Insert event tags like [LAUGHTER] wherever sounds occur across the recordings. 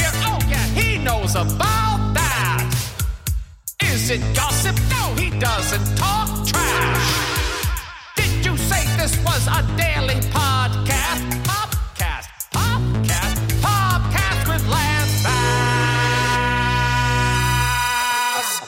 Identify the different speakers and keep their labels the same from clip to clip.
Speaker 1: Oh, knows about that. Is it gossip? No, he doesn't talk trash. Did you say this was a daily podcast? Podcast, podcast, podcast with Lance Bass.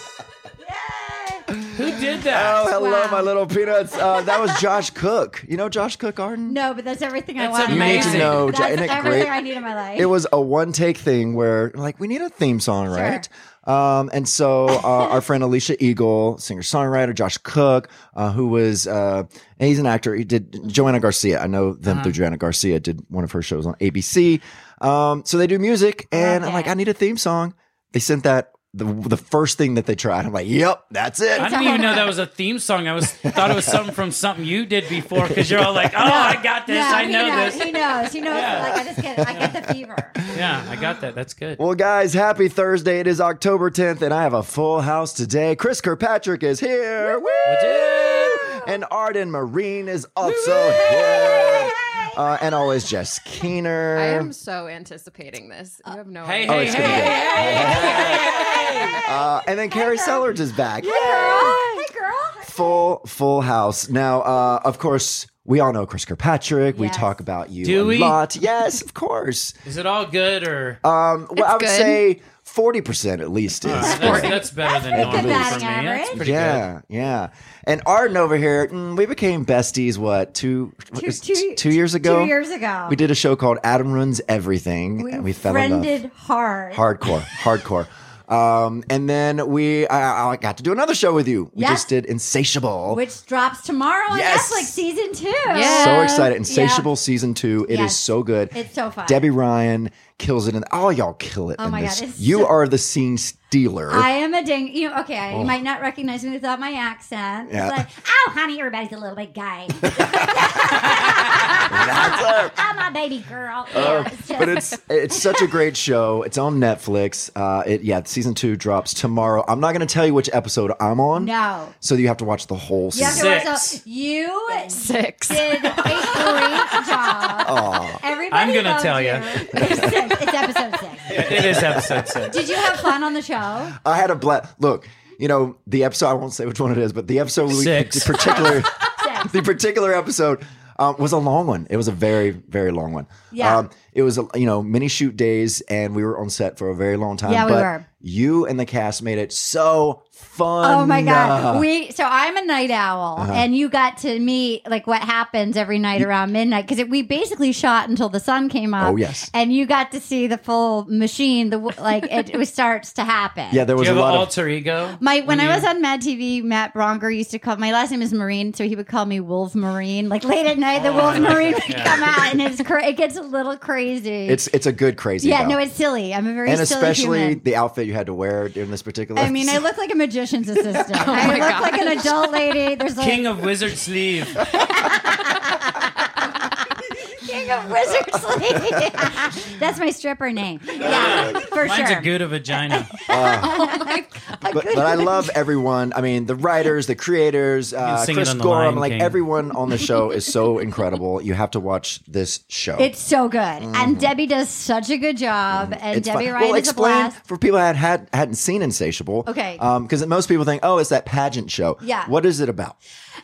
Speaker 2: Who did
Speaker 3: Oh,
Speaker 2: that?
Speaker 3: hello,
Speaker 4: Wow.
Speaker 3: my little peanuts. Uh, that was Josh Cook. You know Josh Cook Arden?
Speaker 4: No, but that's everything I
Speaker 2: That's
Speaker 4: want. in my
Speaker 2: amazing. You need
Speaker 4: life.
Speaker 2: to
Speaker 3: know,
Speaker 4: That's
Speaker 3: isn't it
Speaker 4: everything
Speaker 3: great?
Speaker 4: I need in my life.
Speaker 3: It was a one take thing where, like, we need a theme song, right? Um, and so uh, our friend Alicia Eagle, singer songwriter, Josh Cook, uh, who was, uh, and he's an actor. He did Joanna Garcia. I know them
Speaker 4: Uh-huh.
Speaker 3: through Joanna Garcia, did one of her shows on ABC. Um, so they do music, and I'm
Speaker 4: Love
Speaker 3: like,
Speaker 4: it.
Speaker 3: I need a theme song. They sent that. The, the first thing that they tried, I'm like, yep, that's it.
Speaker 2: I didn't even know that was a theme song. I was thought it was something from something you did before because you're all like, "Oh, I got this.
Speaker 4: No,
Speaker 2: I
Speaker 4: he
Speaker 2: know
Speaker 4: knows,
Speaker 2: this.
Speaker 4: He knows. He knows. Like I just get. I get the
Speaker 3: [LAUGHS]
Speaker 4: fever.
Speaker 2: Yeah, I got that. That's good."
Speaker 3: Well, guys, happy Thursday. It is October 10th, and I have a full house today. Chris Kirkpatrick is here. Woo! And Arden Marine is also here. Uh, and always Jess Keener.
Speaker 5: I am so anticipating this. You have no
Speaker 2: Hey, hey,
Speaker 5: idea.
Speaker 3: Oh. it's
Speaker 2: hey,
Speaker 3: gonna be good.
Speaker 2: hey, hey, hey.
Speaker 3: Uh, and then Carrie Sellers is back.
Speaker 4: Girl, hey girl.
Speaker 3: Full, full house. Now, uh, of course, we all know Chris Kirkpatrick. We
Speaker 4: Yes.
Speaker 3: talk about you
Speaker 2: Do
Speaker 3: a
Speaker 2: we?
Speaker 3: lot. Yes, of course.
Speaker 2: Is it all good or?
Speaker 3: Um, well, I would
Speaker 5: good. Uh,
Speaker 3: say 40% at least is.
Speaker 2: That's,
Speaker 3: good.
Speaker 2: that's better than
Speaker 4: That's a
Speaker 2: normal
Speaker 4: good
Speaker 2: for me.
Speaker 4: batting average.
Speaker 2: That's pretty good.
Speaker 3: yeah, yeah. And Arden over here, mm, we became besties. What two what
Speaker 4: Two,
Speaker 3: is-
Speaker 4: two,
Speaker 3: two years ago?
Speaker 4: Two years ago.
Speaker 3: We did a show called Adam Runs Everything,
Speaker 4: We,
Speaker 3: and we fell in love.
Speaker 4: friended hard.
Speaker 3: Hardcore, hardcore. Um, and then we, I, I got to do another show with you. We
Speaker 4: Yes.
Speaker 3: just did Insatiable.
Speaker 4: Which drops tomorrow on
Speaker 3: Yes.
Speaker 4: Netflix season two.
Speaker 5: Yeah.
Speaker 3: so excited! Insatiable season two. It is
Speaker 4: Yes.
Speaker 3: so good.
Speaker 4: It's so fun.
Speaker 3: Debbie Ryan kills it, and all y'all kill it.
Speaker 4: Oh
Speaker 3: in
Speaker 4: my God,
Speaker 3: this.
Speaker 4: it's
Speaker 3: you
Speaker 4: so-
Speaker 3: are the scene stealer.
Speaker 4: I am a ding. You know, okay, I- you might not recognize me without my accent.
Speaker 3: Oh. Yeah.
Speaker 4: It's like, oh, honey, everybody's a little
Speaker 3: [LAUGHS]
Speaker 4: bit gay.
Speaker 3: [LAUGHS] That's her.
Speaker 4: I'm a "Oh, baby girl.
Speaker 3: Uh,
Speaker 4: Yeah, it's just-
Speaker 3: but it's it's such a great show. It's on Netflix. Uh, it yeah, season two drops tomorrow. I'm not going to tell you which episode I'm on,
Speaker 4: no.
Speaker 3: so you have to watch the whole
Speaker 4: You have
Speaker 3: season.
Speaker 4: to watch
Speaker 2: Six.
Speaker 4: the- You
Speaker 5: Six.
Speaker 4: did a great job. Everybody
Speaker 2: I'm gonna
Speaker 4: loved
Speaker 2: tell ya.
Speaker 4: It's, six. It's episode six.
Speaker 2: It is episode six.
Speaker 4: Did you have fun on the show?
Speaker 3: I had a blast. Look, you know the episode. I won't say which one it is, but the episode we,
Speaker 2: Six. [LAUGHS]
Speaker 3: the particular
Speaker 4: Six.
Speaker 3: the particular episode. Um, was a long one. It was a very, very long one. Um,
Speaker 4: Yeah.
Speaker 3: it was, a, you know, many shoot days, and we were on set for a very long time.
Speaker 4: Yeah, we
Speaker 3: but
Speaker 4: were.
Speaker 3: You and the cast made it so fun.
Speaker 4: Oh my god. We so I'm a night owl
Speaker 3: Uh-huh.
Speaker 4: and you got to meet like what happens every night around midnight cuz we basically shot until the sun came up.
Speaker 3: Oh, yes.
Speaker 4: And you got to see the full machine the w- like it, it starts to happen.
Speaker 3: yeah, there
Speaker 2: Do
Speaker 3: was
Speaker 2: you have
Speaker 3: a
Speaker 2: an
Speaker 3: lot of
Speaker 2: alter ego?
Speaker 4: My when
Speaker 2: you-
Speaker 4: I was on Mad TV, Matt Bronger used to call my last name is Marine, so he would call me Wolf Marine. Like late at night,
Speaker 3: Oh,
Speaker 4: the Wolf Marine would
Speaker 2: Yeah.
Speaker 4: come out, and it's cra- it gets a little crazy.
Speaker 3: It's it's a good crazy.
Speaker 4: yeah,
Speaker 3: though.
Speaker 4: no, it's silly. I'm a very
Speaker 3: and
Speaker 4: silly
Speaker 3: especially
Speaker 4: human.
Speaker 3: the outfit you had to wear during this particular.
Speaker 4: I mean, I look like a
Speaker 3: [LAUGHS]
Speaker 4: magician's
Speaker 3: Oh
Speaker 4: assistant. I
Speaker 5: my
Speaker 4: look like an adult lady. There's like
Speaker 2: King of Wizard Sleeve.
Speaker 4: King of Wizards League. [LAUGHS] That's my stripper name.
Speaker 3: [LAUGHS]
Speaker 4: Yeah, for
Speaker 2: Mine's
Speaker 4: sure.
Speaker 2: a Gouda vagina.
Speaker 4: A
Speaker 3: but,
Speaker 4: good-
Speaker 3: but
Speaker 4: [LAUGHS]
Speaker 3: I love everyone. I mean, the writers, the creators, uh,
Speaker 2: sing it
Speaker 3: Chris
Speaker 2: on The
Speaker 3: Gorham,
Speaker 2: Lion
Speaker 3: like
Speaker 2: King.
Speaker 3: everyone on the show is
Speaker 4: [LAUGHS]
Speaker 3: so incredible. You have to watch this show.
Speaker 4: it's so good, and Debbie does such a good job. And
Speaker 3: Mm-hmm. It's
Speaker 4: Debbie
Speaker 3: fun.
Speaker 4: Ryan
Speaker 3: well,
Speaker 4: is a
Speaker 3: explain
Speaker 4: blast.
Speaker 3: for people that had hadn't seen Insatiable.
Speaker 4: Okay.
Speaker 3: because most people think, oh, it's that pageant show.
Speaker 4: Yeah.
Speaker 3: What is it about?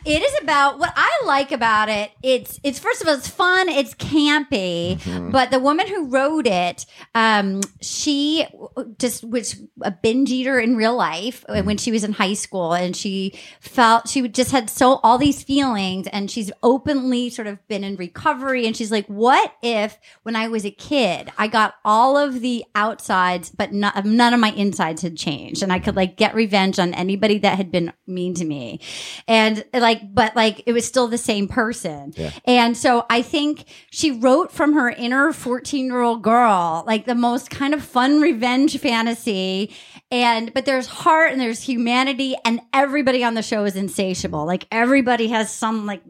Speaker 4: It is about what I like about it. It's it's first of all, it's fun, it's campy, but the woman who wrote it, um, she w- just was a binge eater in real life when she was in high school, and she felt she just had so all these feelings, and she's openly sort of been in recovery, and she's like, what if when I was a kid, I got all of the outsides, but not, none of my insides had changed, and I could like get revenge on anybody that had been mean to me and like but like it was still the same person and so i think she wrote from her inner 14 year old girl like the most kind of fun revenge fantasy and but there's heart and there's humanity and everybody on the show is insatiable like everybody has some like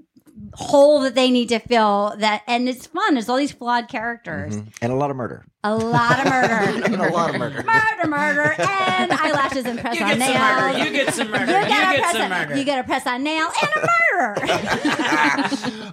Speaker 4: hole that they need to fill. That and it's fun. It's all these flawed characters.
Speaker 3: and a lot of murder.
Speaker 4: A lot of
Speaker 3: [LAUGHS]
Speaker 4: murder.
Speaker 3: a lot of murder.
Speaker 4: Murder, murder, and eyelashes and press
Speaker 2: You
Speaker 4: on
Speaker 2: get
Speaker 4: nails.
Speaker 2: some murder. You get some murder. You
Speaker 4: a
Speaker 2: get
Speaker 4: press
Speaker 2: some
Speaker 4: on-
Speaker 2: murder.
Speaker 4: You get a press on nail and a murder. [LAUGHS]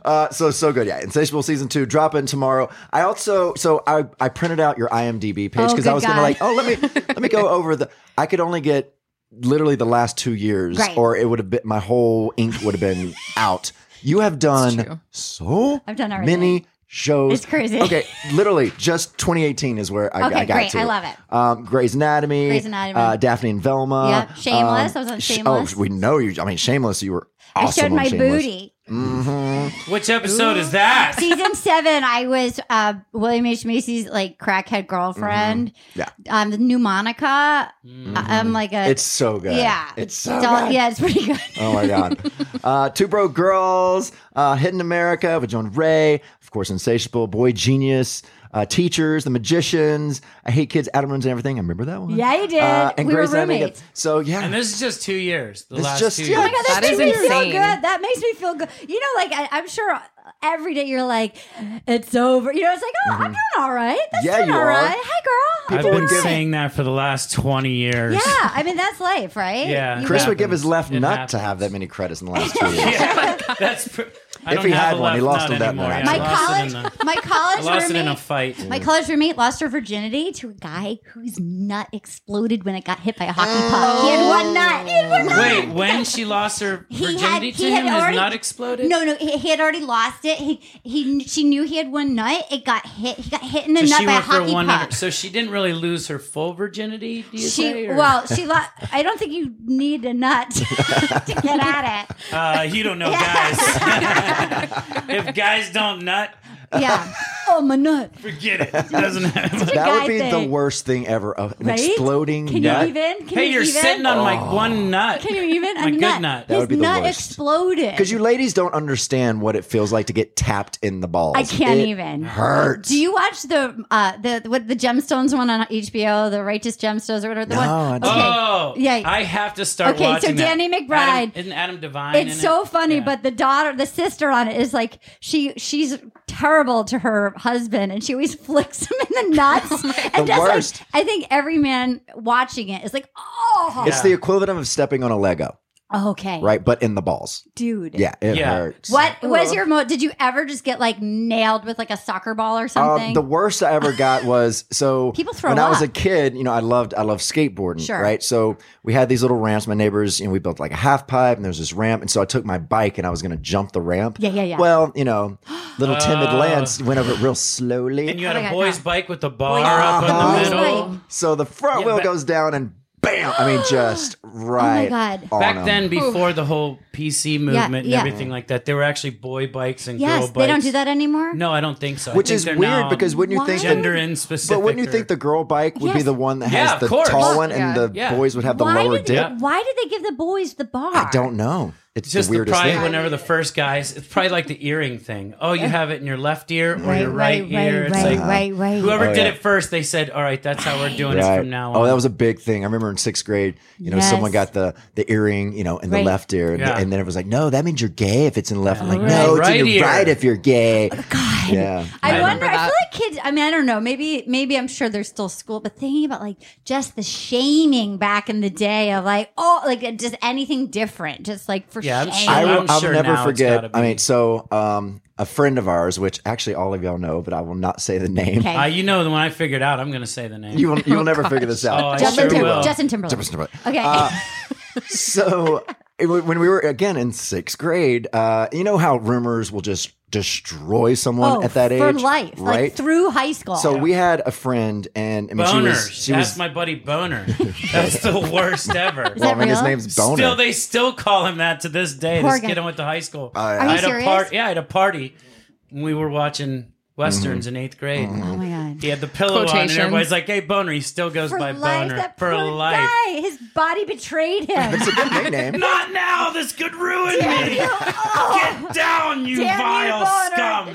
Speaker 3: Uh, so so good, yeah. Insatiable season two dropping tomorrow. I also so I I printed out your IMDb page
Speaker 4: Oh,
Speaker 3: because I
Speaker 4: good
Speaker 3: was gonna
Speaker 4: God.
Speaker 3: like oh let me let me
Speaker 4: [LAUGHS]
Speaker 3: go over the I could only get literally the last two years
Speaker 4: Right.
Speaker 3: or it would have been my whole ink would have been out. You have
Speaker 5: true.
Speaker 3: done so
Speaker 4: I've done
Speaker 3: many
Speaker 4: everything.
Speaker 3: shows.
Speaker 4: It's crazy.
Speaker 3: Okay, literally just 2018 is where I,
Speaker 4: Okay,
Speaker 3: I got
Speaker 4: great.
Speaker 3: to.
Speaker 4: I love it.
Speaker 3: Um, Grey's Anatomy.
Speaker 4: Grey's Anatomy.
Speaker 3: Uh, Daphne and Velma.
Speaker 4: Yep. Shameless. I was on
Speaker 3: sh-
Speaker 4: Shameless.
Speaker 3: oh, we know you. I mean, Shameless. You were.
Speaker 4: I
Speaker 3: awesome
Speaker 4: showed
Speaker 3: on
Speaker 4: my
Speaker 3: Shameless.
Speaker 4: booty.
Speaker 3: [LAUGHS]
Speaker 2: Which episode is that?
Speaker 4: Season seven, I was uh, William H Macy's like crackhead girlfriend.
Speaker 3: Mm-hmm. Yeah.
Speaker 4: um, the new Monica. I-
Speaker 2: Mm.
Speaker 4: I'm like a.
Speaker 3: It's so good.
Speaker 4: Eh, yeah.
Speaker 3: It's so
Speaker 4: all-
Speaker 3: good.
Speaker 4: yeah, it's pretty good.
Speaker 3: Oh my
Speaker 4: [LAUGHS]
Speaker 3: god. uh, Two Broke Girls, uh, Hidden America with Joan Ray, of course, Insatiable, Boy Genius, uh, Teachers, The Magicians, I Hate Kids, Adam Ruins and Everything. I remember that one.
Speaker 4: Yeah, you did.
Speaker 3: Uh, and
Speaker 4: We were
Speaker 3: Grey's Anatomy.
Speaker 4: roommates.
Speaker 3: So yeah.
Speaker 2: And this is just two years. The
Speaker 3: This is
Speaker 2: last
Speaker 3: just-
Speaker 2: two years.
Speaker 3: yeah.
Speaker 4: Oh my god, that,
Speaker 5: That
Speaker 4: makes
Speaker 5: is
Speaker 4: me feel
Speaker 5: insane.
Speaker 4: good. That makes me feel good. You know, like I, I'm sure every day you're like, it's over. You know, it's like, oh,
Speaker 2: Mm-hmm.
Speaker 4: I'm doing all right. That's
Speaker 3: Yeah,
Speaker 4: doing
Speaker 3: you
Speaker 4: all
Speaker 3: are.
Speaker 4: right. Hi, girl. I'm
Speaker 2: I've
Speaker 4: doing
Speaker 2: been
Speaker 4: all right.
Speaker 2: saying that for the last 20 years.
Speaker 4: Yeah, I mean that's life, right?
Speaker 2: Yeah.
Speaker 4: You-
Speaker 3: Chris
Speaker 2: It
Speaker 3: would give his
Speaker 2: happens.
Speaker 3: left
Speaker 2: It
Speaker 3: nut to
Speaker 2: happens.
Speaker 3: have that many credits in the last
Speaker 4: [LAUGHS]
Speaker 3: two years.
Speaker 4: Oh
Speaker 2: Yeah. That's pr- I
Speaker 3: If
Speaker 2: don't
Speaker 3: he
Speaker 2: have
Speaker 3: had
Speaker 2: a
Speaker 3: one, he
Speaker 2: left
Speaker 3: lost
Speaker 2: nut
Speaker 3: him that
Speaker 2: anymore.
Speaker 3: night.
Speaker 2: Yeah, I
Speaker 4: my
Speaker 2: lost it in
Speaker 4: college,
Speaker 2: the- [LAUGHS]
Speaker 4: my
Speaker 2: I
Speaker 4: college
Speaker 2: lost it in a
Speaker 4: roommate.
Speaker 2: fight.
Speaker 4: My college roommate lost her virginity to a guy whose nut exploded when it got hit by a hockey puck. He had one nut. He had one nut.
Speaker 2: Wait, when she lost her
Speaker 4: He had-
Speaker 2: virginity
Speaker 4: he
Speaker 2: to
Speaker 4: had
Speaker 2: him, his
Speaker 4: already-
Speaker 2: nut exploded?
Speaker 4: No, no, he, he had already lost it. He, he, she knew he had one nut. It got hit. He got hit in the
Speaker 2: So
Speaker 4: nut
Speaker 2: she
Speaker 4: by a
Speaker 2: went for
Speaker 4: hockey
Speaker 2: one
Speaker 4: puck.
Speaker 2: hundred. So she didn't really lose her full virginity. Do you
Speaker 4: she
Speaker 2: say? or-
Speaker 4: well, she. Lo- I don't think you need a nut [LAUGHS] to
Speaker 2: [LAUGHS]
Speaker 4: get at it.
Speaker 2: uh, you don't
Speaker 4: [LAUGHS]
Speaker 2: know, guys. if guys [LAUGHS] don't nut,
Speaker 4: Yeah. Oh my nut.
Speaker 2: forget it. It doesn't
Speaker 4: [LAUGHS]
Speaker 2: happen.
Speaker 4: It's
Speaker 3: That
Speaker 4: a guy
Speaker 3: would be the
Speaker 4: thing.
Speaker 3: worst thing ever. Of an
Speaker 4: Right?
Speaker 3: exploding
Speaker 4: Can
Speaker 3: nut.
Speaker 4: you even? Can
Speaker 2: hey,
Speaker 4: you
Speaker 2: you're
Speaker 4: even?
Speaker 2: sitting on my
Speaker 3: Oh.
Speaker 2: one nut.
Speaker 4: Can you even?
Speaker 2: My
Speaker 4: a
Speaker 2: good
Speaker 4: nut.
Speaker 2: nut.
Speaker 3: That
Speaker 4: His
Speaker 3: would be the
Speaker 4: nut
Speaker 3: worst.
Speaker 4: exploded.
Speaker 3: Because you ladies don't understand what it feels like to get tapped in the balls.
Speaker 4: I can't
Speaker 3: It
Speaker 4: even.
Speaker 3: Hurts.
Speaker 4: Do you watch the uh the what the gemstones one on HBO, the righteous gemstones or whatever the
Speaker 3: No,
Speaker 4: one?
Speaker 3: I don't.
Speaker 2: Oh,
Speaker 4: Yeah.
Speaker 2: I have to start.
Speaker 4: Okay, so
Speaker 2: watching that.
Speaker 4: Danny McBride.
Speaker 2: Adam- isn't Adam Devine? in
Speaker 4: It's so
Speaker 2: it?
Speaker 4: funny,
Speaker 2: Yeah.
Speaker 4: but the daughter, the sister on it is like she she's terrible to her husband, and she always [LAUGHS] flicks him in
Speaker 2: [LAUGHS]
Speaker 4: the nuts.
Speaker 2: Oh
Speaker 4: and
Speaker 3: The
Speaker 4: does, like-
Speaker 3: worst.
Speaker 4: I think every man watching it is like, oh,
Speaker 3: It's the equivalent of stepping on a Lego,
Speaker 4: okay,
Speaker 3: right? But in the balls.
Speaker 4: dude.
Speaker 3: Yeah, it
Speaker 2: Yeah.
Speaker 3: hurts.
Speaker 4: What was your mo? Did you ever just get like nailed with like a soccer ball or something?
Speaker 3: Um, the worst I ever got
Speaker 4: [LAUGHS]
Speaker 3: was so
Speaker 4: People throw
Speaker 3: when I was a
Speaker 4: up.
Speaker 3: kid, you know, I loved I loved skateboarding,
Speaker 4: Sure.
Speaker 3: right? So we had these little ramps. My neighbors, you know, we built like a half pipe, and there was this ramp, and so I took my bike and I was going to jump the ramp.
Speaker 4: Yeah, yeah, yeah.
Speaker 3: Well, you know, little timid
Speaker 2: Oh.
Speaker 3: Lance went over it real slowly.
Speaker 2: And you had
Speaker 4: Oh my
Speaker 2: a
Speaker 4: God,
Speaker 2: boys'
Speaker 4: no.
Speaker 2: bike with the bar up in
Speaker 3: Uh-huh.
Speaker 2: the
Speaker 4: Boys'
Speaker 2: middle.
Speaker 4: bike.
Speaker 3: So the front
Speaker 2: Yeah,
Speaker 3: wheel
Speaker 2: back-
Speaker 3: goes down and bam!
Speaker 4: [GASPS]
Speaker 3: I mean, just right.
Speaker 4: Oh God.
Speaker 3: on
Speaker 2: Back
Speaker 3: 'em.
Speaker 2: then, before the whole PC movement and
Speaker 4: yeah.
Speaker 2: everything like that, there were actually boy bikes and girl
Speaker 4: yes,
Speaker 2: bikes.
Speaker 4: they don't do that anymore.
Speaker 2: No, I don't think so. I
Speaker 3: which
Speaker 2: think
Speaker 3: is
Speaker 2: they're
Speaker 3: weird
Speaker 2: now
Speaker 3: because wouldn't you think
Speaker 4: Why?
Speaker 2: gender
Speaker 3: the,
Speaker 2: in specific?
Speaker 3: but wouldn't you think the girl bike would be
Speaker 4: Yes.
Speaker 3: the one that
Speaker 2: Yeah,
Speaker 3: has
Speaker 2: of
Speaker 3: the
Speaker 2: course.
Speaker 3: tall one and
Speaker 5: Yeah.
Speaker 3: the
Speaker 2: Yeah.
Speaker 3: boys would have the lower
Speaker 4: did
Speaker 3: dip?
Speaker 2: Yeah.
Speaker 4: why did they give the boys the bar?
Speaker 3: I don't know. It's
Speaker 2: just
Speaker 3: the
Speaker 2: the
Speaker 3: weirdest
Speaker 2: probably
Speaker 3: thing.
Speaker 2: whenever the first guys, it's probably like the earring thing. Oh, you have it in your left ear or your right, ear.
Speaker 4: right,
Speaker 2: it's
Speaker 4: right,
Speaker 2: like
Speaker 4: right, right.
Speaker 2: whoever
Speaker 3: Oh,
Speaker 2: did
Speaker 3: yeah.
Speaker 2: it first, they said, "All right, that's how we're doing it
Speaker 3: Right.
Speaker 2: from now on."
Speaker 3: Oh, that was a big thing. I remember in sixth grade, you know,
Speaker 4: Yes.
Speaker 3: someone got the the earring, you know, in the
Speaker 4: Right.
Speaker 3: left ear, and,
Speaker 2: Yeah.
Speaker 3: and then it was like, no, that means you're gay if it's in the left. I'm like,
Speaker 4: Right.
Speaker 3: no, it's in
Speaker 2: Right
Speaker 3: your
Speaker 2: ear.
Speaker 3: right if you're gay.
Speaker 4: Oh, God.
Speaker 3: Yeah,
Speaker 4: I,
Speaker 2: I
Speaker 4: wonder.
Speaker 5: remember
Speaker 4: I
Speaker 5: that.
Speaker 4: feel like kids. I mean, I don't know. Maybe, maybe I'm sure there's still school, but thinking about like just the shaming back in the day of like, oh, like just anything different, just like for
Speaker 2: Yeah, I'm
Speaker 4: shame.
Speaker 2: sure-
Speaker 3: I will,
Speaker 2: I'm
Speaker 3: I'll
Speaker 2: sure
Speaker 3: never
Speaker 2: now it's
Speaker 3: forget.
Speaker 2: gotta
Speaker 3: I mean,
Speaker 2: be.
Speaker 3: so um, a friend of ours, which actually all of y'all know, but I will not say the name.
Speaker 4: Okay.
Speaker 2: Uh, you know, when I figured out, I'm going to say the name.
Speaker 3: [LAUGHS] You will,
Speaker 4: [LAUGHS]
Speaker 3: you will never figure this out.
Speaker 2: Oh, I
Speaker 4: Justin,
Speaker 2: sure
Speaker 4: Timber-
Speaker 2: will.
Speaker 4: Justin Timberlake. Okay.
Speaker 3: so it, wa- when we were again in sixth grade, uh, you know how rumors will just destroy someone
Speaker 4: [LAUGHS] Oh,
Speaker 3: at that age
Speaker 4: for life,
Speaker 3: right?
Speaker 4: like through high school.
Speaker 3: so we had a friend, and I mean, she
Speaker 2: Boner.
Speaker 3: was she
Speaker 2: That's
Speaker 3: was.
Speaker 2: my buddy
Speaker 3: [LAUGHS]
Speaker 2: Boner. That's the worst
Speaker 4: [LAUGHS]
Speaker 2: ever.
Speaker 3: well, I mean, his
Speaker 4: real?
Speaker 3: name's Boner.
Speaker 2: Still, they still call him that to this day.
Speaker 4: Poor
Speaker 2: this
Speaker 4: guy.
Speaker 2: kid I went to high school.
Speaker 3: Are
Speaker 4: you
Speaker 2: I had
Speaker 4: serious?
Speaker 2: a party. Yeah, I had a party. when We were watching westerns in eighth grade.
Speaker 4: oh my god.
Speaker 2: He had the pillow on, and
Speaker 5: Quotations.
Speaker 2: everybody's like, "Hey, Boner." He still goes
Speaker 4: For
Speaker 2: by
Speaker 4: life,
Speaker 2: Boner
Speaker 4: that
Speaker 2: for
Speaker 4: poor
Speaker 2: life.
Speaker 4: guy. His body
Speaker 2: [LAUGHS]
Speaker 4: betrayed him.
Speaker 3: It's a good nickname.
Speaker 2: Not now. This could ruin me.
Speaker 4: You- oh,
Speaker 2: Get down, you
Speaker 4: damn you,
Speaker 2: vile
Speaker 4: Boner.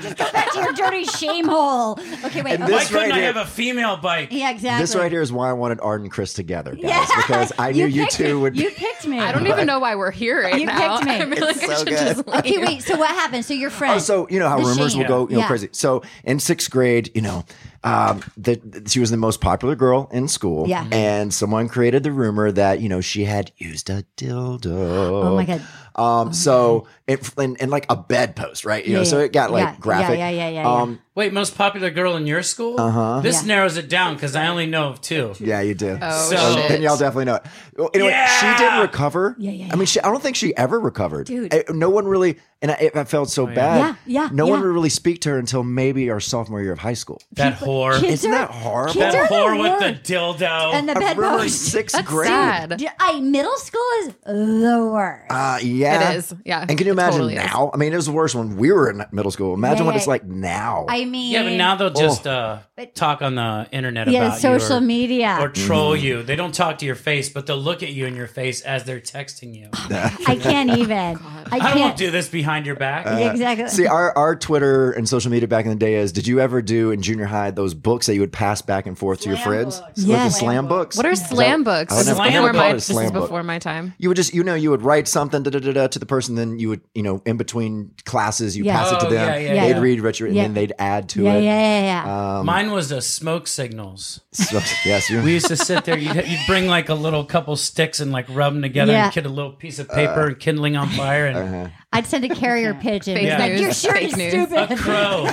Speaker 2: scum.
Speaker 4: Just go back to your dirty party shame hole. Okay, wait.
Speaker 3: And
Speaker 4: okay.
Speaker 2: Why
Speaker 3: This
Speaker 2: couldn't
Speaker 3: right
Speaker 2: I
Speaker 3: here-
Speaker 2: have a female bike?
Speaker 4: yeah, exactly.
Speaker 3: This right here is why I wanted Art and Chris together, guys,
Speaker 4: Yeah.
Speaker 3: because I knew you,
Speaker 4: picked
Speaker 3: two
Speaker 4: me.
Speaker 3: would.
Speaker 4: You picked me.
Speaker 5: [LAUGHS] I don't even know why we're here right
Speaker 4: You
Speaker 5: now.
Speaker 4: picked me.
Speaker 5: [LAUGHS] I feel like
Speaker 3: It's
Speaker 5: I
Speaker 3: so
Speaker 5: should
Speaker 3: good.
Speaker 5: just leave.
Speaker 4: [LAUGHS] Okay, wait. So what happened? So your friend.
Speaker 3: Oh, so you know how
Speaker 4: the
Speaker 3: rumors
Speaker 4: shame.
Speaker 3: will go, you know,
Speaker 4: Yeah.
Speaker 3: crazy. So in sixth grade, you know, um, the, she was the most popular girl in school,
Speaker 4: Yeah.
Speaker 5: Mm-hmm.
Speaker 3: And someone created the rumor that you know she had used a dildo.
Speaker 4: Oh my god.
Speaker 3: Um, so it and, and like a bedpost, right? You know,
Speaker 4: Yeah,
Speaker 3: so
Speaker 4: yeah.
Speaker 3: it got like
Speaker 4: Yeah, yeah,
Speaker 3: graphic.
Speaker 4: yeah, yeah, yeah, yeah.
Speaker 3: Um,
Speaker 2: Wait, most popular girl in your school? Uh-huh. This
Speaker 4: Yeah.
Speaker 2: narrows it down because I only know of two.
Speaker 3: yeah, you do.
Speaker 5: Oh,
Speaker 2: So-
Speaker 5: shit.
Speaker 3: Then y'all definitely know it. Well, Anyway,
Speaker 2: Yeah!
Speaker 3: she didn't recover.
Speaker 4: Yeah, yeah,
Speaker 3: I mean, she, I don't think she ever recovered.
Speaker 4: Dude.
Speaker 3: I- no one really, and I, I felt so bad.
Speaker 4: Yeah, yeah,
Speaker 3: No one
Speaker 4: yeah.
Speaker 3: would really speak to her until maybe our sophomore year of high school.
Speaker 2: That whore.
Speaker 4: Kids
Speaker 3: Isn't
Speaker 4: are-
Speaker 3: that horrible?
Speaker 4: kids
Speaker 2: that
Speaker 4: are the
Speaker 2: whore with
Speaker 4: worst.
Speaker 2: the dildo.
Speaker 4: And the
Speaker 3: I remember in
Speaker 4: bedpost. [LAUGHS]
Speaker 3: sixth
Speaker 5: That's
Speaker 3: grade.
Speaker 5: sad.
Speaker 4: I middle school is the worst.
Speaker 3: Uh, yeah,
Speaker 5: It is. Yeah.
Speaker 3: And can you
Speaker 5: It
Speaker 3: imagine
Speaker 5: totally is.
Speaker 3: now? I mean, it was the worst when we were in middle school. Imagine
Speaker 4: Yeah,
Speaker 3: what
Speaker 4: yeah.
Speaker 3: it's like now.
Speaker 4: I mean,
Speaker 2: yeah, but now they'll just uh,
Speaker 4: But-
Speaker 2: talk on the internet
Speaker 4: yeah,
Speaker 2: about you
Speaker 4: social
Speaker 2: or,
Speaker 4: media.
Speaker 2: or troll you. They don't talk to your face, but they'll look at you in your face as they're texting you.
Speaker 4: I
Speaker 2: [LAUGHS]
Speaker 4: can't even. I
Speaker 2: Oh, I won't
Speaker 4: Oh, can't.
Speaker 2: do this behind your back.
Speaker 4: exactly.
Speaker 3: See, our, our Twitter and social media back in the day is did you ever do in junior high those books that you would pass back and forth to your friends?
Speaker 2: books.
Speaker 3: Like
Speaker 4: Yes.
Speaker 3: the slam books.
Speaker 5: What are slam books?
Speaker 3: I don't
Speaker 5: This is
Speaker 2: know if
Speaker 5: before
Speaker 2: Slam
Speaker 5: my,
Speaker 2: book
Speaker 3: is
Speaker 5: this is
Speaker 3: slam book.
Speaker 5: before my time.
Speaker 3: You would just, you know, you would write something da, da, da, da, to the person, then you would, you know, in between classes, you
Speaker 4: Yeah.
Speaker 3: pass it to
Speaker 2: Oh,
Speaker 3: them.
Speaker 2: yeah, yeah,
Speaker 4: Yeah.
Speaker 3: they'd
Speaker 4: yeah.
Speaker 3: read what you and
Speaker 4: Yeah.
Speaker 3: then they'd add to
Speaker 4: yeah, yeah,
Speaker 3: it.
Speaker 4: yeah, yeah.
Speaker 3: uh,
Speaker 2: Mine was a smoke signals.
Speaker 3: So, yes, you're,
Speaker 2: We used to sit there. You'd, you'd bring like a little couple sticks and like rub them together
Speaker 4: Yeah.
Speaker 2: and get a little piece of paper and kindling on fire and
Speaker 4: I'd send a carrier pigeon.
Speaker 5: Fake
Speaker 4: It's like,
Speaker 5: news.
Speaker 4: your shirt
Speaker 5: Fake
Speaker 4: is
Speaker 5: news.
Speaker 4: stupid.
Speaker 2: a
Speaker 4: [LAUGHS]
Speaker 2: crow,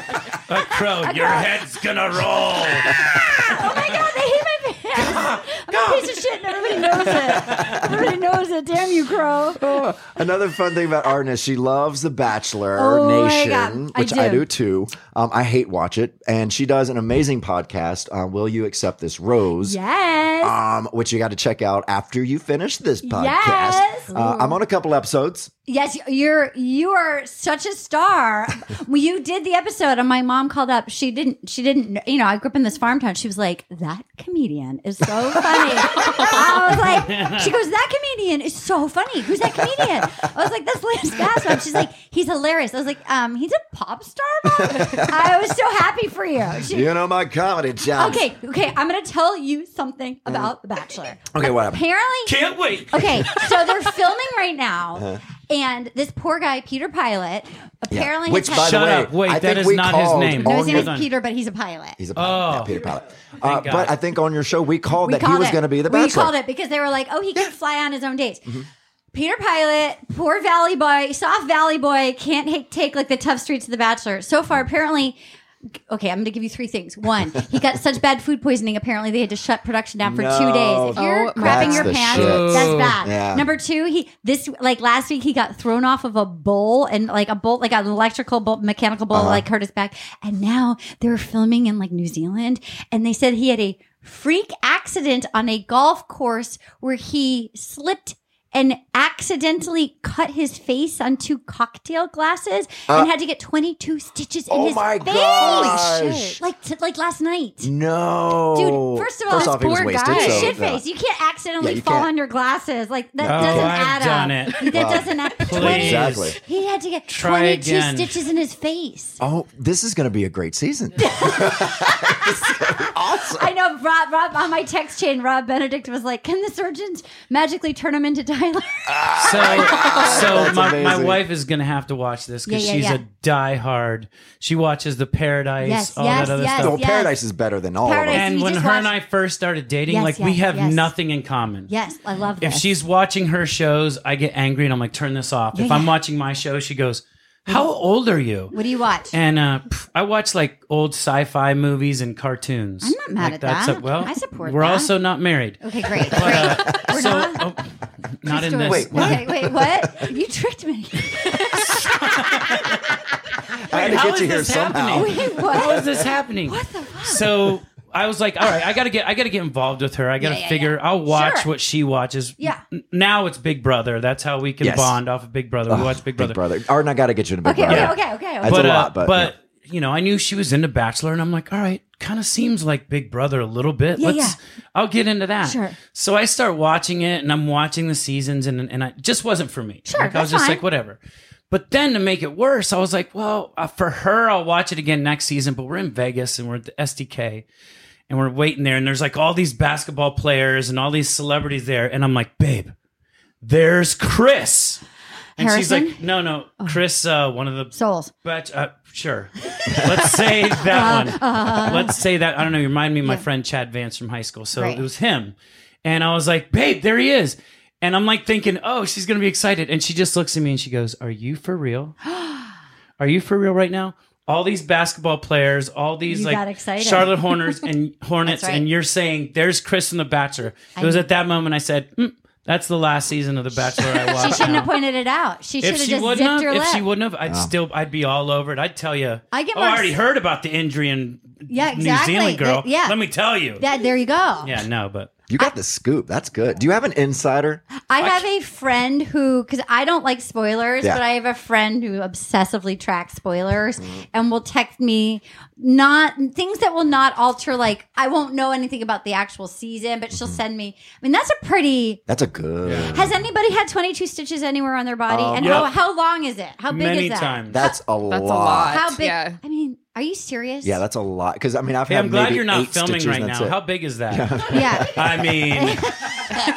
Speaker 2: a crow. Your head's gonna roll.
Speaker 4: oh my god, they hate my pants. I'm a piece of shit, and everybody knows it. Everybody knows it. Damn you, crow.
Speaker 3: [LAUGHS] Another fun thing about Arden is she loves The Bachelor
Speaker 4: Oh my
Speaker 3: Nation,
Speaker 4: God, I
Speaker 3: which I do.
Speaker 4: do.
Speaker 3: too. Um, I hate watch it, and she does an amazing podcast. Uh, Will you accept this rose?
Speaker 4: Yes.
Speaker 3: Um, which you got to check out after you finish this podcast.
Speaker 4: Yes.
Speaker 3: Uh, I'm on a couple episodes.
Speaker 4: Yes, you're you are such a star. when you did the episode and my mom called up, she didn't she didn't you know, I grew up in this farm town. She was like, That comedian is so funny. I was like, she goes, That comedian is so funny. Who's that comedian? I was like, That's Lance Gasman. She's like, He's hilarious. I was like, um, he's a pop star, Mom. I was so happy for you. She-
Speaker 3: You know my comedy chops.
Speaker 4: okay, okay, I'm gonna tell you something about The Bachelor.
Speaker 3: Okay, what happened?
Speaker 4: Apparently
Speaker 2: Can't wait.
Speaker 4: Okay, so they're filming right now,
Speaker 3: [LAUGHS]
Speaker 4: and this poor guy, Peter Pilot,
Speaker 3: Uh-huh. Yeah.
Speaker 4: apparently
Speaker 3: Which,
Speaker 4: has
Speaker 3: by the
Speaker 2: Shut
Speaker 3: way,
Speaker 2: up. Wait,
Speaker 3: I
Speaker 2: that
Speaker 3: think
Speaker 2: is
Speaker 3: we
Speaker 2: not his
Speaker 3: called
Speaker 2: name.
Speaker 4: no, his
Speaker 3: on
Speaker 4: name
Speaker 3: your-
Speaker 2: Hold on.
Speaker 4: is Peter, but he's a pilot.
Speaker 3: He's a pilot,
Speaker 2: Oh.
Speaker 3: yeah,
Speaker 2: [LAUGHS]
Speaker 3: Peter Pilot. Uh,
Speaker 2: Thank God.
Speaker 3: but I think on your show we called that he
Speaker 4: called
Speaker 3: was
Speaker 4: it.
Speaker 3: going to be the
Speaker 4: We
Speaker 3: bachelor.
Speaker 4: called it because they were like, "Oh, he can fly on his own dates."
Speaker 3: Mm-hmm.
Speaker 4: Peter Pilot, poor Valley boy, soft Valley boy, can't ha- take like the tough streets of The Bachelor. So far, apparently. Okay, I'm going to give you three things. One, he got such bad food poisoning. Apparently, they had to shut production down for two
Speaker 3: No.
Speaker 4: days. If you're
Speaker 5: Oh,
Speaker 4: crapping
Speaker 5: that's
Speaker 4: your
Speaker 3: the
Speaker 4: pants,
Speaker 3: shit.
Speaker 4: that's bad.
Speaker 3: Yeah.
Speaker 4: Number two, he this like last week he got thrown off of a bowl and like a bolt, like an electrical bolt, mechanical bolt,
Speaker 3: Uh-huh.
Speaker 4: like hurt his back. And now they were filming in like New Zealand, and they said he had a freak accident on a golf course where he slipped and accidentally cut his face on two cocktail glasses and had to get 22 stitches in
Speaker 3: Uh. oh
Speaker 4: his
Speaker 3: my
Speaker 4: face.
Speaker 3: gosh.
Speaker 5: Holy shit.
Speaker 4: Like t- like last night.
Speaker 3: No,
Speaker 4: Dude, first of all, this
Speaker 3: Oh, he was
Speaker 5: poor
Speaker 3: wasted.
Speaker 5: guy.
Speaker 4: Like
Speaker 3: so-
Speaker 4: shit
Speaker 3: yeah.
Speaker 4: face. You can't accidentally
Speaker 3: Yeah, you
Speaker 4: fall
Speaker 3: can't.
Speaker 4: on your glasses. Like that
Speaker 2: Oh,
Speaker 4: doesn't
Speaker 2: I've
Speaker 4: add
Speaker 2: done
Speaker 4: up.
Speaker 2: it.
Speaker 4: That
Speaker 3: Wow.
Speaker 4: doesn't add up.
Speaker 2: Please.
Speaker 4: Twenty.
Speaker 3: Exactly.
Speaker 4: He had to get
Speaker 2: Try
Speaker 4: 22
Speaker 2: again.
Speaker 4: stitches in his face.
Speaker 3: Oh, this is going to be a great season.
Speaker 4: I know. Rob, Rob on my text chain, Rob Benedict was like, "Can the surgeons magically turn him into Tyler?"
Speaker 3: Uh,
Speaker 2: So, so
Speaker 3: [LAUGHS] That's
Speaker 2: my, my
Speaker 3: amazing.
Speaker 2: wife is gonna have to watch this because
Speaker 4: Yeah, yeah,
Speaker 2: she's
Speaker 4: yeah.
Speaker 2: a diehard. She watches the Paradise,
Speaker 4: Yes,
Speaker 2: all
Speaker 4: yes,
Speaker 2: that other
Speaker 4: yes.
Speaker 2: stuff.
Speaker 3: well,
Speaker 4: yes.
Speaker 3: Paradise is better than all
Speaker 4: Paradise-
Speaker 3: of them.
Speaker 2: And
Speaker 4: You
Speaker 2: when
Speaker 4: just
Speaker 2: her and I
Speaker 4: watched-
Speaker 2: first started dating,
Speaker 4: Yes,
Speaker 2: like we
Speaker 4: yes,
Speaker 2: have
Speaker 4: yes.
Speaker 2: nothing in common.
Speaker 4: yes, I love
Speaker 2: If
Speaker 4: this.
Speaker 2: she's watching her shows, I get angry and I'm like, turn this off.
Speaker 4: Yeah,
Speaker 2: if I'm
Speaker 4: yeah.
Speaker 2: watching my show, she goes, How old are you?
Speaker 4: what do you watch?
Speaker 2: And uh, pff, I watch like old sci-fi movies and cartoons.
Speaker 4: I'm not mad
Speaker 2: Like,
Speaker 4: at
Speaker 2: that's
Speaker 4: that.
Speaker 2: a- well,
Speaker 4: I support
Speaker 2: We're
Speaker 4: that.
Speaker 2: also not married.
Speaker 4: okay, great, great. We're
Speaker 2: uh, so,
Speaker 4: not.
Speaker 2: oh, not in this.
Speaker 3: Wait, what?
Speaker 4: Okay, wait, what? You
Speaker 2: [LAUGHS]
Speaker 4: tricked me.
Speaker 3: I had to
Speaker 2: How
Speaker 3: get
Speaker 2: is
Speaker 3: you here
Speaker 2: this
Speaker 3: somehow.
Speaker 2: happening?
Speaker 4: Wait,
Speaker 2: How
Speaker 4: what?
Speaker 2: is this happening? What the fuck? So I was like, all right, I gotta get, I gotta get involved with her. I gotta
Speaker 4: Yeah, yeah,
Speaker 2: figure. I'll watch
Speaker 4: Sure.
Speaker 2: what she watches.
Speaker 4: Yeah.
Speaker 2: N- Now it's Big Brother. That's how we can
Speaker 3: Yes.
Speaker 2: bond off of Big Brother. We watch Big Brother.
Speaker 3: Big Brother. Arden, I got to get you to Big
Speaker 4: Okay,
Speaker 3: Brother.
Speaker 4: okay, okay, okay. okay.
Speaker 3: That's a
Speaker 2: uh,
Speaker 3: lot, but,
Speaker 2: you know, I knew she was into Bachelor, and I'm like, all right, kind of seems like Big Brother a little bit.
Speaker 4: Yeah,
Speaker 2: Let's,
Speaker 4: yeah.
Speaker 2: I'll get into that.
Speaker 4: Sure.
Speaker 2: So I start watching it, and I'm watching the seasons, and and I it just wasn't for me.
Speaker 4: Sure,
Speaker 2: like, I was
Speaker 4: that's
Speaker 2: just
Speaker 4: fine.
Speaker 2: like, whatever. But then to make it worse, I was like, well, uh, for her, I'll watch it again next season. But we're in Vegas and we're at the SDK and we're waiting there. And there's like all these basketball players and all these celebrities there. And I'm like, babe, there's Chris. And she's like,
Speaker 4: Harrison? Oh.
Speaker 2: no, no, Chris, uh, one of the
Speaker 4: Souls.
Speaker 2: but uh, sure. Let's say that
Speaker 4: [LAUGHS]
Speaker 2: one. Let's say that. I don't know. You remind me of my friend Chad Vance from high school. So
Speaker 4: Right.
Speaker 2: it was him. And I was like, babe, there he is. And I'm like thinking, oh, she's going to be excited. And she just looks at me and she goes, Are you for
Speaker 4: [GASPS]
Speaker 2: real? Are you for real right now? All these basketball players, all these
Speaker 4: You got
Speaker 2: like
Speaker 4: excited.
Speaker 2: Charlotte Hornets and Hornets,
Speaker 4: [LAUGHS] That's right.
Speaker 2: and you're saying there's Chris from The Bachelor. It was at that moment I said, mm, "That's the last season of The Bachelor."
Speaker 4: [LAUGHS]
Speaker 2: I watched.
Speaker 4: She shouldn't
Speaker 2: now."
Speaker 4: have pointed it out. She should
Speaker 2: If
Speaker 4: have
Speaker 2: she
Speaker 4: just zipped
Speaker 2: wouldn't have,
Speaker 4: her lip.
Speaker 2: if she wouldn't have, I'd still, I'd be all over it. I'd tell you.
Speaker 4: I get
Speaker 2: oh,
Speaker 4: more
Speaker 2: I already
Speaker 4: ex-
Speaker 2: heard about the injury in
Speaker 4: Yeah, exactly.
Speaker 2: New Zealand girl.
Speaker 4: Th- yeah.
Speaker 2: let me tell you.
Speaker 4: that, there you go.
Speaker 2: yeah, no, but
Speaker 3: You got the scoop. That's good. Do you have an insider?
Speaker 4: I have a friend who, because I don't like spoilers,
Speaker 3: Yeah.
Speaker 4: but I have a friend who obsessively tracks spoilers
Speaker 3: Mm-hmm.
Speaker 4: and will text me not things that will not alter. Like I won't know anything about the actual season, but
Speaker 3: Mm-hmm.
Speaker 4: she'll send me. I mean, that's a pretty.
Speaker 3: That's a good.
Speaker 4: Has anybody had twenty two stitches anywhere on their body?
Speaker 3: Um,
Speaker 4: and
Speaker 2: Yeah.
Speaker 4: how how long is it? How big
Speaker 2: many
Speaker 4: is that?
Speaker 2: times.
Speaker 3: That's a
Speaker 5: That's
Speaker 3: lot.
Speaker 5: a lot.
Speaker 4: How big?
Speaker 5: Yeah.
Speaker 4: I mean, are you serious?
Speaker 3: Yeah, that's a lot. Because I mean, I've
Speaker 2: hey,
Speaker 3: had
Speaker 2: I'm glad
Speaker 3: maybe
Speaker 2: you're not
Speaker 3: eight
Speaker 2: filming
Speaker 3: stitches
Speaker 2: right
Speaker 3: and that's
Speaker 2: now.
Speaker 3: it.
Speaker 2: How big is that?
Speaker 4: yeah.
Speaker 2: [LAUGHS]
Speaker 3: [LAUGHS]
Speaker 2: I
Speaker 4: [LAUGHS]
Speaker 2: mean,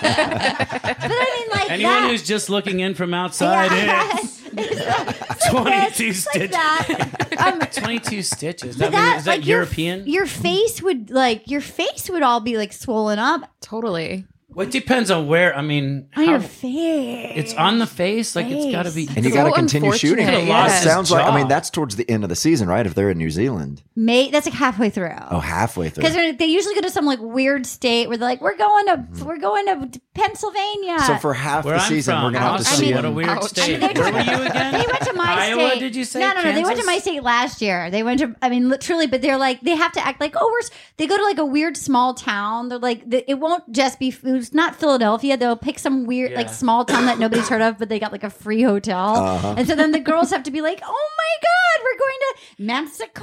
Speaker 4: But I mean, like
Speaker 2: anyone
Speaker 4: that.
Speaker 2: who's just looking in from outside,
Speaker 4: [LAUGHS]
Speaker 2: [LAUGHS]
Speaker 4: yeah.
Speaker 2: it's
Speaker 4: Yes,
Speaker 2: 22
Speaker 4: it's like
Speaker 2: stitches.
Speaker 4: that. Um,
Speaker 2: 22 stitches.
Speaker 4: But
Speaker 2: That, mean, is that
Speaker 4: like, your-
Speaker 2: European?
Speaker 4: Your, face would like your face would all be like swollen up
Speaker 5: Totally.
Speaker 2: well, it depends on where. I mean,
Speaker 4: on
Speaker 2: how-
Speaker 4: your face.
Speaker 2: it's on the face. Like it's got to be.
Speaker 3: And you
Speaker 5: It's
Speaker 3: got to
Speaker 5: so
Speaker 3: continue shooting.
Speaker 5: unfortunate,
Speaker 3: It
Speaker 5: yes.
Speaker 3: sounds like I mean
Speaker 2: Job.
Speaker 3: that's towards the end of the season, right? If they're in New Zealand,
Speaker 4: May that's like halfway through.
Speaker 3: oh, halfway through.
Speaker 4: Because they usually go to some like weird state where they're like, we're going to
Speaker 2: Mm-hmm.
Speaker 4: we're going to Pennsylvania.
Speaker 3: So for half
Speaker 2: Where
Speaker 3: the
Speaker 2: I'm
Speaker 3: season,
Speaker 2: from,
Speaker 3: we're gonna have to
Speaker 2: ouch,
Speaker 3: see
Speaker 4: mean-
Speaker 2: what a
Speaker 3: them.
Speaker 2: weird
Speaker 5: Ouch.
Speaker 2: state.
Speaker 4: I mean, they
Speaker 2: Where
Speaker 4: went-
Speaker 2: were you again?
Speaker 4: they went to my
Speaker 2: Iowa,
Speaker 4: state.
Speaker 2: did you say?
Speaker 4: No, no, no. They went to
Speaker 2: Kansas?
Speaker 4: my state last year. They went to. I mean, li- truly, but they're like they have to act like oh we're. s- They go to like a weird small town. They're like the, it won't just be. It's not Philadelphia. They'll pick some weird like
Speaker 2: Yeah.
Speaker 4: small town that nobody's heard of, but they got like a free hotel,
Speaker 3: Uh-huh.
Speaker 4: and so then the girls have to be like, oh my god, we're going to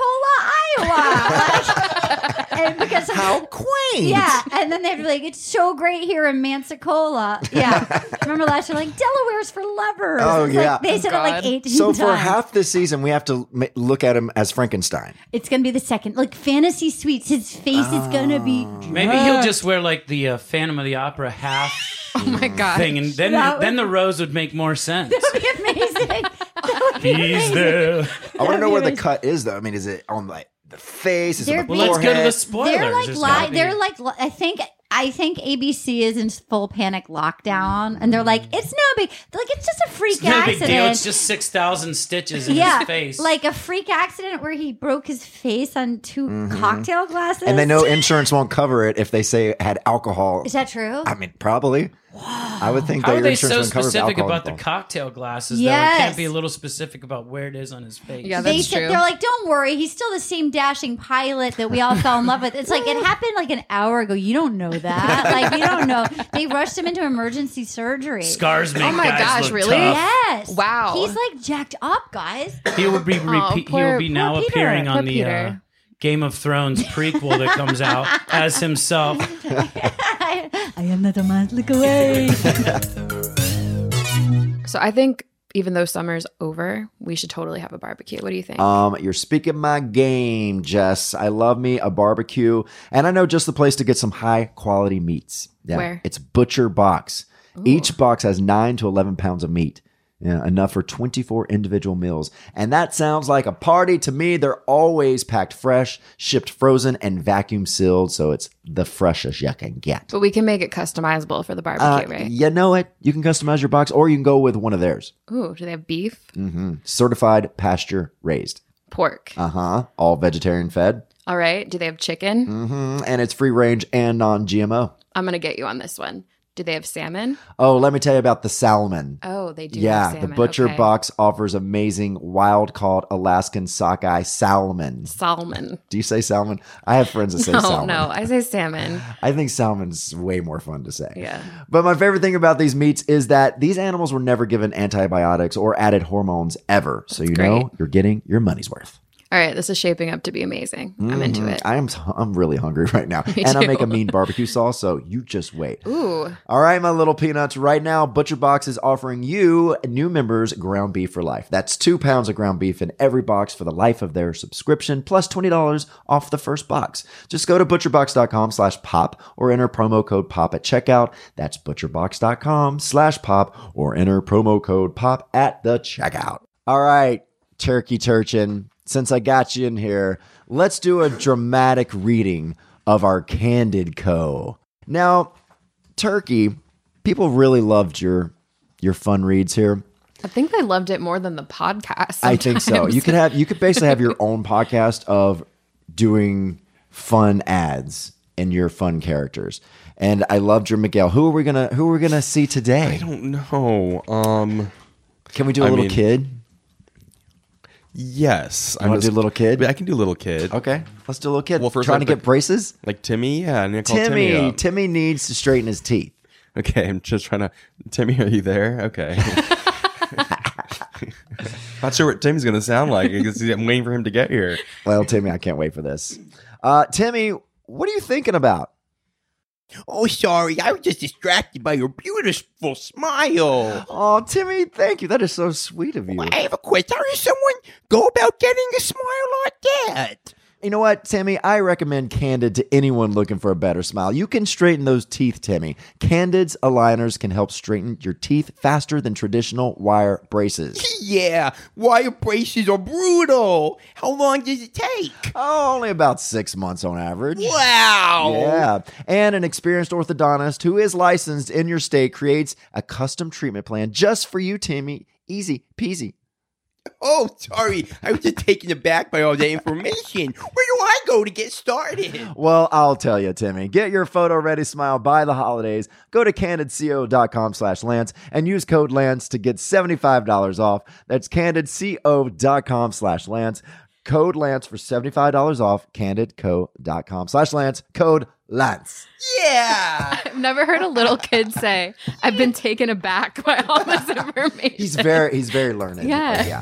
Speaker 3: [LAUGHS]
Speaker 4: Mansacola, Iowa, like, and because
Speaker 3: How quaint! [LAUGHS]
Speaker 4: yeah, and then they'd be like, "It's so great here in Mansacola."
Speaker 3: [LAUGHS]
Speaker 4: Yeah, remember last year, like Delaware's for lovers.
Speaker 3: Oh,
Speaker 4: It's like-
Speaker 3: yeah.
Speaker 4: they said it like
Speaker 5: God.
Speaker 4: eighteen
Speaker 3: So
Speaker 4: times.
Speaker 3: for half the season, we have to ma- look at him as Frankenstein.
Speaker 4: it's gonna be the second, like fantasy suites. His face is gonna be
Speaker 3: Oh.
Speaker 2: Maybe he'll just wear like the uh, Phantom of the Opera half
Speaker 5: Oh my
Speaker 3: Mm-hmm.
Speaker 5: god.
Speaker 2: thing, and then
Speaker 4: That would-
Speaker 2: then the rose would make more
Speaker 4: [LAUGHS]
Speaker 2: sense.
Speaker 4: That'd be [LAUGHS] amazing.
Speaker 2: [LAUGHS]
Speaker 4: That would be
Speaker 2: He's
Speaker 4: amazing.
Speaker 2: there.
Speaker 3: I want to
Speaker 4: That'd
Speaker 3: know
Speaker 4: be
Speaker 3: where the
Speaker 4: amazing.
Speaker 3: cut is, though. I mean, is it on like the face? Is it on the
Speaker 4: They're
Speaker 2: Well, let's go to the
Speaker 3: forehead?
Speaker 2: spoilers.
Speaker 4: They're like
Speaker 2: There's
Speaker 4: li-
Speaker 2: gotta be-
Speaker 4: They're like li- I think. I think ABC is in full panic lockdown, and they're like, "It's no big, they're like it's just a freak
Speaker 2: Mm. It's no big
Speaker 4: accident."
Speaker 2: deal. It's just six thousand stitches in
Speaker 4: yeah,
Speaker 2: his face.
Speaker 4: like a freak accident where he broke his face on 2 cocktail glasses.
Speaker 3: Mm-hmm. and they know insurance won't cover it if they say it had alcohol.
Speaker 4: Is that true?
Speaker 3: I mean, probably. I would think
Speaker 2: how
Speaker 3: that
Speaker 2: are
Speaker 3: your
Speaker 2: they
Speaker 3: insurance
Speaker 2: so
Speaker 3: wouldn't cover
Speaker 2: specific
Speaker 3: alcohol
Speaker 2: about the
Speaker 3: involved.
Speaker 2: cocktail glasses? Though it
Speaker 4: Yes.
Speaker 2: can't be a little specific about where it is on his face.
Speaker 5: Yeah,
Speaker 4: they
Speaker 5: that's
Speaker 4: said
Speaker 5: true.
Speaker 4: they're like, don't worry, he's still the same dashing pilot that we all fell in love with. It's like it happened like an hour ago. You don't know that. Like you don't know. They rushed him into emergency surgery.
Speaker 2: Scars make
Speaker 5: Oh my
Speaker 2: guys
Speaker 5: gosh,
Speaker 2: look
Speaker 5: really?
Speaker 2: tough.
Speaker 4: Yes.
Speaker 5: Wow.
Speaker 4: He's like jacked up, guys.
Speaker 2: He will be repeat. he
Speaker 5: Oh, poor-
Speaker 2: will be
Speaker 5: poor
Speaker 2: now
Speaker 5: Peter.
Speaker 2: appearing on
Speaker 5: Poor
Speaker 2: the uh,
Speaker 5: Peter.
Speaker 2: Game of Thrones prequel that comes
Speaker 5: [LAUGHS]
Speaker 2: out as himself.
Speaker 4: I am not a man. Look away.
Speaker 5: so I think even though summer's over, we should totally have a barbecue. What do you think?
Speaker 3: Um, you're speaking my game, Jess. I love me a barbecue, and I know just the place to get some high quality meats. Yeah,
Speaker 5: Where?
Speaker 3: it's Butcher Box. Each box has nine to eleven pounds of meat. Yeah, enough for 24 individual meals. And that sounds like a party to me. They're always packed fresh, shipped frozen, and vacuum sealed. So it's the freshest you can get.
Speaker 5: but we can make it customizable for the
Speaker 3: Uh,
Speaker 5: barbecue, right?
Speaker 3: you know it. You can customize your box or you can go with one of theirs. Mm-hmm.
Speaker 5: Ooh, do they have beef?
Speaker 3: Certified pasture raised.
Speaker 5: Pork.
Speaker 3: Uh huh. All vegetarian fed.
Speaker 5: All right. Do they have chicken?
Speaker 3: Mm, and it's free range and non GMO.
Speaker 5: I'm gonna get you on this one. Do they have salmon?
Speaker 3: Oh, let me tell you about the salmon.
Speaker 5: Oh, they do. have
Speaker 3: yeah, the
Speaker 5: salmon.
Speaker 3: Butcher
Speaker 5: Okay.
Speaker 3: Box offers amazing wild caught Alaskan sockeye salmon.
Speaker 5: Salmon.
Speaker 3: Do you say salmon? I have friends that [LAUGHS] say
Speaker 5: [LAUGHS] No,
Speaker 3: salmon.
Speaker 5: no, I say salmon.
Speaker 3: I think salmon's way more fun to say.
Speaker 5: Yeah.
Speaker 3: But my favorite thing about these meats is that these animals were never given antibiotics or added hormones ever. so you know
Speaker 5: great.
Speaker 3: you're getting your money's worth.
Speaker 5: All right, this is shaping up to be amazing. I'm into
Speaker 3: Mhm.
Speaker 5: it.
Speaker 3: I am. I'm really hungry [LAUGHS] right now,
Speaker 5: [LAUGHS] Me
Speaker 3: and I
Speaker 5: too.
Speaker 3: make a mean barbecue sauce. So you just wait.
Speaker 5: Ooh,
Speaker 3: [LAUGHS] All right, my little peanuts. Right now, ButcherBox is offering you new members ground beef for life. That's two pounds of ground beef in every box for the life of their subscription, plus twenty dollars off the first box. Just go to butcherbox.com/pop or enter promo code pop at checkout. That's butcherbox.com/pop or enter promo code pop at the checkout. All right, Turkey Turchin. Since I got you in here, let's do a dramatic reading of our Candid Co. Now, Turkey, people really loved your your fun reads here.
Speaker 5: I think they loved it more than the podcast.
Speaker 3: I think so.
Speaker 5: sometimes.
Speaker 3: You could have you could basically have your own podcast of doing fun ads and your fun characters. And I loved your Miguel. Who are we gonna Who are we gonna see today?
Speaker 6: I don't know. Um,
Speaker 3: Can we do a
Speaker 6: I
Speaker 3: little
Speaker 6: mean-
Speaker 3: kid?
Speaker 6: yes. I'm
Speaker 3: wanna do little kid?
Speaker 6: I can do little kid.
Speaker 3: Okay, let's do a little kid.
Speaker 6: Well, first
Speaker 3: trying
Speaker 6: I
Speaker 3: to
Speaker 6: have to-
Speaker 3: get braces.
Speaker 6: Like Timmy, yeah. I need to call
Speaker 3: Timmy,
Speaker 6: Timmy.
Speaker 3: Timmy,
Speaker 6: up.
Speaker 3: needs to straighten his teeth.
Speaker 6: okay, I'm just trying to. Timmy, are you there?
Speaker 3: [LAUGHS]
Speaker 6: Okay. [LAUGHS] Not sure what Timmy's gonna sound like because I'm waiting for him to get here.
Speaker 3: Well, Timmy, I can't wait for this. Uh, Timmy, what are you thinking about?
Speaker 7: Oh, sorry, I was just distracted by your beautiful smile.
Speaker 3: Oh, Timmy, thank you. That is so sweet of you.
Speaker 7: I have a question. How does someone go about getting a smile like that?
Speaker 3: You know what, Timmy? I recommend Candid to anyone looking for a better smile. You can straighten those teeth, Timmy. Candid's aligners can help straighten your teeth faster than traditional wire braces.
Speaker 7: Yeah, wire braces are brutal. How long does it take?
Speaker 3: oh, only about six months on average.
Speaker 7: Wow.
Speaker 3: Yeah. And an experienced orthodontist who is licensed in your state creates a custom treatment plan just for you, Timmy. Easy peasy.
Speaker 7: Oh, sorry, I was just taken aback by all that information. Where do I go to get started?
Speaker 3: Well, I'll tell you, Timmy. Get your photo ready smile by the holidays. Go to candidco.com slash Lance and use code Lance to get $75 off. That's candidco.com slash Lance. Code Lance for $75 off. Candidco.com slash Lance. Code Lance.
Speaker 7: Yeah.
Speaker 5: [LAUGHS] I've never heard a
Speaker 3: [LAUGHS]
Speaker 5: little kid say, "I've been taken aback by all this information."
Speaker 3: He's [LAUGHS] very, he's very learned.
Speaker 5: Yeah.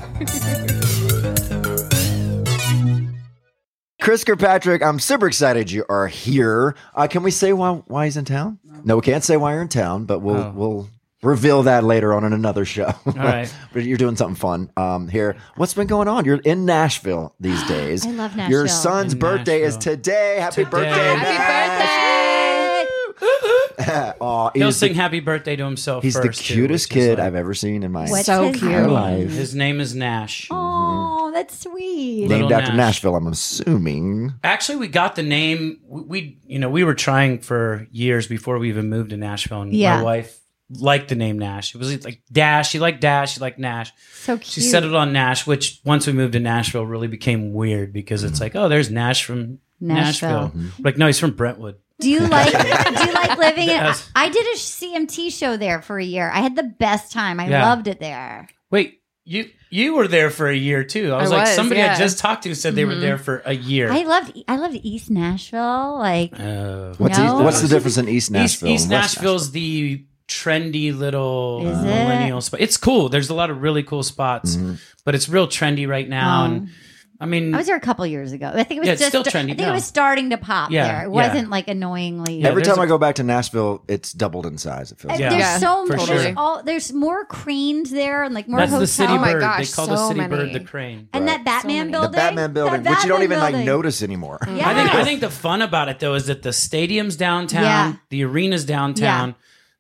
Speaker 3: Chris Kirkpatrick, I'm super excited you are here. Uh, can we say why, why he's in town? No, we can't say why you're in town, but we'll,
Speaker 2: Oh.
Speaker 3: we'll reveal that later on in another show. [LAUGHS]
Speaker 2: All right.
Speaker 3: But you're doing something fun um, here. What's been going on? You're in Nashville these
Speaker 2: [GASPS]
Speaker 3: days.
Speaker 4: I love
Speaker 3: Your
Speaker 4: Nashville.
Speaker 3: son's
Speaker 2: In
Speaker 3: birthday is
Speaker 2: Nashville.
Speaker 3: today. Happy
Speaker 2: Today.
Speaker 3: birthday,
Speaker 5: Happy
Speaker 3: birthday! [LAUGHS] Aw,
Speaker 2: He'll
Speaker 3: he's
Speaker 2: sing
Speaker 3: the,
Speaker 2: happy birthday to himself
Speaker 3: he's the
Speaker 2: first, too,
Speaker 3: cutest
Speaker 2: which is
Speaker 3: kid
Speaker 2: like-
Speaker 3: I've ever seen in my
Speaker 4: What's
Speaker 5: So
Speaker 4: his
Speaker 5: cute.
Speaker 4: name?
Speaker 3: life.
Speaker 2: His name is Nash.
Speaker 4: Oh, that's sweet.
Speaker 2: Little
Speaker 3: named after
Speaker 2: Nash.
Speaker 3: Nashville. I'm assuming.
Speaker 2: Actually, we got the name. We, we, you know, we were trying for years before we even moved to Nashville, and
Speaker 4: Yeah.
Speaker 2: my wife liked the name Nash. It was like Dash. She liked Dash. She liked Nash.
Speaker 4: So cute.
Speaker 2: She settled on Nash, which once we moved to Nashville, really became weird because it's like, oh, there's Nash from Nashville.
Speaker 4: Nashville.
Speaker 2: Like, no, he's from Brentwood.
Speaker 4: Do you like do you like living in
Speaker 2: Yes.
Speaker 4: I did a CMT show there for a year. I had the best time. I
Speaker 2: Yeah.
Speaker 4: loved it there.
Speaker 2: Wait, you you were there for a year too. I was
Speaker 5: I
Speaker 2: like,
Speaker 5: was,
Speaker 2: somebody I
Speaker 5: yeah.
Speaker 2: just talked to said they were
Speaker 5: Mhm.
Speaker 2: there for a year.
Speaker 4: I loved E, I loved East Nashville. Like
Speaker 2: Oh.
Speaker 3: What's,
Speaker 4: No.
Speaker 3: East- what's the difference in East
Speaker 2: East,
Speaker 3: Nashville?
Speaker 2: East
Speaker 3: and West
Speaker 2: Nashville's the trendy little
Speaker 4: Is it?
Speaker 2: millennial spot. It's cool. There's a lot of really cool spots,
Speaker 3: Mhm.
Speaker 2: but it's real trendy right now.
Speaker 4: Oh.
Speaker 2: And I mean,
Speaker 4: I was there a couple years ago. I think it was
Speaker 2: Um, Yeah, it's
Speaker 4: just
Speaker 2: still trendy
Speaker 4: I think
Speaker 2: now.
Speaker 4: it was starting to pop
Speaker 2: Yeah,
Speaker 4: there. It
Speaker 2: yeah.
Speaker 4: wasn't like annoyingly
Speaker 2: Yeah,
Speaker 3: Every
Speaker 2: there's
Speaker 3: time I
Speaker 2: a-
Speaker 3: go back to Nashville, it's doubled in size. It feels.
Speaker 4: And
Speaker 2: Yeah.
Speaker 4: There's
Speaker 5: Yeah,
Speaker 4: so
Speaker 2: for
Speaker 4: much.
Speaker 2: sure.
Speaker 4: There's all there's more cranes there and like more
Speaker 2: that's the
Speaker 4: hotels.
Speaker 2: city
Speaker 5: Oh my
Speaker 2: bird.
Speaker 5: gosh,
Speaker 2: they call the
Speaker 5: so
Speaker 2: city
Speaker 5: many.
Speaker 2: bird the crane.
Speaker 4: and
Speaker 3: Right.
Speaker 4: that Batman
Speaker 5: many. The
Speaker 4: building,
Speaker 3: the Batman building,
Speaker 4: That
Speaker 3: which you don't even
Speaker 4: Batman
Speaker 3: like
Speaker 4: building.
Speaker 3: notice anymore.
Speaker 4: Yeah.
Speaker 2: I think I think the fun about it though is that the stadium's downtown,
Speaker 4: Yeah.
Speaker 2: the arena's downtown,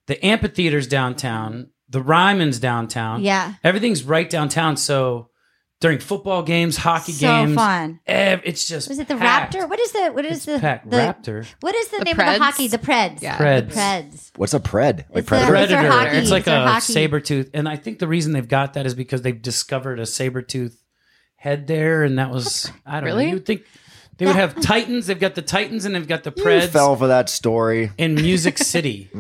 Speaker 2: the amphitheater's downtown, the Ryman's downtown.
Speaker 4: Yeah,
Speaker 2: Everything's right downtown. So during football games, hockey
Speaker 4: so
Speaker 2: games,
Speaker 4: fun.
Speaker 2: ev- it's just
Speaker 4: Was it the
Speaker 2: packed.
Speaker 4: Raptor? What is the what is
Speaker 2: It's
Speaker 4: the,
Speaker 2: packed.
Speaker 4: the
Speaker 2: Raptor.
Speaker 4: What is the,
Speaker 5: The
Speaker 4: name of
Speaker 5: Preds?
Speaker 4: the hockey? The Preds.
Speaker 5: Yeah.
Speaker 2: Preds.
Speaker 4: Preds.
Speaker 3: What's a pred? Like
Speaker 4: It's
Speaker 3: predator?
Speaker 4: a- Predator.
Speaker 2: predator.
Speaker 4: hockey.
Speaker 2: It's like
Speaker 4: It's our
Speaker 2: a
Speaker 4: hockey.
Speaker 2: saber tooth, and I think the reason they've got that is because they've discovered a saber tooth head there, and that was I don't
Speaker 5: Really?
Speaker 2: know. You would think they would have Titans? They've got the Titans, and they've got the
Speaker 3: You
Speaker 2: Preds
Speaker 3: fell for that story.
Speaker 2: in Music City. You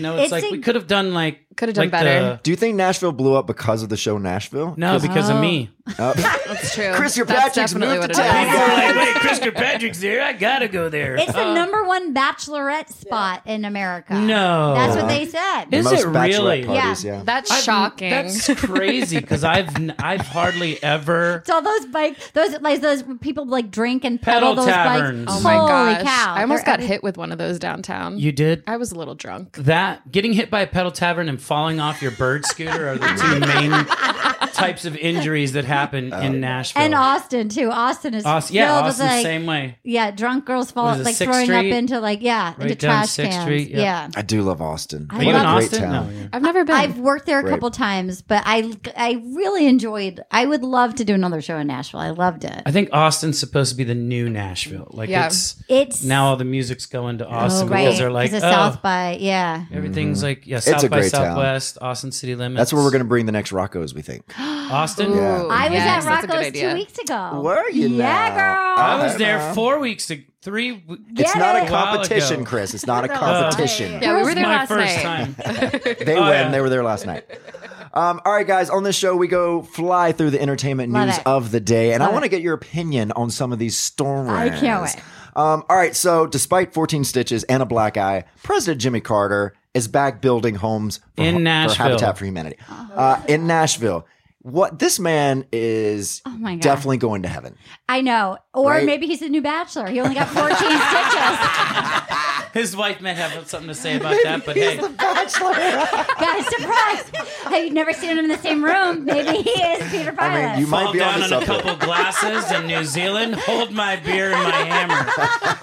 Speaker 2: know, it's,
Speaker 4: It's
Speaker 2: like
Speaker 4: a-
Speaker 2: we could have done like
Speaker 5: Could have done
Speaker 2: like
Speaker 5: better.
Speaker 2: the
Speaker 3: Do you think Nashville blew up because of the show Nashville?
Speaker 2: no, because of
Speaker 5: Oh.
Speaker 2: me. [LAUGHS]
Speaker 3: Oh.
Speaker 5: That's true.
Speaker 3: Chris, your
Speaker 5: That's
Speaker 3: Patrick's
Speaker 5: definitely
Speaker 3: moved
Speaker 5: what
Speaker 3: to
Speaker 5: it
Speaker 3: Texas.
Speaker 5: is.
Speaker 2: People are like, wait, Chris Kirkpatrick's there. I gotta go there.
Speaker 4: It's the number one bachelorette spot in America.
Speaker 2: No.
Speaker 4: That's what they said.
Speaker 2: Is
Speaker 3: Most
Speaker 2: it
Speaker 3: bachelorette
Speaker 2: really?
Speaker 3: Parties, yeah.
Speaker 5: That's
Speaker 2: I've-
Speaker 5: shocking.
Speaker 2: That's crazy because I've n- I've hardly ever.
Speaker 4: [LAUGHS] It's all those bike, those like those people like drink and pedal,
Speaker 2: Pedal
Speaker 4: those
Speaker 2: taverns.
Speaker 4: bikes.
Speaker 5: oh my
Speaker 4: Holy
Speaker 5: gosh.
Speaker 4: cow!
Speaker 5: I almost
Speaker 4: They're
Speaker 5: got hit with one of those downtown.
Speaker 2: You did
Speaker 5: I was a little drunk.
Speaker 2: that getting hit by a pedal tavern and falling off your bird scooter are the two main types of injuries that happen
Speaker 3: Uh,
Speaker 2: in Nashville.
Speaker 4: And Austin too. Austin is
Speaker 2: Aus- yeah,
Speaker 4: filled with,
Speaker 2: Austin's
Speaker 4: like,
Speaker 2: same way.
Speaker 4: Yeah, drunk girls
Speaker 2: What
Speaker 4: fall
Speaker 2: is it,
Speaker 4: like
Speaker 2: Sixth
Speaker 4: throwing
Speaker 2: Street?
Speaker 4: up into like yeah
Speaker 2: Right
Speaker 4: into
Speaker 2: down
Speaker 4: trash
Speaker 2: Sixth
Speaker 4: cans.
Speaker 2: Street, yeah.
Speaker 4: Yeah.
Speaker 3: I do love Austin.
Speaker 4: I
Speaker 2: Are
Speaker 3: what
Speaker 2: you
Speaker 3: a
Speaker 2: in
Speaker 4: love
Speaker 3: great
Speaker 2: Austin?
Speaker 3: town.
Speaker 2: No, you're-
Speaker 5: I've never been.
Speaker 4: I've worked there a
Speaker 3: Great.
Speaker 4: couple times, but I I really enjoyed. I would love to do another show in Nashville. I loved it.
Speaker 2: I think Austin's supposed to be the new Nashville. Like
Speaker 5: Yeah.
Speaker 2: it's
Speaker 4: It's
Speaker 2: now all the music's going to
Speaker 4: oh,
Speaker 2: Austin
Speaker 4: right.
Speaker 2: because they're like,
Speaker 4: it's
Speaker 2: oh,
Speaker 4: a South by yeah.
Speaker 2: everything's like yeah, South
Speaker 3: Mm-hmm. a
Speaker 2: by
Speaker 3: great town.
Speaker 2: Southwest, Austin city limits.
Speaker 3: That's where we're going to bring the next Rocco's, we think.
Speaker 2: Austin.
Speaker 3: Yeah.
Speaker 4: I was
Speaker 5: Oh, yes, that's a
Speaker 4: at
Speaker 5: good
Speaker 4: Rocco's
Speaker 5: idea.
Speaker 4: two weeks ago.
Speaker 3: Were you
Speaker 4: Yeah,
Speaker 3: now?
Speaker 4: girl.
Speaker 2: I was
Speaker 3: Uh,
Speaker 2: there four weeks to three. w-
Speaker 4: Get
Speaker 3: It's not
Speaker 4: it?
Speaker 3: a
Speaker 2: Wow.
Speaker 3: competition, Chris.
Speaker 2: [LAUGHS]
Speaker 3: It's not a
Speaker 4: That's
Speaker 3: competition.
Speaker 4: right.
Speaker 5: yeah,
Speaker 4: That
Speaker 5: we were
Speaker 4: was
Speaker 5: there
Speaker 2: my
Speaker 5: last
Speaker 2: first
Speaker 5: night.
Speaker 2: time.
Speaker 5: [LAUGHS]
Speaker 3: They
Speaker 2: Oh,
Speaker 3: win.
Speaker 2: yeah.
Speaker 3: They were there last night. Um, all right, guys. On this show, we go fly through the entertainment
Speaker 4: Love
Speaker 3: news
Speaker 4: it.
Speaker 3: of the day, and I
Speaker 4: Love
Speaker 3: want to
Speaker 4: it.
Speaker 3: get your opinion on some of these stories.
Speaker 4: I can't wait.
Speaker 3: Um, all right. So, despite 14 stitches and a black eye, President Jimmy Carter is back building homes for,
Speaker 2: In
Speaker 3: for
Speaker 2: Nashville.
Speaker 3: Habitat for Humanity uh, in Nashville. What this man is
Speaker 4: Oh my God.
Speaker 3: definitely going to
Speaker 4: [LAUGHS]
Speaker 3: heaven.
Speaker 4: I know. Or
Speaker 3: Right?
Speaker 4: maybe he's the new bachelor. He only got 14
Speaker 2: [LAUGHS]
Speaker 4: stitches.
Speaker 2: His wife may have something to say
Speaker 5: [LAUGHS]
Speaker 2: about that, but hey,
Speaker 4: Guys, surprise. Have you never seen him in the same room? Maybe he is Peter Pilot.
Speaker 3: I mean, you might
Speaker 2: fall
Speaker 3: be on
Speaker 2: down
Speaker 3: to
Speaker 2: on a
Speaker 3: something.
Speaker 2: couple glasses in New Zealand, hold my beer and my hammer.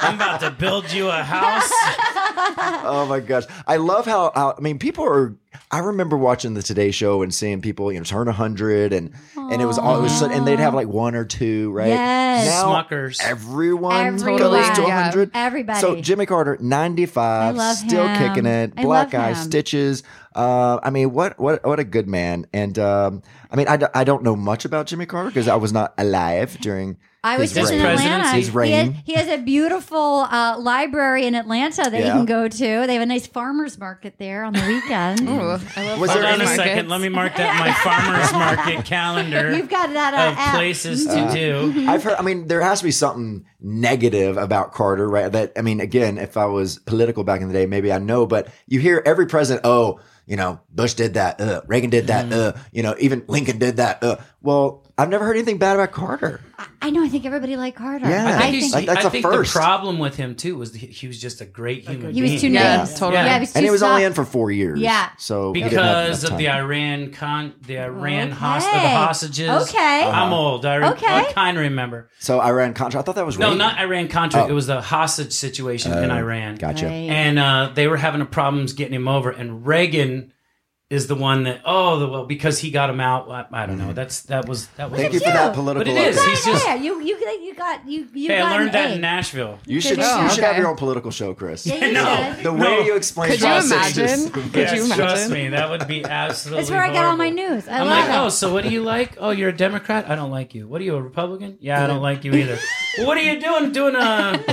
Speaker 2: I'm about to build you a house.
Speaker 3: Oh my gosh. I love how, how I mean people are I remember watching the Today show and seeing people, you know, turn 100 and and it was all it was so- and they'd have like one or two, right?
Speaker 4: Yes.
Speaker 3: Now
Speaker 2: Smuckers.
Speaker 3: everyone
Speaker 4: Everyone.
Speaker 3: goes to
Speaker 5: Yeah.
Speaker 3: 100.
Speaker 4: Everybody.
Speaker 3: So Jimmy Carter 95
Speaker 4: I love
Speaker 3: still
Speaker 4: him.
Speaker 3: kicking it,
Speaker 4: I
Speaker 3: black
Speaker 4: love
Speaker 3: eye
Speaker 4: him.
Speaker 3: stitches. Uh, I mean, what what what a good man. And um, I mean, I, d- I don't know much about Jimmy Carter because I was not alive during
Speaker 4: I was
Speaker 3: his
Speaker 4: just in
Speaker 3: reign.
Speaker 2: His
Speaker 4: Atlanta.
Speaker 2: presidency's
Speaker 4: He has,
Speaker 3: reign.
Speaker 4: he has a beautiful uh, library in Atlanta that you
Speaker 3: Yeah.
Speaker 4: can go to. They have a nice farmer's market there on the weekend.
Speaker 5: Ooh, I love
Speaker 3: Was
Speaker 2: Hold
Speaker 3: there
Speaker 2: on
Speaker 5: farmers
Speaker 2: a
Speaker 3: any-
Speaker 5: markets.
Speaker 2: second. Let me mark that in my farmer's market calendar
Speaker 4: You've got that
Speaker 2: of
Speaker 4: uh, app.
Speaker 2: places to do.
Speaker 3: I've heard. I mean, there has to be something negative about Carter, right? That I mean, again, if I was political back in the day, maybe I know. But you hear every president, oh, you know, Bush did that, uh, Reagan did that, uh, you know, even Lincoln did that. Uh. Well, I've never heard anything bad about Carter.
Speaker 4: I know. I think everybody liked Carter.
Speaker 3: Yeah.
Speaker 2: I think,
Speaker 3: I
Speaker 2: he's,
Speaker 3: think- that's
Speaker 2: I
Speaker 3: a
Speaker 2: think
Speaker 3: first.
Speaker 2: the problem with him too was that he- he was just a great human
Speaker 4: He
Speaker 2: being.
Speaker 4: was too
Speaker 5: Yeah,
Speaker 4: nice.
Speaker 5: totally.
Speaker 4: Yeah,
Speaker 2: Yeah.
Speaker 4: he was too
Speaker 3: And it was only
Speaker 4: soft.
Speaker 3: in for four years.
Speaker 4: Yeah.
Speaker 3: So we didn't have enough
Speaker 2: because of the
Speaker 3: time.
Speaker 2: Iran con, the Iran host, the
Speaker 4: Okay.
Speaker 2: hostages.
Speaker 4: Okay.
Speaker 3: Uh-huh.
Speaker 2: I'm old. I, re- I
Speaker 4: Okay.
Speaker 2: kind of remember.
Speaker 3: so Iran Contra. I thought that was
Speaker 2: No,
Speaker 3: Reagan.
Speaker 2: not Iran Contra.
Speaker 3: Oh.
Speaker 2: It was the hostage situation in Iran.
Speaker 3: Gotcha.
Speaker 2: and uh, they were having a problems getting him over. And Reagan is the one that oh the, well because he got him out. I, I don't know. That's that was that was.
Speaker 3: Thank you for
Speaker 4: you.
Speaker 3: that
Speaker 2: but
Speaker 3: political.
Speaker 2: it is.
Speaker 3: update.
Speaker 2: He's just.
Speaker 4: there. You, you, you got you. you
Speaker 2: Hey,
Speaker 4: got
Speaker 2: I
Speaker 4: an
Speaker 2: learned that
Speaker 4: A.
Speaker 2: in Nashville.
Speaker 3: You should.
Speaker 4: Good
Speaker 3: you
Speaker 4: job.
Speaker 3: should have
Speaker 5: Okay.
Speaker 3: your own political show, Chris.
Speaker 4: Yeah, you
Speaker 2: No.
Speaker 4: did.
Speaker 3: The way
Speaker 2: No.
Speaker 3: you explain
Speaker 5: Could you
Speaker 3: sausage is-
Speaker 5: imagine? Could
Speaker 2: Yes,
Speaker 5: you imagine?
Speaker 2: trust me, that would be absolutely.
Speaker 4: That's where I got all my
Speaker 2: horrible.
Speaker 4: news. I
Speaker 2: I'm
Speaker 4: love
Speaker 2: like,
Speaker 4: it.
Speaker 2: oh, so what do you like? Oh, you're a Democrat. I don't like you. What are you, a Republican? Yeah, I don't like you
Speaker 4: [LAUGHS]
Speaker 2: either. well, what are you doing? Doing a?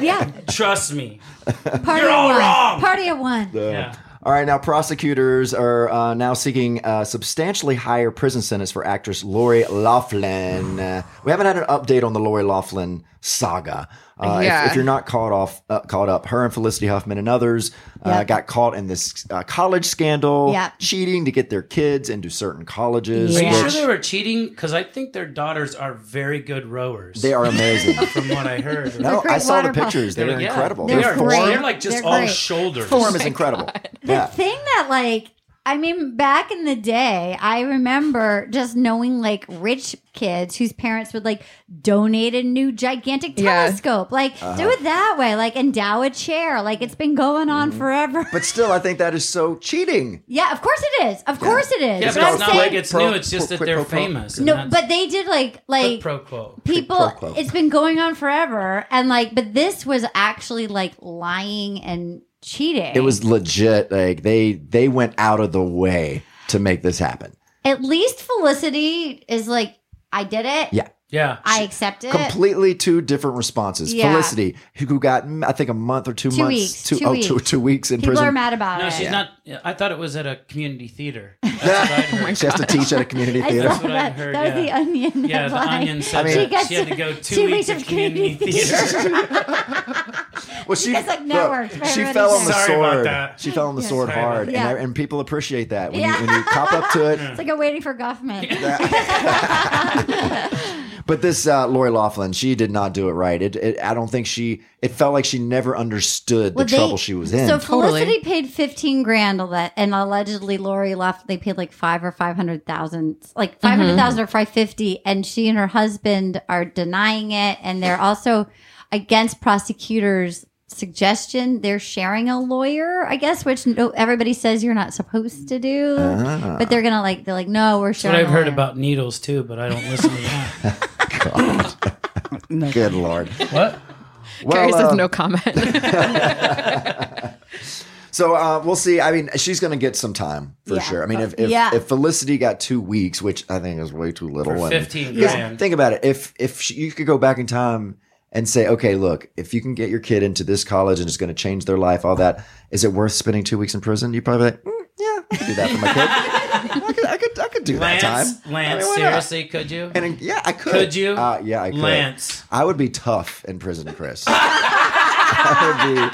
Speaker 4: Yeah,
Speaker 2: Trust me.
Speaker 4: party
Speaker 2: You're
Speaker 4: at
Speaker 2: all
Speaker 4: one.
Speaker 2: wrong.
Speaker 4: Party at one.
Speaker 2: Yeah.
Speaker 3: All right, now prosecutors are uh, now seeking uh, substantially higher prison sentence for actress Lori Laughlin. Uh, we haven't had an update on the Lori Laughlin saga. Uh, if-
Speaker 5: Yeah.
Speaker 3: if, you're not caught off, uh, caught up, her and Felicity Huffman and others uh,
Speaker 4: Yep.
Speaker 3: got caught in this uh, college scandal,
Speaker 4: Yep.
Speaker 3: cheating to get their kids into certain colleges.
Speaker 2: Are you
Speaker 4: Yeah.
Speaker 2: sure they were cheating? Because I think their daughters are very good rowers.
Speaker 3: They are
Speaker 4: [LAUGHS]
Speaker 3: amazing.
Speaker 2: from what I heard.
Speaker 3: no, [LAUGHS]
Speaker 4: great
Speaker 3: I saw the
Speaker 4: water pop-
Speaker 3: pictures. They were
Speaker 2: Yeah.
Speaker 3: incredible.
Speaker 2: They
Speaker 4: They're
Speaker 2: are.
Speaker 3: Their
Speaker 4: great.
Speaker 2: They're like just
Speaker 4: They're
Speaker 2: all
Speaker 4: great.
Speaker 2: shoulders.
Speaker 3: form is incredible.
Speaker 4: The
Speaker 3: Yeah.
Speaker 4: thing that, like, I mean, back in the day, I remember just knowing like rich kids whose parents would like donate a new gigantic
Speaker 5: Yeah.
Speaker 4: telescope, like
Speaker 3: Uh-huh.
Speaker 4: do it that way, like endow a chair, like it's been going on forever.
Speaker 3: Mm-hmm. But still, I think that is so cheating.
Speaker 4: [LAUGHS] yeah, of course it is. Of course it is.
Speaker 2: Yeah,
Speaker 4: But
Speaker 2: but
Speaker 4: I'm
Speaker 2: it's not
Speaker 4: saying-
Speaker 2: like it's
Speaker 3: pro-
Speaker 2: new. It's just
Speaker 3: pro-
Speaker 2: that they're
Speaker 3: pro- pro-
Speaker 2: famous. and
Speaker 4: no,
Speaker 2: that's
Speaker 4: but they did like
Speaker 2: quid
Speaker 4: like
Speaker 2: pro quo.
Speaker 3: Quid
Speaker 4: people
Speaker 3: pro quo.
Speaker 4: it's been going on forever and like but this was actually like lying and cheating
Speaker 3: It was legit. Like they they went out of the way to make this happen.
Speaker 4: at least felicity is like i did it
Speaker 3: Yeah.
Speaker 2: Yeah.
Speaker 4: I accept it.
Speaker 3: completely two different responses.
Speaker 4: Eh. Yeah.
Speaker 3: Felicity, who got mm, I think a month or two,
Speaker 4: Two
Speaker 3: months,
Speaker 4: weeks,
Speaker 3: two,
Speaker 4: two
Speaker 3: oh, two-
Speaker 4: weeks.
Speaker 3: two weeks in
Speaker 4: People
Speaker 3: prison. [LAUGHS]
Speaker 4: are mad about
Speaker 2: No,
Speaker 4: it.
Speaker 2: she's not. I thought it was at a community theater.
Speaker 3: she has to teach at a community
Speaker 4: [LAUGHS] I
Speaker 3: theater.
Speaker 4: saw
Speaker 2: what I
Speaker 4: that.
Speaker 2: heard,
Speaker 4: that was
Speaker 2: yeah.
Speaker 4: the onion.
Speaker 2: Yeah, the
Speaker 4: headline.
Speaker 2: onion said
Speaker 3: I mean-
Speaker 2: that
Speaker 3: She
Speaker 4: got
Speaker 2: she had to
Speaker 4: [LAUGHS]
Speaker 2: go two,
Speaker 4: two
Speaker 2: weeks
Speaker 4: weeks
Speaker 2: of
Speaker 4: of
Speaker 2: community
Speaker 4: [LAUGHS] community
Speaker 2: theater.
Speaker 3: Well, she
Speaker 4: guys, like,
Speaker 3: no,
Speaker 4: networked for
Speaker 3: she
Speaker 4: everybody
Speaker 3: fell on the
Speaker 4: to-
Speaker 2: Sorry about
Speaker 3: sword.
Speaker 2: that.
Speaker 3: She fell on the sword
Speaker 2: sorry about
Speaker 3: hard,
Speaker 4: that.
Speaker 3: and,
Speaker 4: Yeah.
Speaker 3: and people appreciate that when,
Speaker 4: Yeah.
Speaker 3: you, when you cop up to it.
Speaker 4: [LAUGHS] It's like a waiting for Guffman.
Speaker 3: But this uh, Lori Laughlin, she did not do it right. It, it, I don't think she. It felt like she never understood the
Speaker 4: Well, they-
Speaker 3: trouble she was in.
Speaker 4: So
Speaker 5: Totally.
Speaker 4: Felicity paid fifteen grand, all that, and allegedly Lori left. They paid like five or five hundred thousand, like five
Speaker 2: Mm-hmm.
Speaker 4: or five fifty, and she and her husband are denying it, and they're also against prosecutors' suggestion. They're sharing a lawyer, I guess, which no, everybody says you're not supposed to do,
Speaker 3: Ah.
Speaker 4: but they're gonna like they're like, no, we're
Speaker 2: That's what
Speaker 4: sharing.
Speaker 2: I've
Speaker 4: a
Speaker 2: heard
Speaker 4: lawyer.
Speaker 2: about needles too, but I don't listen to that.
Speaker 3: Good
Speaker 4: [LAUGHS]
Speaker 3: lord.
Speaker 2: What?
Speaker 3: Well,
Speaker 5: Carrie
Speaker 3: uh,
Speaker 5: says no comment. [LAUGHS]
Speaker 3: So uh, we'll see. I mean, she's going to get some time for
Speaker 4: Yeah.
Speaker 3: sure. I mean, if if,
Speaker 4: Yeah.
Speaker 3: if Felicity got two weeks, which I think is way too little,
Speaker 2: For
Speaker 3: and-
Speaker 2: 15
Speaker 3: because
Speaker 2: grand.
Speaker 3: Think about it. If if she, you could go back in time and say, okay, look, if you can get your kid into this college and it's going to change their life, all that, is it worth spending two weeks in prison? You probably like, "Mm, yeah, I could do that for my kid. I could, I could, I could do
Speaker 2: Lance,
Speaker 3: that time.
Speaker 2: Lance,
Speaker 3: I mean, why not?
Speaker 2: seriously, could you?
Speaker 3: And then- yeah, I could.
Speaker 2: Could you?
Speaker 3: Uh, yeah, I could. [LAUGHS]
Speaker 2: Lance.
Speaker 3: I would be tough in prison, Chris. [LAUGHS] I would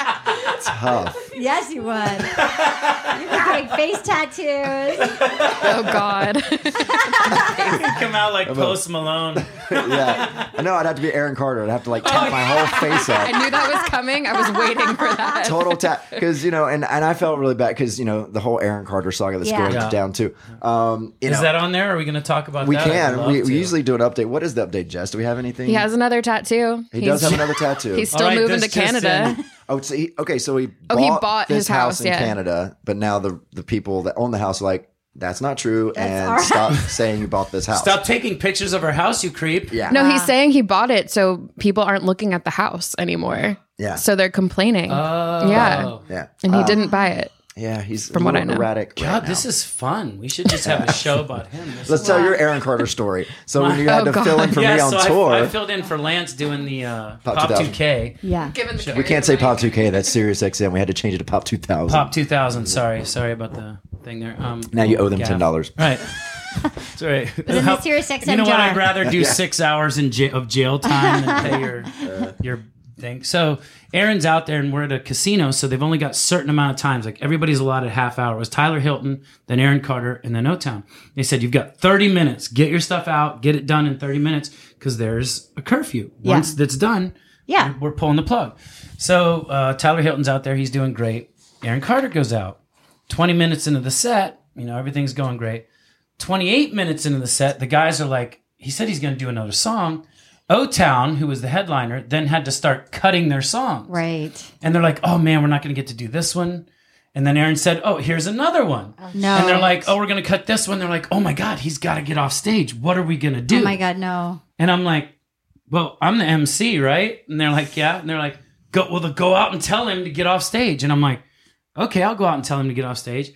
Speaker 3: be tough.
Speaker 4: Yes, you would. You're having
Speaker 2: [LAUGHS]
Speaker 4: face tattoos.
Speaker 5: oh God.
Speaker 2: Come out like Post Malone.
Speaker 3: yeah. I know I'd have to be Aaron Carter. I'd have to like
Speaker 5: Oh,
Speaker 3: tap my whole face
Speaker 5: I [LAUGHS]
Speaker 3: up.
Speaker 5: knew that was coming. I was waiting for that.
Speaker 3: Total tap. Because, you know, and, and I felt really bad because, you know, the whole Aaron Carter saga that's
Speaker 4: Yeah.
Speaker 3: going
Speaker 2: Yeah.
Speaker 3: down too. Um, you
Speaker 2: Is
Speaker 3: know,
Speaker 2: that on there? Are we going to talk about
Speaker 3: we
Speaker 2: that? I'd
Speaker 3: can.
Speaker 2: love
Speaker 3: We,
Speaker 2: to.
Speaker 3: we usually do an update. What is the update, Jess? Do we have anything?
Speaker 5: He has another tattoo.
Speaker 3: He does have another tattoo.
Speaker 5: He's
Speaker 2: All
Speaker 5: still
Speaker 2: right,
Speaker 5: moving
Speaker 2: this
Speaker 5: to
Speaker 2: just
Speaker 5: Canada.
Speaker 2: in.
Speaker 3: oh, so he, okay. So he bought,
Speaker 5: Oh, he bought
Speaker 3: this
Speaker 5: his house,
Speaker 3: in
Speaker 5: yeah.
Speaker 3: Canada, but now the, the people that own the house are like, that's not true. and
Speaker 4: our
Speaker 3: stop saying you bought this
Speaker 2: [LAUGHS]
Speaker 3: house.
Speaker 2: Stop taking pictures of her house, you creep.
Speaker 3: Yeah.
Speaker 5: No, he's saying he bought it so people aren't looking at the house anymore.
Speaker 3: Yeah. Ah.
Speaker 5: So they're complaining.
Speaker 2: Oh.
Speaker 5: Yeah.
Speaker 3: yeah.
Speaker 5: and he didn't buy it.
Speaker 3: Yeah. He's
Speaker 5: From
Speaker 3: a
Speaker 5: what
Speaker 3: little
Speaker 5: I know.
Speaker 3: erratic. right
Speaker 2: God,
Speaker 3: now.
Speaker 2: this is fun. We should just have a show about
Speaker 3: [LAUGHS]
Speaker 2: him. This
Speaker 3: Let's
Speaker 2: is-
Speaker 3: tell your Aaron Carter story. So when you
Speaker 5: Oh,
Speaker 3: had to fill in
Speaker 5: God.
Speaker 3: for me on
Speaker 2: so I-
Speaker 3: tour,
Speaker 2: I, filled in for Lance doing the uh,
Speaker 3: Pop
Speaker 2: Pop
Speaker 3: 2000.
Speaker 2: 2K.
Speaker 4: Yeah.
Speaker 5: Given the
Speaker 3: we can't say Pop 2K. That's Sirius XM. We had to change it to Pop 2000.
Speaker 2: Pop 2000. Sorry, sorry about the thing there. Um,
Speaker 3: Now you owe them
Speaker 2: gaff.
Speaker 3: $10.
Speaker 2: Right. Sorry.
Speaker 4: in the Sirius XM
Speaker 2: You know what?
Speaker 4: jar.
Speaker 2: I'd rather do six hours in jail, of jail time than pay your your thing. So Aaron's out there, and we're at a casino, so they've only got certain amount of times. Like everybody's allotted half hour. It was Tyler Hilton, then Aaron Carter, and then O Town. They said you've got thirty minutes. Get your stuff out. Get it done in thirty minutes because there's a curfew.
Speaker 4: Yeah.
Speaker 2: Once that's done,
Speaker 4: Yeah.
Speaker 2: we're pulling the plug. So uh, Tyler Hilton's out there. He's doing great. Aaron Carter goes out. 20 minutes into the set, you know, everything's going great. 28 minutes into the set, the guys are like, he said he's going to do another song. O Town, who was the headliner, then had to start cutting their songs.
Speaker 4: Right.
Speaker 2: And they're like, oh man, we're not going to get to do this one. And then Aaron said, oh, here's another one.
Speaker 4: No.
Speaker 2: And they're like, oh, we're going to cut this one. They're like, oh my God, he's got to get off stage. What are we going to do?
Speaker 4: oh my God, no.
Speaker 2: And I'm like, well, I'm the MC, right? And they're like, yeah. And they're like, go, well, then go out and tell him to get off stage. And I'm like, okay, I'll go out and tell him to get off stage.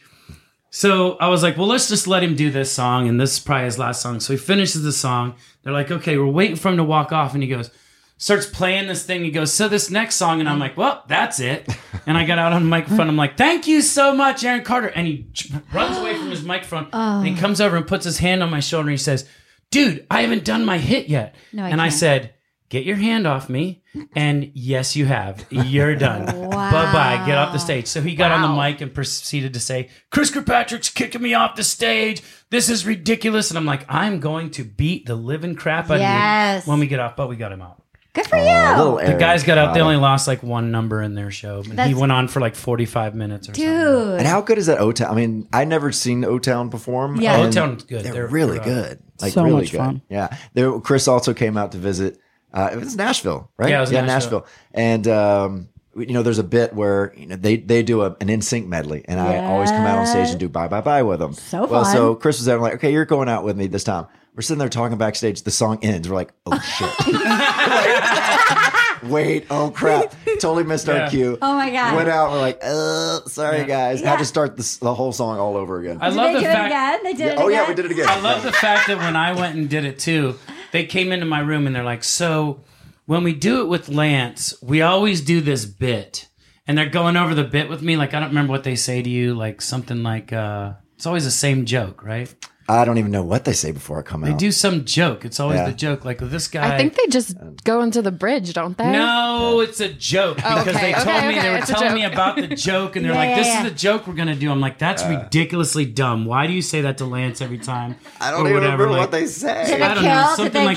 Speaker 2: So I was like, well, let's just let him do this song. And this is probably his last song. So he finishes the song. They're like, okay, we're waiting for him to walk off. And he goes, starts playing this thing. He goes, so this next song. And I'm like, well, that's it. And I got out on the microphone. I'm like, thank you so much, Aaron Carter. And he j- runs away from his microphone.
Speaker 4: Oh.
Speaker 2: And he comes over and puts his hand on my shoulder. And he says, dude, I haven't done my hit yet.
Speaker 4: No, I
Speaker 2: and I
Speaker 4: can't.
Speaker 2: said, get your hand off me. And yes, you have. You're done.
Speaker 4: [LAUGHS] Wow.
Speaker 2: Bye bye. Get off the stage. So he got on the mic and proceeded to say, Chris Kirkpatrick's kicking me off the stage. This is ridiculous. And I'm like, I'm going to beat the living crap out of
Speaker 4: Yes.
Speaker 2: you when we get off. But we got him out.
Speaker 4: Good for
Speaker 3: Oh, A
Speaker 4: you.
Speaker 3: little
Speaker 2: The
Speaker 3: Aaron
Speaker 2: guys got out. They
Speaker 3: Carter.
Speaker 2: only lost like one number in their show. And he
Speaker 4: That's-
Speaker 2: went on for like 45 minutes or something.
Speaker 4: Dude.
Speaker 3: And how good is that O Town? I mean, I never seen O Town perform.
Speaker 4: Yeah.
Speaker 3: and
Speaker 2: O-Town's good.
Speaker 3: They're,
Speaker 2: They're-
Speaker 3: really
Speaker 2: they're, uh,
Speaker 3: good. Like
Speaker 8: so
Speaker 3: really
Speaker 8: much
Speaker 3: good.
Speaker 8: fun.
Speaker 3: Yeah. There, Chris also came out to visit. Uh, it was Nashville, right?
Speaker 2: Yeah, it was Nashville.
Speaker 3: And um, you know, there's a bit where you know they they do a, an NSYNC medley, and I always come out on stage and do bye bye bye with them.
Speaker 4: So
Speaker 3: well,
Speaker 4: fun.
Speaker 3: so Chris was there. I'm like, okay, you're going out with me this time. We're sitting there talking backstage. The song ends. We're like, oh shit.
Speaker 4: [LAUGHS]
Speaker 3: Like, Wait, oh crap! Totally missed
Speaker 2: Yeah.
Speaker 3: our cue.
Speaker 4: Oh my God.
Speaker 3: Went out. We're like, uh, sorry guys. Had
Speaker 4: Yeah.
Speaker 3: to start this, the whole song all over again.
Speaker 2: I love
Speaker 4: they
Speaker 2: the
Speaker 4: do
Speaker 2: fact.
Speaker 4: it again? They did it
Speaker 3: Oh
Speaker 4: again?
Speaker 3: yeah, we did it again.
Speaker 2: I love the fact that when I went and did it too, They came into my room and they're like, so when we do it with Lance, we always do this bit. And they're going over the bit with me. Like, I don't remember what they say to you. Like, something like, uh, it's always the same joke, right?
Speaker 3: I don't even know what they say before I come
Speaker 2: They
Speaker 3: out.
Speaker 2: do some joke. It's always
Speaker 3: Yeah.
Speaker 2: the joke. Like, this guy.
Speaker 5: I think they just
Speaker 3: Um,
Speaker 5: go into the bridge, don't they?
Speaker 2: No, it's a joke because
Speaker 5: Oh,
Speaker 2: they
Speaker 5: okay,
Speaker 2: told
Speaker 5: okay,
Speaker 2: me
Speaker 5: okay,
Speaker 2: they were
Speaker 5: it's a
Speaker 2: telling
Speaker 5: joke.
Speaker 2: me about the joke, and they're
Speaker 4: Yeah,
Speaker 2: like,
Speaker 4: yeah,
Speaker 2: "This
Speaker 4: yeah.
Speaker 2: is the joke we're gonna do." I'm like, "That's ridiculously dumb. Why do you say that to Lance every time?"
Speaker 3: I
Speaker 2: or whatever, like-
Speaker 4: Did
Speaker 3: say.
Speaker 2: [LAUGHS]
Speaker 4: they
Speaker 2: I don't
Speaker 4: kill?
Speaker 2: know,
Speaker 4: Did
Speaker 2: something
Speaker 4: they
Speaker 2: like-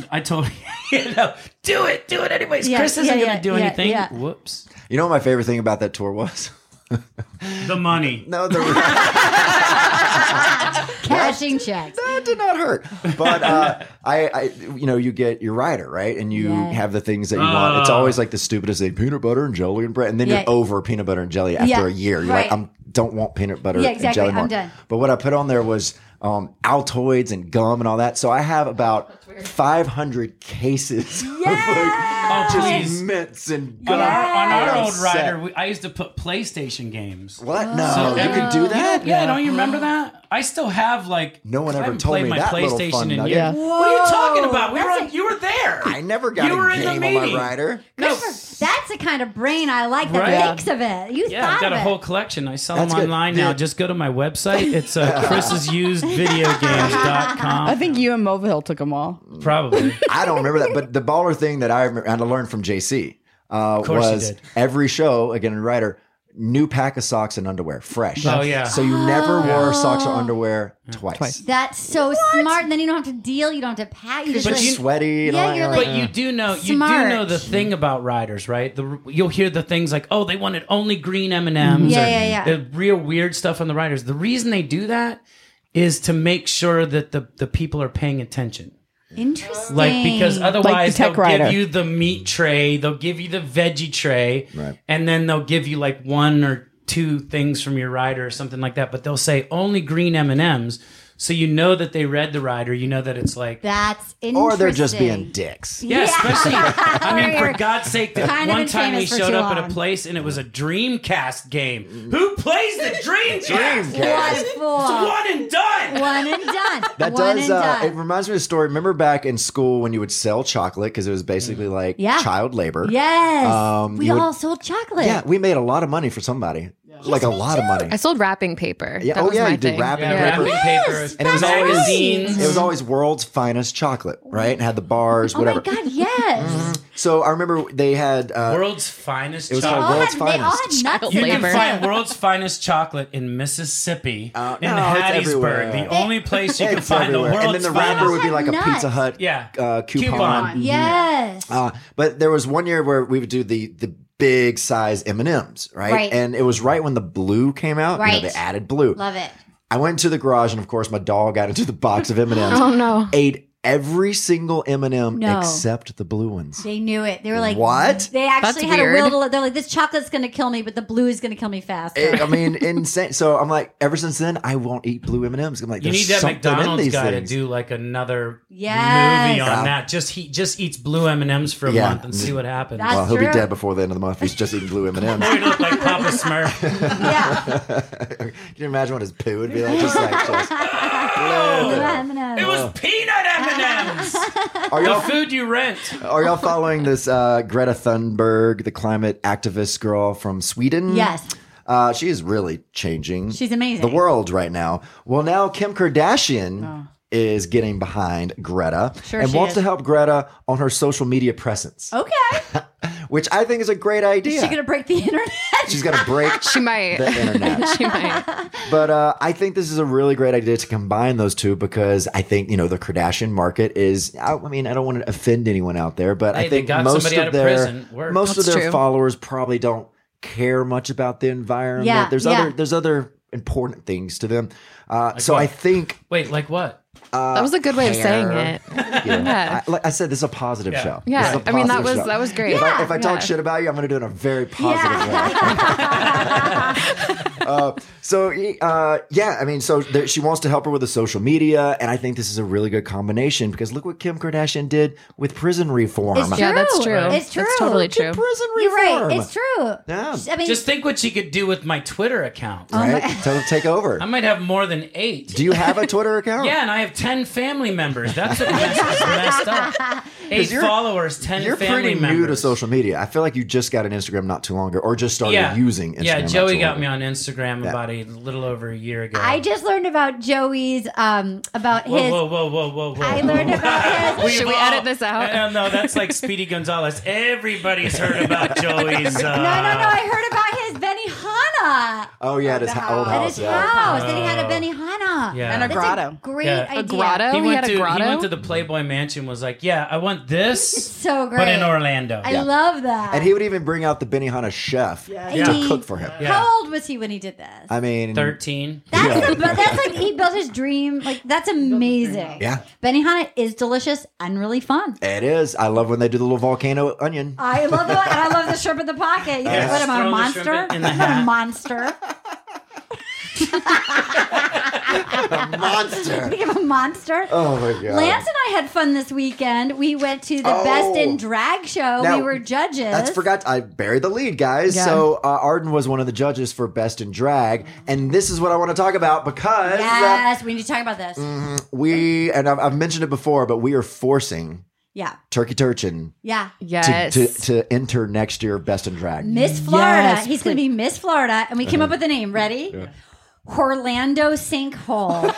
Speaker 2: [LAUGHS]
Speaker 4: it?
Speaker 2: I told you know, do it, do it anyways.
Speaker 4: Yeah,
Speaker 2: Chris isn't
Speaker 4: yeah,
Speaker 2: gonna
Speaker 4: yeah,
Speaker 2: do
Speaker 4: yeah,
Speaker 2: anything.
Speaker 4: yeah.
Speaker 2: Whoops.
Speaker 3: You know what my favorite thing about that tour was? [LAUGHS]
Speaker 2: The money.
Speaker 3: no, [LAUGHS] the,
Speaker 4: Cashing checks.
Speaker 3: that did not hurt.
Speaker 2: [LAUGHS]
Speaker 3: But uh, I, I, you know, you get your rider right, and you
Speaker 4: Yeah.
Speaker 3: have the things that you want. It's
Speaker 2: Ah.
Speaker 3: always like the stupidest thing: peanut butter and jelly and bread, and then
Speaker 4: Yeah.
Speaker 3: you're over peanut butter and jelly after
Speaker 4: Yeah,
Speaker 3: a year. You're
Speaker 4: right.
Speaker 3: like, I'm don't want peanut butter
Speaker 4: Yeah,
Speaker 3: and
Speaker 4: exactly.
Speaker 3: jelly
Speaker 4: I'm
Speaker 3: more.
Speaker 4: done.
Speaker 3: But what I put on there was um, Altoids and gum and all that. So I have about 500 cases [LAUGHS]
Speaker 2: Oh
Speaker 3: of like,
Speaker 2: please.
Speaker 3: just mints and
Speaker 2: On
Speaker 3: gum.
Speaker 2: our, on our
Speaker 3: I'm
Speaker 2: old
Speaker 3: set.
Speaker 2: rider, we, I used to put PlayStation games.
Speaker 3: What? No,
Speaker 2: So
Speaker 3: you can do that.
Speaker 2: Yeah, don't you remember that? I still have like
Speaker 3: No one
Speaker 2: I
Speaker 3: ever
Speaker 2: haven't
Speaker 3: told
Speaker 2: played
Speaker 3: me
Speaker 2: my
Speaker 3: that little
Speaker 2: PlayStation
Speaker 3: fun
Speaker 2: in
Speaker 3: nugget.
Speaker 2: years.
Speaker 5: Yeah.
Speaker 2: What are you talking
Speaker 4: Whoa,
Speaker 2: about? We were
Speaker 4: that's
Speaker 2: on,
Speaker 4: a-
Speaker 2: you were there.
Speaker 3: I never got
Speaker 2: you were
Speaker 3: a
Speaker 2: in
Speaker 3: game
Speaker 2: the
Speaker 3: on my
Speaker 2: meeting.
Speaker 3: rider.
Speaker 2: No,
Speaker 4: That's the kind of brain I like. That
Speaker 2: Right.
Speaker 4: thinks of it. You
Speaker 2: Yeah,
Speaker 4: thought
Speaker 2: I've got
Speaker 4: of
Speaker 2: a
Speaker 4: it.
Speaker 2: whole collection. I sell
Speaker 3: That's
Speaker 2: them
Speaker 3: good.
Speaker 2: online now.
Speaker 3: Dude.
Speaker 2: Just go to my website. It's
Speaker 3: [LAUGHS]
Speaker 2: uh, Chris's used video games.com.
Speaker 8: I think you and Mobile took them all.
Speaker 2: probably.
Speaker 3: I don't remember that, but the baller thing that I remember, and I learned from JC uh,
Speaker 2: course you
Speaker 3: was
Speaker 2: did.
Speaker 3: every show again in Ryder, new pack of socks and underwear, fresh.
Speaker 2: Oh, yeah.
Speaker 3: So you never wore socks or underwear twice.
Speaker 8: Twice.
Speaker 4: That's so smart. And then you don't have to deal. You don't have to pack. You just
Speaker 2: But
Speaker 4: like,
Speaker 2: you-
Speaker 3: Sweaty. And
Speaker 4: Yeah,
Speaker 3: all that.
Speaker 4: you're
Speaker 2: But
Speaker 4: like-
Speaker 2: you do know you
Speaker 4: Smart.
Speaker 2: do know the thing about riders, right? The, you'll hear the things like, "Oh, they wanted only green M and M's."
Speaker 4: Yeah, yeah, yeah.
Speaker 2: The real weird stuff on the riders. The reason they do that is to make sure that the the people are paying attention.
Speaker 4: interesting.
Speaker 2: Like because otherwise
Speaker 8: tech
Speaker 2: they'll
Speaker 8: rider.
Speaker 2: give you the meat tray, they'll give you the veggie tray,
Speaker 3: Right.
Speaker 2: and then they'll give you like one or two things from your rider or something like that. But they'll say only green M and M's, so you know that they read the rider. You know that it's like.
Speaker 4: that's interesting.
Speaker 3: or they're just
Speaker 4: [LAUGHS]
Speaker 3: being dicks.
Speaker 2: Yeah, especially. I mean,
Speaker 4: Or-
Speaker 2: for God's sake, the
Speaker 4: Kind of
Speaker 2: one
Speaker 4: been
Speaker 2: time we
Speaker 4: famous for
Speaker 2: showed
Speaker 4: too
Speaker 2: up at
Speaker 4: long.
Speaker 2: a place and it was a Dreamcast game. Who plays the
Speaker 3: [LAUGHS]
Speaker 2: Dreamcast?
Speaker 4: One
Speaker 2: It's
Speaker 4: for
Speaker 2: one and done.
Speaker 4: one and done.
Speaker 3: That
Speaker 4: one
Speaker 3: does.
Speaker 4: and
Speaker 3: Uh,
Speaker 4: done.
Speaker 3: it reminds me of a story. Remember back in school when you would sell chocolate because it was
Speaker 2: Mm.
Speaker 3: basically like
Speaker 4: Yeah.
Speaker 3: child labor.
Speaker 4: yes,
Speaker 3: Um,
Speaker 4: we
Speaker 3: you would-
Speaker 4: all sold chocolate. Oh
Speaker 3: Yeah, we made a lot of money for somebody. Like a lot of money.
Speaker 5: I sold wrapping paper.
Speaker 3: Yeah.
Speaker 5: That
Speaker 3: oh
Speaker 5: was
Speaker 3: yeah,
Speaker 5: my
Speaker 3: you
Speaker 5: thing.
Speaker 3: did wrapping
Speaker 2: Yeah,
Speaker 3: paper.
Speaker 2: wrapping paper,
Speaker 3: and it was always
Speaker 2: magazines.
Speaker 3: it was always world's finest chocolate, right? And had the bars,
Speaker 4: oh
Speaker 3: whatever. Mm-hmm.
Speaker 4: my god, yes.
Speaker 3: So I remember they had uh,
Speaker 2: World's finest
Speaker 3: It was
Speaker 2: chocolate.
Speaker 4: all
Speaker 3: World's
Speaker 4: had, they all
Speaker 3: finest.
Speaker 4: had nuts.
Speaker 5: Child
Speaker 4: in
Speaker 2: you
Speaker 4: them,
Speaker 2: can
Speaker 5: labor.
Speaker 2: find
Speaker 4: too.
Speaker 2: world's finest chocolate in Mississippi,
Speaker 3: Uh,
Speaker 2: in
Speaker 3: no, it's everywhere.
Speaker 2: Hattiesburg, the only place you can
Speaker 3: it's
Speaker 2: find the
Speaker 3: everywhere,
Speaker 2: world's
Speaker 3: and then the
Speaker 2: finest.
Speaker 3: wrapper would be
Speaker 4: They all
Speaker 3: like
Speaker 4: had
Speaker 3: a
Speaker 4: nuts.
Speaker 3: Pizza Hut
Speaker 2: Yeah.
Speaker 3: uh, coupon.
Speaker 2: Coupon.
Speaker 4: Yes.
Speaker 3: Uh, but there was one year where we would do the the big size M and M's, right?
Speaker 4: Right.
Speaker 3: And it was right when the blue came out. You know,
Speaker 4: Right.
Speaker 3: they added blue.
Speaker 4: Love it.
Speaker 3: I went into the garage, and of course, my dog got into the box of M and
Speaker 4: [LAUGHS]
Speaker 3: M's,
Speaker 5: [LAUGHS] Oh no.
Speaker 3: ate every single M and M
Speaker 4: No.
Speaker 3: except the blue ones.
Speaker 4: They knew it. They were like,
Speaker 3: What?
Speaker 4: They actually
Speaker 5: That's
Speaker 4: had
Speaker 5: weird.
Speaker 4: a will to. They're like, this chocolate's going to kill me, but the blue is going to kill me faster.
Speaker 3: It- I mean, insane. So I'm like, ever since then, I won't eat blue M and M's. I'm like,
Speaker 2: You
Speaker 3: there's
Speaker 2: need that
Speaker 3: something in
Speaker 2: McDonald's
Speaker 3: these
Speaker 2: guy
Speaker 3: things.
Speaker 2: to do like another
Speaker 4: Yes.
Speaker 2: movie on
Speaker 3: Yeah.
Speaker 2: that. Just he just eats blue M and M's for a
Speaker 3: Yeah.
Speaker 2: month and see what happens.
Speaker 4: That's-
Speaker 3: Well, he'll be
Speaker 4: true.
Speaker 3: dead before the end of the month. He's just eating
Speaker 4: [LAUGHS]
Speaker 3: blue M and M's.
Speaker 2: Or you look like Papa Smurf.
Speaker 4: [LAUGHS]
Speaker 3: [LAUGHS]
Speaker 4: yeah.
Speaker 3: Can you imagine what his poo would be like? Just
Speaker 4: [LAUGHS]
Speaker 3: like, just,
Speaker 4: Blue
Speaker 3: Bleh.
Speaker 4: M&Ms.
Speaker 2: It was peanut M
Speaker 4: [LAUGHS]
Speaker 2: Ms.
Speaker 3: are
Speaker 2: The
Speaker 3: y'all
Speaker 2: food you rent.
Speaker 3: are y'all following this uh, Greta Thunberg, the climate activist girl from Sweden?
Speaker 4: Yes.
Speaker 3: Uh, she is really changing.
Speaker 4: She's amazing. Oh.
Speaker 3: The world right now. Well, now Kim Kardashian is getting behind Greta
Speaker 4: Sure
Speaker 3: and
Speaker 4: she
Speaker 3: wants
Speaker 4: is.
Speaker 3: to help Greta on her social media presence, [LAUGHS]
Speaker 4: Okay.
Speaker 3: which I think is a great idea.
Speaker 4: Is she going to break the internet?
Speaker 3: [LAUGHS] She's going to break
Speaker 5: [LAUGHS] She might.
Speaker 3: the internet.
Speaker 5: [LAUGHS] she might.
Speaker 3: But uh, I think this is a really great idea to combine those two because I think you know the Kardashian market is. I, I mean, I don't want to offend anyone out there, but
Speaker 2: Hey,
Speaker 3: I
Speaker 2: they
Speaker 3: think
Speaker 2: got
Speaker 3: most
Speaker 2: somebody
Speaker 3: of,
Speaker 2: out of
Speaker 3: their
Speaker 2: prison. Work.
Speaker 3: most of
Speaker 5: That's
Speaker 3: their
Speaker 5: true.
Speaker 3: followers probably don't care much about the environment.
Speaker 4: Yeah,
Speaker 3: there's
Speaker 4: yeah.
Speaker 3: other there's other important things to them. Uh, so
Speaker 2: what?
Speaker 3: I think
Speaker 2: Wait, like what?
Speaker 3: Uh,
Speaker 5: That was a good way of saying
Speaker 3: hair.
Speaker 5: it.
Speaker 3: yeah, I, like I said, this is a positive
Speaker 2: Yeah.
Speaker 3: show. This is
Speaker 5: Yeah.
Speaker 3: a
Speaker 5: I mean that
Speaker 3: positive
Speaker 5: was
Speaker 3: show.
Speaker 5: that was great.
Speaker 3: If I, if I talk
Speaker 5: Yeah.
Speaker 3: shit about you, I'm going to do it in a very positive way. So uh, yeah, I mean, so there, she wants to help her with the social media, and I think this is a really good combination because look what Kim Kardashian did with prison reform.
Speaker 4: It's
Speaker 5: Yeah, that's
Speaker 4: True.
Speaker 5: true.
Speaker 4: It's true.
Speaker 5: That's totally
Speaker 4: Good
Speaker 5: true.
Speaker 3: Prison reform.
Speaker 4: You're right. It's true.
Speaker 3: Yeah.
Speaker 4: I mean,
Speaker 2: Just think what she could do with my Twitter account.
Speaker 3: Right? Tell them to take over.
Speaker 2: I might have more than eight.
Speaker 3: Do you have a Twitter account?
Speaker 2: yeah, and I have ten family members. That's what messed,
Speaker 4: [LAUGHS]
Speaker 2: messed up. 8
Speaker 3: you're-
Speaker 2: followers, 10
Speaker 3: You're
Speaker 2: family
Speaker 3: pretty
Speaker 2: members.
Speaker 3: new to social media. I feel like you just got an Instagram not too long ago, or just started
Speaker 2: yeah.
Speaker 3: using Instagram.
Speaker 2: Yeah,
Speaker 3: not
Speaker 2: Joey
Speaker 3: too
Speaker 2: got
Speaker 3: long
Speaker 2: me
Speaker 3: ago.
Speaker 2: on Instagram about a little over a year ago.
Speaker 4: I just learned about Joey's um about
Speaker 2: Whoa,
Speaker 4: his.
Speaker 2: whoa, whoa, whoa, whoa, whoa.
Speaker 4: I learned
Speaker 2: [LAUGHS]
Speaker 3: [LAUGHS]
Speaker 4: about his.
Speaker 2: We've
Speaker 5: Should we
Speaker 2: all-
Speaker 5: edit this out?
Speaker 2: No, no, that's like Speedy Gonzalez. Everybody's heard
Speaker 4: [LAUGHS]
Speaker 2: about Joey's. Uh,
Speaker 4: No, no, no! I heard about his Benihana
Speaker 3: Oh yeah, at his ho- old
Speaker 4: at
Speaker 3: house.
Speaker 4: his
Speaker 3: yeah.
Speaker 4: house. That he had a Benihana.
Speaker 2: Oh. Yeah.
Speaker 8: And a
Speaker 4: That's
Speaker 8: grotto.
Speaker 4: great
Speaker 2: Yeah.
Speaker 4: idea.
Speaker 5: A grotto?
Speaker 2: He
Speaker 5: we
Speaker 2: went
Speaker 5: had
Speaker 2: to
Speaker 5: a grotto?
Speaker 2: he went to the Playboy Mansion. Was like, yeah, I want this,
Speaker 4: So great.
Speaker 2: but in Orlando.
Speaker 4: I
Speaker 2: yeah.
Speaker 4: love that.
Speaker 3: And he would even bring out the Benihana chef
Speaker 4: Yeah.
Speaker 3: to
Speaker 4: He-
Speaker 3: cook for him.
Speaker 4: How old was he when he did this?
Speaker 3: I mean,
Speaker 2: Thirteen.
Speaker 4: That's
Speaker 3: Uh, Yeah.
Speaker 4: the, but that's like he built his dream. Like that's amazing.
Speaker 3: Yeah.
Speaker 4: Benihana is delicious and really fun.
Speaker 3: it is. I love when they do the little volcano onion.
Speaker 4: I love the and I love the shrimp in the pocket. You know
Speaker 2: Yes.
Speaker 4: what? I'm not a
Speaker 2: Throw the
Speaker 4: monster.
Speaker 2: shrimp in- in
Speaker 4: I'm
Speaker 2: the
Speaker 4: not a
Speaker 2: hat.
Speaker 3: [LAUGHS]
Speaker 4: monster. [LAUGHS]
Speaker 3: Monster.
Speaker 4: Speaking of a monster.
Speaker 3: [LAUGHS] Oh my god.
Speaker 4: Lance and I had fun this weekend. We went to the
Speaker 3: Oh.
Speaker 4: Best in Drag show.
Speaker 3: Now,
Speaker 4: we were judges.
Speaker 3: That's forgot. I buried the lead, guys.
Speaker 5: Yeah.
Speaker 3: So uh, Arden was one of the judges for Best in Drag, and this is what I want to talk about because uh, Mm.
Speaker 4: Yes, we need to talk about this.
Speaker 3: we and I've, I've mentioned it before, but we are forcing
Speaker 4: Yeah,
Speaker 3: Turkey Turchin
Speaker 4: yeah.
Speaker 5: Yes.
Speaker 3: to, to to enter next year Best in Drag.
Speaker 4: Miss Florida.
Speaker 5: Yes,
Speaker 4: He's going to be Miss Florida, and we came up with a name. Ready? Orlando Sinkhole. Isn't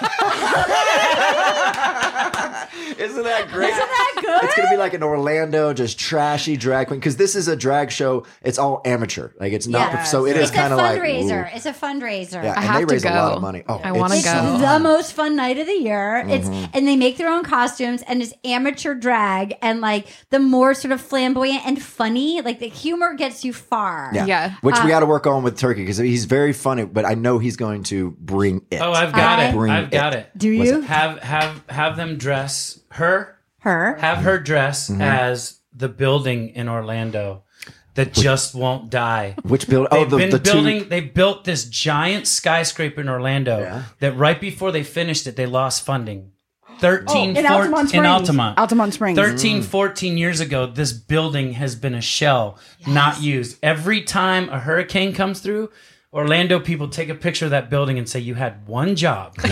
Speaker 3: Isn't that great?
Speaker 4: that good?
Speaker 3: It's gonna be like an Orlando, just trashy drag queen. Because this is a drag show. It's all amateur. Like it's not.
Speaker 4: Yes.
Speaker 3: So it is
Speaker 4: it's a
Speaker 3: kind of like
Speaker 4: fundraiser.
Speaker 3: ooh.
Speaker 4: it's a fundraiser.
Speaker 3: Yeah,
Speaker 5: I
Speaker 3: and
Speaker 5: have
Speaker 3: they
Speaker 5: to
Speaker 3: raise a lot
Speaker 5: go.
Speaker 3: of money. Oh,
Speaker 5: I wanna
Speaker 3: it's
Speaker 5: go.
Speaker 3: so
Speaker 4: It's the most fun night of the year.
Speaker 3: Mm-hmm.
Speaker 4: It's and they make their own costumes and it's amateur drag and like the more sort of flamboyant and funny, like the humor gets you far.
Speaker 3: Yeah.
Speaker 5: Yeah.
Speaker 3: Which
Speaker 4: Uh,
Speaker 3: we got to work on with Turkey because he's very funny, but I know he's going to bring it.
Speaker 2: Oh, I've got
Speaker 4: I-
Speaker 2: it.
Speaker 3: Bring
Speaker 2: I've got
Speaker 3: it.
Speaker 2: it.
Speaker 4: Do you?
Speaker 2: Have have have them dress her.
Speaker 4: Her.
Speaker 2: Have her dress
Speaker 3: Mm-hmm.
Speaker 2: as the building in Orlando that just won't die.
Speaker 3: Which build? Oh,
Speaker 2: They've
Speaker 3: the,
Speaker 2: been
Speaker 3: the
Speaker 2: building.
Speaker 3: two.
Speaker 2: They built this giant skyscraper in Orlando
Speaker 3: Yeah.
Speaker 2: that right before they finished it, they lost funding. 13,
Speaker 8: in
Speaker 2: four-
Speaker 8: Altamont Springs.
Speaker 2: Oh, in Altamont.
Speaker 8: Altamont Springs.
Speaker 2: 13, 14 years ago, this building has been a shell, not used. Every time a hurricane comes through, Orlando people take a picture of that building and say, You had one job. [LAUGHS]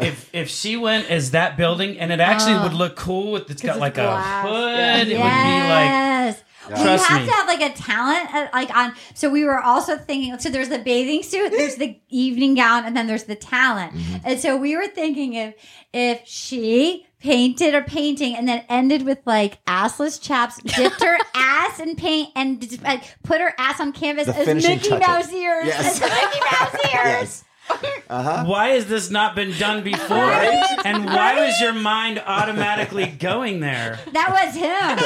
Speaker 2: if, if she went as that building, and it actually would look cool with it's got like a hood, it would
Speaker 4: Yes. Well, you
Speaker 2: Trust
Speaker 4: have
Speaker 2: me.
Speaker 4: to have like a talent, uh, like on. So we were also thinking. So there's the bathing suit, there's the evening gown, and then there's the talent.
Speaker 3: Mm-hmm.
Speaker 4: And so we were thinking if if she painted a painting and then ended with like assless chaps,
Speaker 3: [LAUGHS]
Speaker 4: dipped her ass in paint, and d- like put her ass on canvas
Speaker 3: The
Speaker 4: as
Speaker 3: finishing
Speaker 4: Mickey
Speaker 3: touches.
Speaker 4: Mouse ears,
Speaker 3: Yes.
Speaker 4: as Mickey Mouse
Speaker 3: [LAUGHS]
Speaker 4: ears.
Speaker 3: Yes.
Speaker 2: be like, Why has this not been done before? And why was your mind automatically going there?
Speaker 4: That was
Speaker 3: [LAUGHS]
Speaker 4: him.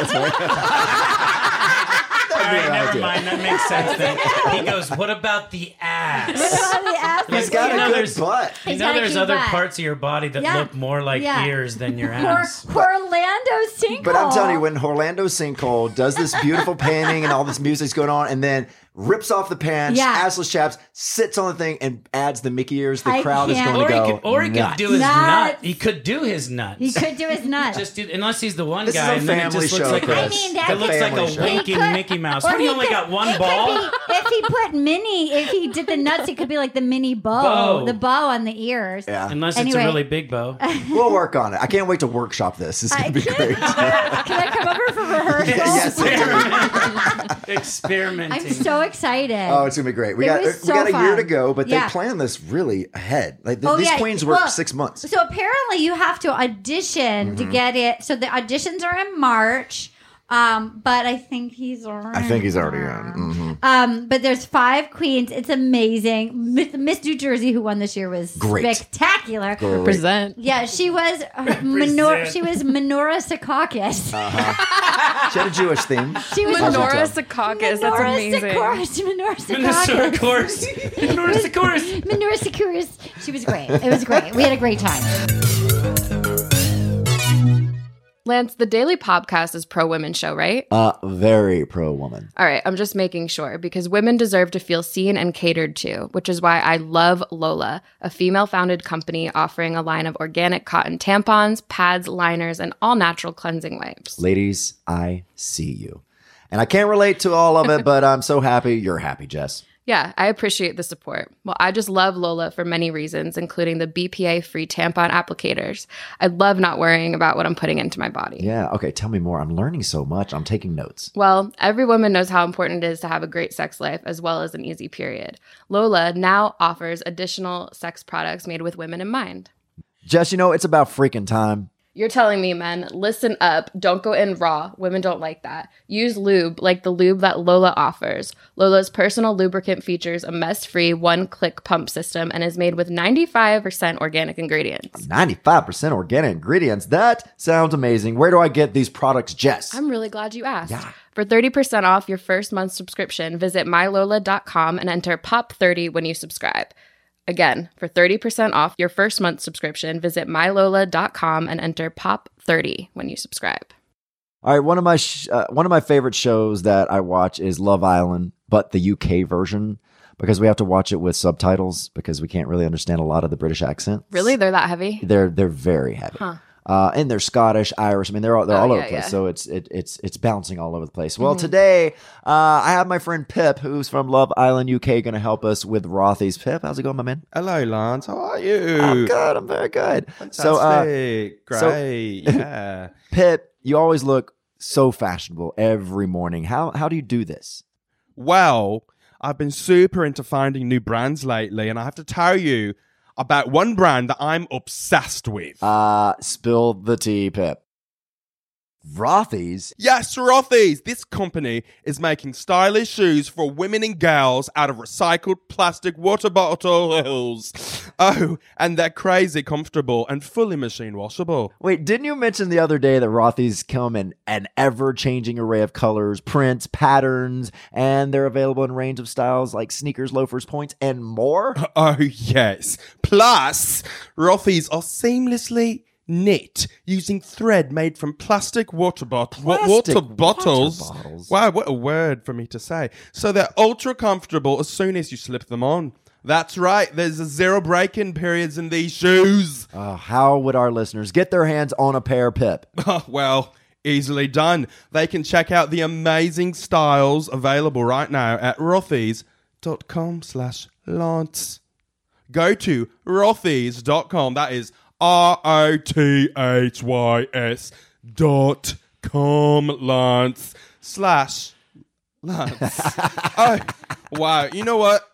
Speaker 2: All right, never
Speaker 3: idea.
Speaker 2: mind. That makes sense then. He goes, What about the ass?
Speaker 4: The ass
Speaker 3: He's
Speaker 4: was
Speaker 3: got
Speaker 2: You know,
Speaker 3: a good
Speaker 2: there's-
Speaker 3: butt.
Speaker 2: You
Speaker 4: He's
Speaker 2: know,
Speaker 4: got a
Speaker 2: there's
Speaker 4: cute
Speaker 2: other
Speaker 4: butt.
Speaker 2: parts of your body that
Speaker 4: Yeah.
Speaker 2: look more like
Speaker 4: Yeah.
Speaker 2: ears than [LAUGHS] your
Speaker 4: Or,
Speaker 2: ass.
Speaker 4: Orlando sinkhole.
Speaker 3: But I'm telling you, when Orlando Sinkhole does this
Speaker 4: [LAUGHS]
Speaker 3: beautiful painting and all this music's going on, and then rips off the pants,
Speaker 4: Yeah.
Speaker 3: assless chaps, sits on the thing, and adds the Mickey ears, the
Speaker 4: I
Speaker 3: crowd is
Speaker 4: can't.
Speaker 3: going
Speaker 2: Or
Speaker 3: to
Speaker 2: he
Speaker 3: go.
Speaker 2: could, or he could
Speaker 3: nuts.
Speaker 2: do his
Speaker 4: Nuts.
Speaker 2: nut. He could do his nuts.
Speaker 4: he could do his
Speaker 2: [LAUGHS]
Speaker 4: nuts.
Speaker 2: Just do, unless he's the one
Speaker 3: This is
Speaker 2: guy,
Speaker 3: a
Speaker 2: and then it
Speaker 3: family
Speaker 2: just looks
Speaker 3: show,
Speaker 2: like a,
Speaker 3: Chris.
Speaker 4: I mean, that-
Speaker 2: it looks like
Speaker 3: Family show.
Speaker 2: a winking
Speaker 4: He could-
Speaker 2: Mickey Mouse.
Speaker 4: or
Speaker 2: What, he,
Speaker 4: he
Speaker 2: only
Speaker 4: could-
Speaker 2: got
Speaker 4: it
Speaker 2: one
Speaker 4: could
Speaker 2: ball?
Speaker 4: be- if he put mini, if he did the nuts, it could be like the mini bow,
Speaker 2: Bow.
Speaker 4: the bow on the ears.
Speaker 3: Yeah.
Speaker 2: [LAUGHS] Unless
Speaker 4: Anyway.
Speaker 2: it's a really big
Speaker 4: [LAUGHS]
Speaker 2: bow.
Speaker 3: We'll work on it. I can't wait to workshop this. It's
Speaker 4: I
Speaker 3: going to be
Speaker 4: can't-
Speaker 3: great. [LAUGHS]
Speaker 4: [LAUGHS] Can I come over for rehearsal?
Speaker 3: yes,
Speaker 2: Experimenting.
Speaker 4: I'm so excited.
Speaker 3: Oh, it's gonna be great. We
Speaker 4: It
Speaker 3: got
Speaker 4: was
Speaker 3: we got
Speaker 4: so
Speaker 3: a year
Speaker 4: fun.
Speaker 3: to go, but
Speaker 4: Yeah.
Speaker 3: they plan this really ahead. Like th-
Speaker 4: Oh,
Speaker 3: these
Speaker 4: yeah.
Speaker 3: queens work
Speaker 4: Well,
Speaker 3: six months. Mm-hmm.
Speaker 4: So apparently, you have to audition to get it. So the auditions are in March. Um, but I think he's already. [LAUGHS]
Speaker 3: Mm-hmm.
Speaker 4: Um, but there's five queens. It's amazing. Miss, Miss New Jersey, who won this year, was
Speaker 3: Great.
Speaker 4: spectacular.
Speaker 5: Present.
Speaker 4: Yeah, she was
Speaker 5: [LAUGHS]
Speaker 4: her- Minor, she was Minora Sakakis.
Speaker 3: Ah. She had a Jewish
Speaker 4: [LAUGHS]
Speaker 3: theme.
Speaker 4: She was
Speaker 5: Menorah Secaucus. That's
Speaker 4: Minora
Speaker 5: amazing.
Speaker 4: Sakakis. Minora
Speaker 2: Minnesota
Speaker 4: Sakakis. [LAUGHS]
Speaker 2: course. Minnesota course.
Speaker 4: Minora Sakakis. She was great. It was great. We had a great time.
Speaker 5: Lance, the Daily Podcast is pro women show, right?
Speaker 3: Uh, very pro woman.
Speaker 5: All right, I'm just making sure because women deserve to feel seen and catered to, which is why I love Lola, a female founded company offering a line of organic cotton tampons, pads, liners, and all natural cleansing wipes.
Speaker 3: Ladies, I see you, and I can't relate to all of it, but I'm so happy you're happy, Jess.
Speaker 5: Yeah, I appreciate the support. Well, I just love Lola for many reasons, including the BPA free tampon applicators. I love not worrying about what I'm putting into my body.
Speaker 3: Yeah. Okay. Tell me more. I'm learning so much. I'm taking notes.
Speaker 5: Well, every woman knows how important it is to have a great sex life as well as an easy period. Lola now offers additional sex products made with women in mind.
Speaker 3: Jess, you know, it's about freaking time.
Speaker 5: You're telling me, men, listen up. Don't go in raw. Women don't like that. Use lube like the lube that Lola offers. Lola's personal lubricant features a mess free one click pump system and is made with 95% organic ingredients.
Speaker 3: 95% organic ingredients. That sounds amazing. Where do I get these products, Jess?
Speaker 5: I'm really glad you asked.
Speaker 3: Yeah.
Speaker 5: For 30% off your first month's subscription, visit mylola.com and enter POP30 when you subscribe. Again, for 30% off your first month's subscription, visit mylola.com and enter POP30 when you subscribe.
Speaker 3: All right, one of my sh- uh, one of my favorite shows that I watch is Love Island, but the UK version because we have to watch it with subtitles because we can't really understand a lot of the British accent.
Speaker 5: Really? They're that heavy?
Speaker 3: They're they're very heavy.
Speaker 5: Huh.
Speaker 3: Uh, and they're Scottish, Irish. I mean, they're all they're
Speaker 5: Oh,
Speaker 3: all over
Speaker 5: yeah,
Speaker 3: the place.
Speaker 5: yeah. Mm-hmm.
Speaker 3: So it's it, it's it's bouncing all over the place. Well, today uh, I have my friend Pip, who's from Love Island, UK, going to help us with Rothy's. Pip, how's it going, my man?
Speaker 6: Hello, Lance. How are you?
Speaker 3: I'm good. I'm very good. So, uh,
Speaker 6: Fantastic.
Speaker 3: so-
Speaker 6: Great.
Speaker 3: [LAUGHS]
Speaker 6: yeah.
Speaker 3: Pip, you always look so fashionable every morning. How how do you do this?
Speaker 6: Well, I've been super into finding new brands lately, and I have to tell you about one brand that I'm obsessed with.
Speaker 3: Uh, spill the tea, Pip. Rothy's?
Speaker 6: Yes, Rothy's. This company is making stylish shoes for women and girls out of recycled plastic water bottles. [LAUGHS] Oh, and they're crazy comfortable and fully machine washable.
Speaker 3: Wait, didn't you mention the other day that Rothy's come in an ever changing array of colors, prints, patterns, and they're available in a range of styles like sneakers, loafers, points, and [LAUGHS] more?
Speaker 6: Oh, yes. Plus, Rothy's are seamlessly knit using thread made from plastic water, bot- wa-
Speaker 3: Plastic
Speaker 6: water
Speaker 3: water
Speaker 6: bottles.
Speaker 3: bottles.
Speaker 6: Wow, what a word for me to say. So they're ultra comfortable as soon as you slip them on. That's right, there's a zero break in periods in these shoes.
Speaker 3: Uh, how would our listeners get their hands on a pair, [LAUGHS] Pip?
Speaker 6: Oh, [LAUGHS] well, easily done. They can check out the amazing styles available right now at rothys.com slash lance. Go to rothys.com. That is R-O-T-H-Y-S dot com lance slash lance. oh, wow. You know what?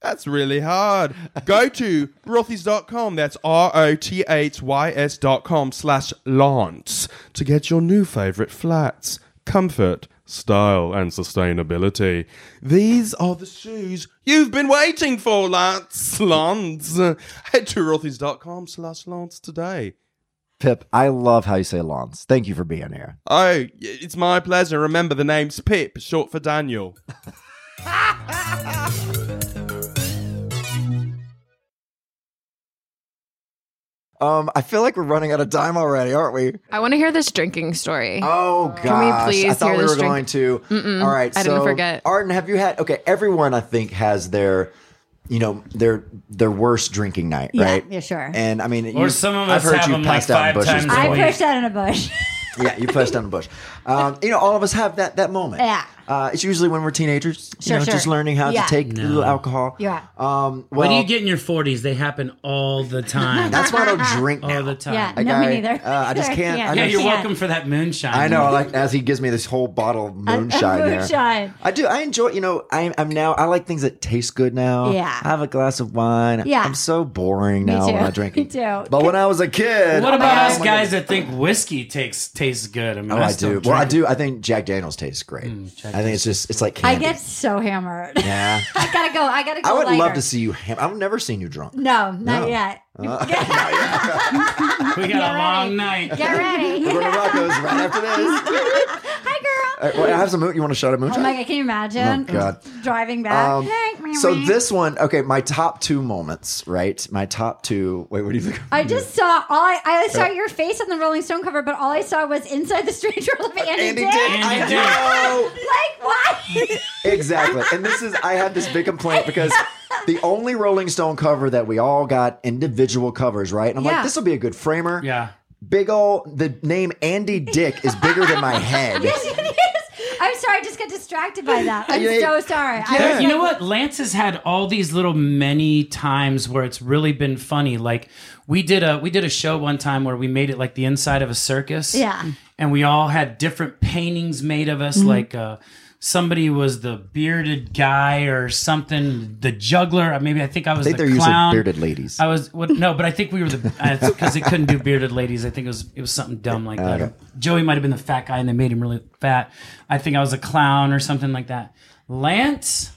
Speaker 6: That's really hard. Go to rothys.com. That's R O T H Y S dot com slash Lance to get your new favorite flats, comfort, style, and sustainability. These are the shoes you've been waiting for, Lance. Lance. Head to rothys.com slash Lance today.
Speaker 3: Pip, I love how you say lawns. Thank you for being here.
Speaker 6: Oh, it's my pleasure. Remember, the name's Pip, short for Daniel.
Speaker 3: Um, I feel like we're running out of time already, aren't we?
Speaker 5: I want to hear this drinking story.
Speaker 3: Oh gosh!
Speaker 5: we please
Speaker 3: I thought
Speaker 5: hear
Speaker 3: we
Speaker 5: this
Speaker 3: were
Speaker 5: drink-
Speaker 3: going to. All right,
Speaker 5: I
Speaker 3: so
Speaker 5: didn't forget.
Speaker 3: Arden, have you had? Okay, everyone I think has their, you know, their their worst drinking night,
Speaker 4: Yeah,
Speaker 3: right?
Speaker 4: yeah, sure.
Speaker 3: And I mean,
Speaker 2: Or
Speaker 3: you-
Speaker 2: some of
Speaker 3: I've
Speaker 2: us
Speaker 3: heard
Speaker 2: have
Speaker 3: you
Speaker 2: them, like,
Speaker 3: passed out
Speaker 2: five
Speaker 3: in bushes
Speaker 2: times
Speaker 3: before.
Speaker 4: I
Speaker 2: Wait.
Speaker 4: pushed out in a bush.
Speaker 3: yeah, you passed down the bush. Um, you know, all of us have that that moment.
Speaker 4: Yeah.
Speaker 3: Uh, it's usually when we're teenagers, you
Speaker 4: Sure,
Speaker 3: know,
Speaker 4: sure.
Speaker 3: just learning how
Speaker 4: Yeah.
Speaker 3: to take a little alcohol.
Speaker 4: Yeah.
Speaker 3: Um, well,
Speaker 2: When you get in your 40s, they happen all the
Speaker 4: [LAUGHS]
Speaker 2: time.
Speaker 3: that's why I don't drink now.
Speaker 2: all the time.
Speaker 4: Yeah,
Speaker 3: I
Speaker 4: no,
Speaker 3: got-
Speaker 4: me neither.
Speaker 3: uh, I just
Speaker 4: Sure,
Speaker 3: can't- I
Speaker 2: Yeah,
Speaker 3: just-
Speaker 2: you're
Speaker 4: can't.
Speaker 2: welcome for that moonshine.
Speaker 3: I know. Like as he gives me this whole bottle of
Speaker 4: [LAUGHS] A- a
Speaker 3: moonshine. here.
Speaker 4: moonshine.
Speaker 3: I do. I enjoy. You know, I'm, I'm now. I like things that taste good now.
Speaker 4: Yeah.
Speaker 3: I have a glass of wine.
Speaker 4: Yeah.
Speaker 3: I'm so boring
Speaker 4: Me
Speaker 3: now when
Speaker 4: too.
Speaker 3: I drink.
Speaker 4: [LAUGHS] Me too.
Speaker 3: But when I was a kid,
Speaker 2: What
Speaker 3: oh my
Speaker 2: about
Speaker 3: God,
Speaker 2: us
Speaker 3: oh my
Speaker 2: guys
Speaker 3: God.
Speaker 2: that think whiskey takes tastes good? I mean,
Speaker 3: Oh, I
Speaker 2: still
Speaker 3: do. Well,
Speaker 2: drink-
Speaker 3: I
Speaker 2: Mm,
Speaker 3: do. I think Jack Daniels tastes great. I think it's just it's like
Speaker 4: I
Speaker 3: candy.
Speaker 4: get so hammered.
Speaker 3: Yeah.
Speaker 4: [LAUGHS] I gotta go. I gotta go.
Speaker 3: I would love
Speaker 4: later.
Speaker 3: to see you. Ham- I've never seen you
Speaker 4: [LAUGHS]
Speaker 3: drunk.
Speaker 4: No, not
Speaker 3: No. Uh-huh.
Speaker 4: yet.
Speaker 2: [LAUGHS] We got a long night.
Speaker 4: Get ready.
Speaker 3: [LAUGHS] We're gonna rock those right
Speaker 4: [LAUGHS]
Speaker 3: after this.
Speaker 4: Hi, girl.
Speaker 3: All right, well, I have some. moon- You want to shot a
Speaker 4: Oh
Speaker 3: moonshine?
Speaker 4: my god, can you imagine?
Speaker 3: Uh, Oh, God.
Speaker 4: Driving back.
Speaker 3: Um, so this one, okay, my top two moments, right? My top two. Wait, what do you think?
Speaker 4: I just saw all I, I saw your face on the Rolling Stone cover, but all I saw was inside the strange world of Andy,
Speaker 3: Andy
Speaker 4: Dick.
Speaker 3: Dick.
Speaker 2: Andy
Speaker 3: I
Speaker 4: [LAUGHS]
Speaker 2: Dick.
Speaker 3: know.
Speaker 4: Like why? [LAUGHS]
Speaker 3: Exactly. And this is, I had this big complaint
Speaker 4: [LAUGHS]
Speaker 3: because the only Rolling Stone cover that we all got individual covers, right? And I'm
Speaker 4: Yeah.
Speaker 3: like, this will be a good framer.
Speaker 2: Yeah.
Speaker 4: [LAUGHS]
Speaker 3: Big ol' the name Andy Dick is bigger than my head.
Speaker 4: yes, it is. I'm sorry, I just got distracted by that. I'm
Speaker 3: Yeah.
Speaker 4: so sorry. I
Speaker 2: There-
Speaker 4: was
Speaker 2: you
Speaker 4: like-
Speaker 2: know what? Lance has had all these little many times where it's really been funny. Like we did a we did a show one time where we made it like the inside of a circus.
Speaker 4: Yeah.
Speaker 2: And we all had different paintings made of us. Like uh, somebody was the bearded guy or something, the juggler. Or Maybe I think I was
Speaker 3: I think
Speaker 2: the
Speaker 3: they're
Speaker 2: clown.
Speaker 3: usually bearded ladies.
Speaker 2: I was what, no, but I think we were the because they couldn't do bearded ladies. I think it was it was something dumb
Speaker 3: Oh,
Speaker 2: like that. Joey might have been the fat guy, and they made him really fat. I think I was a clown or something like that. Lance,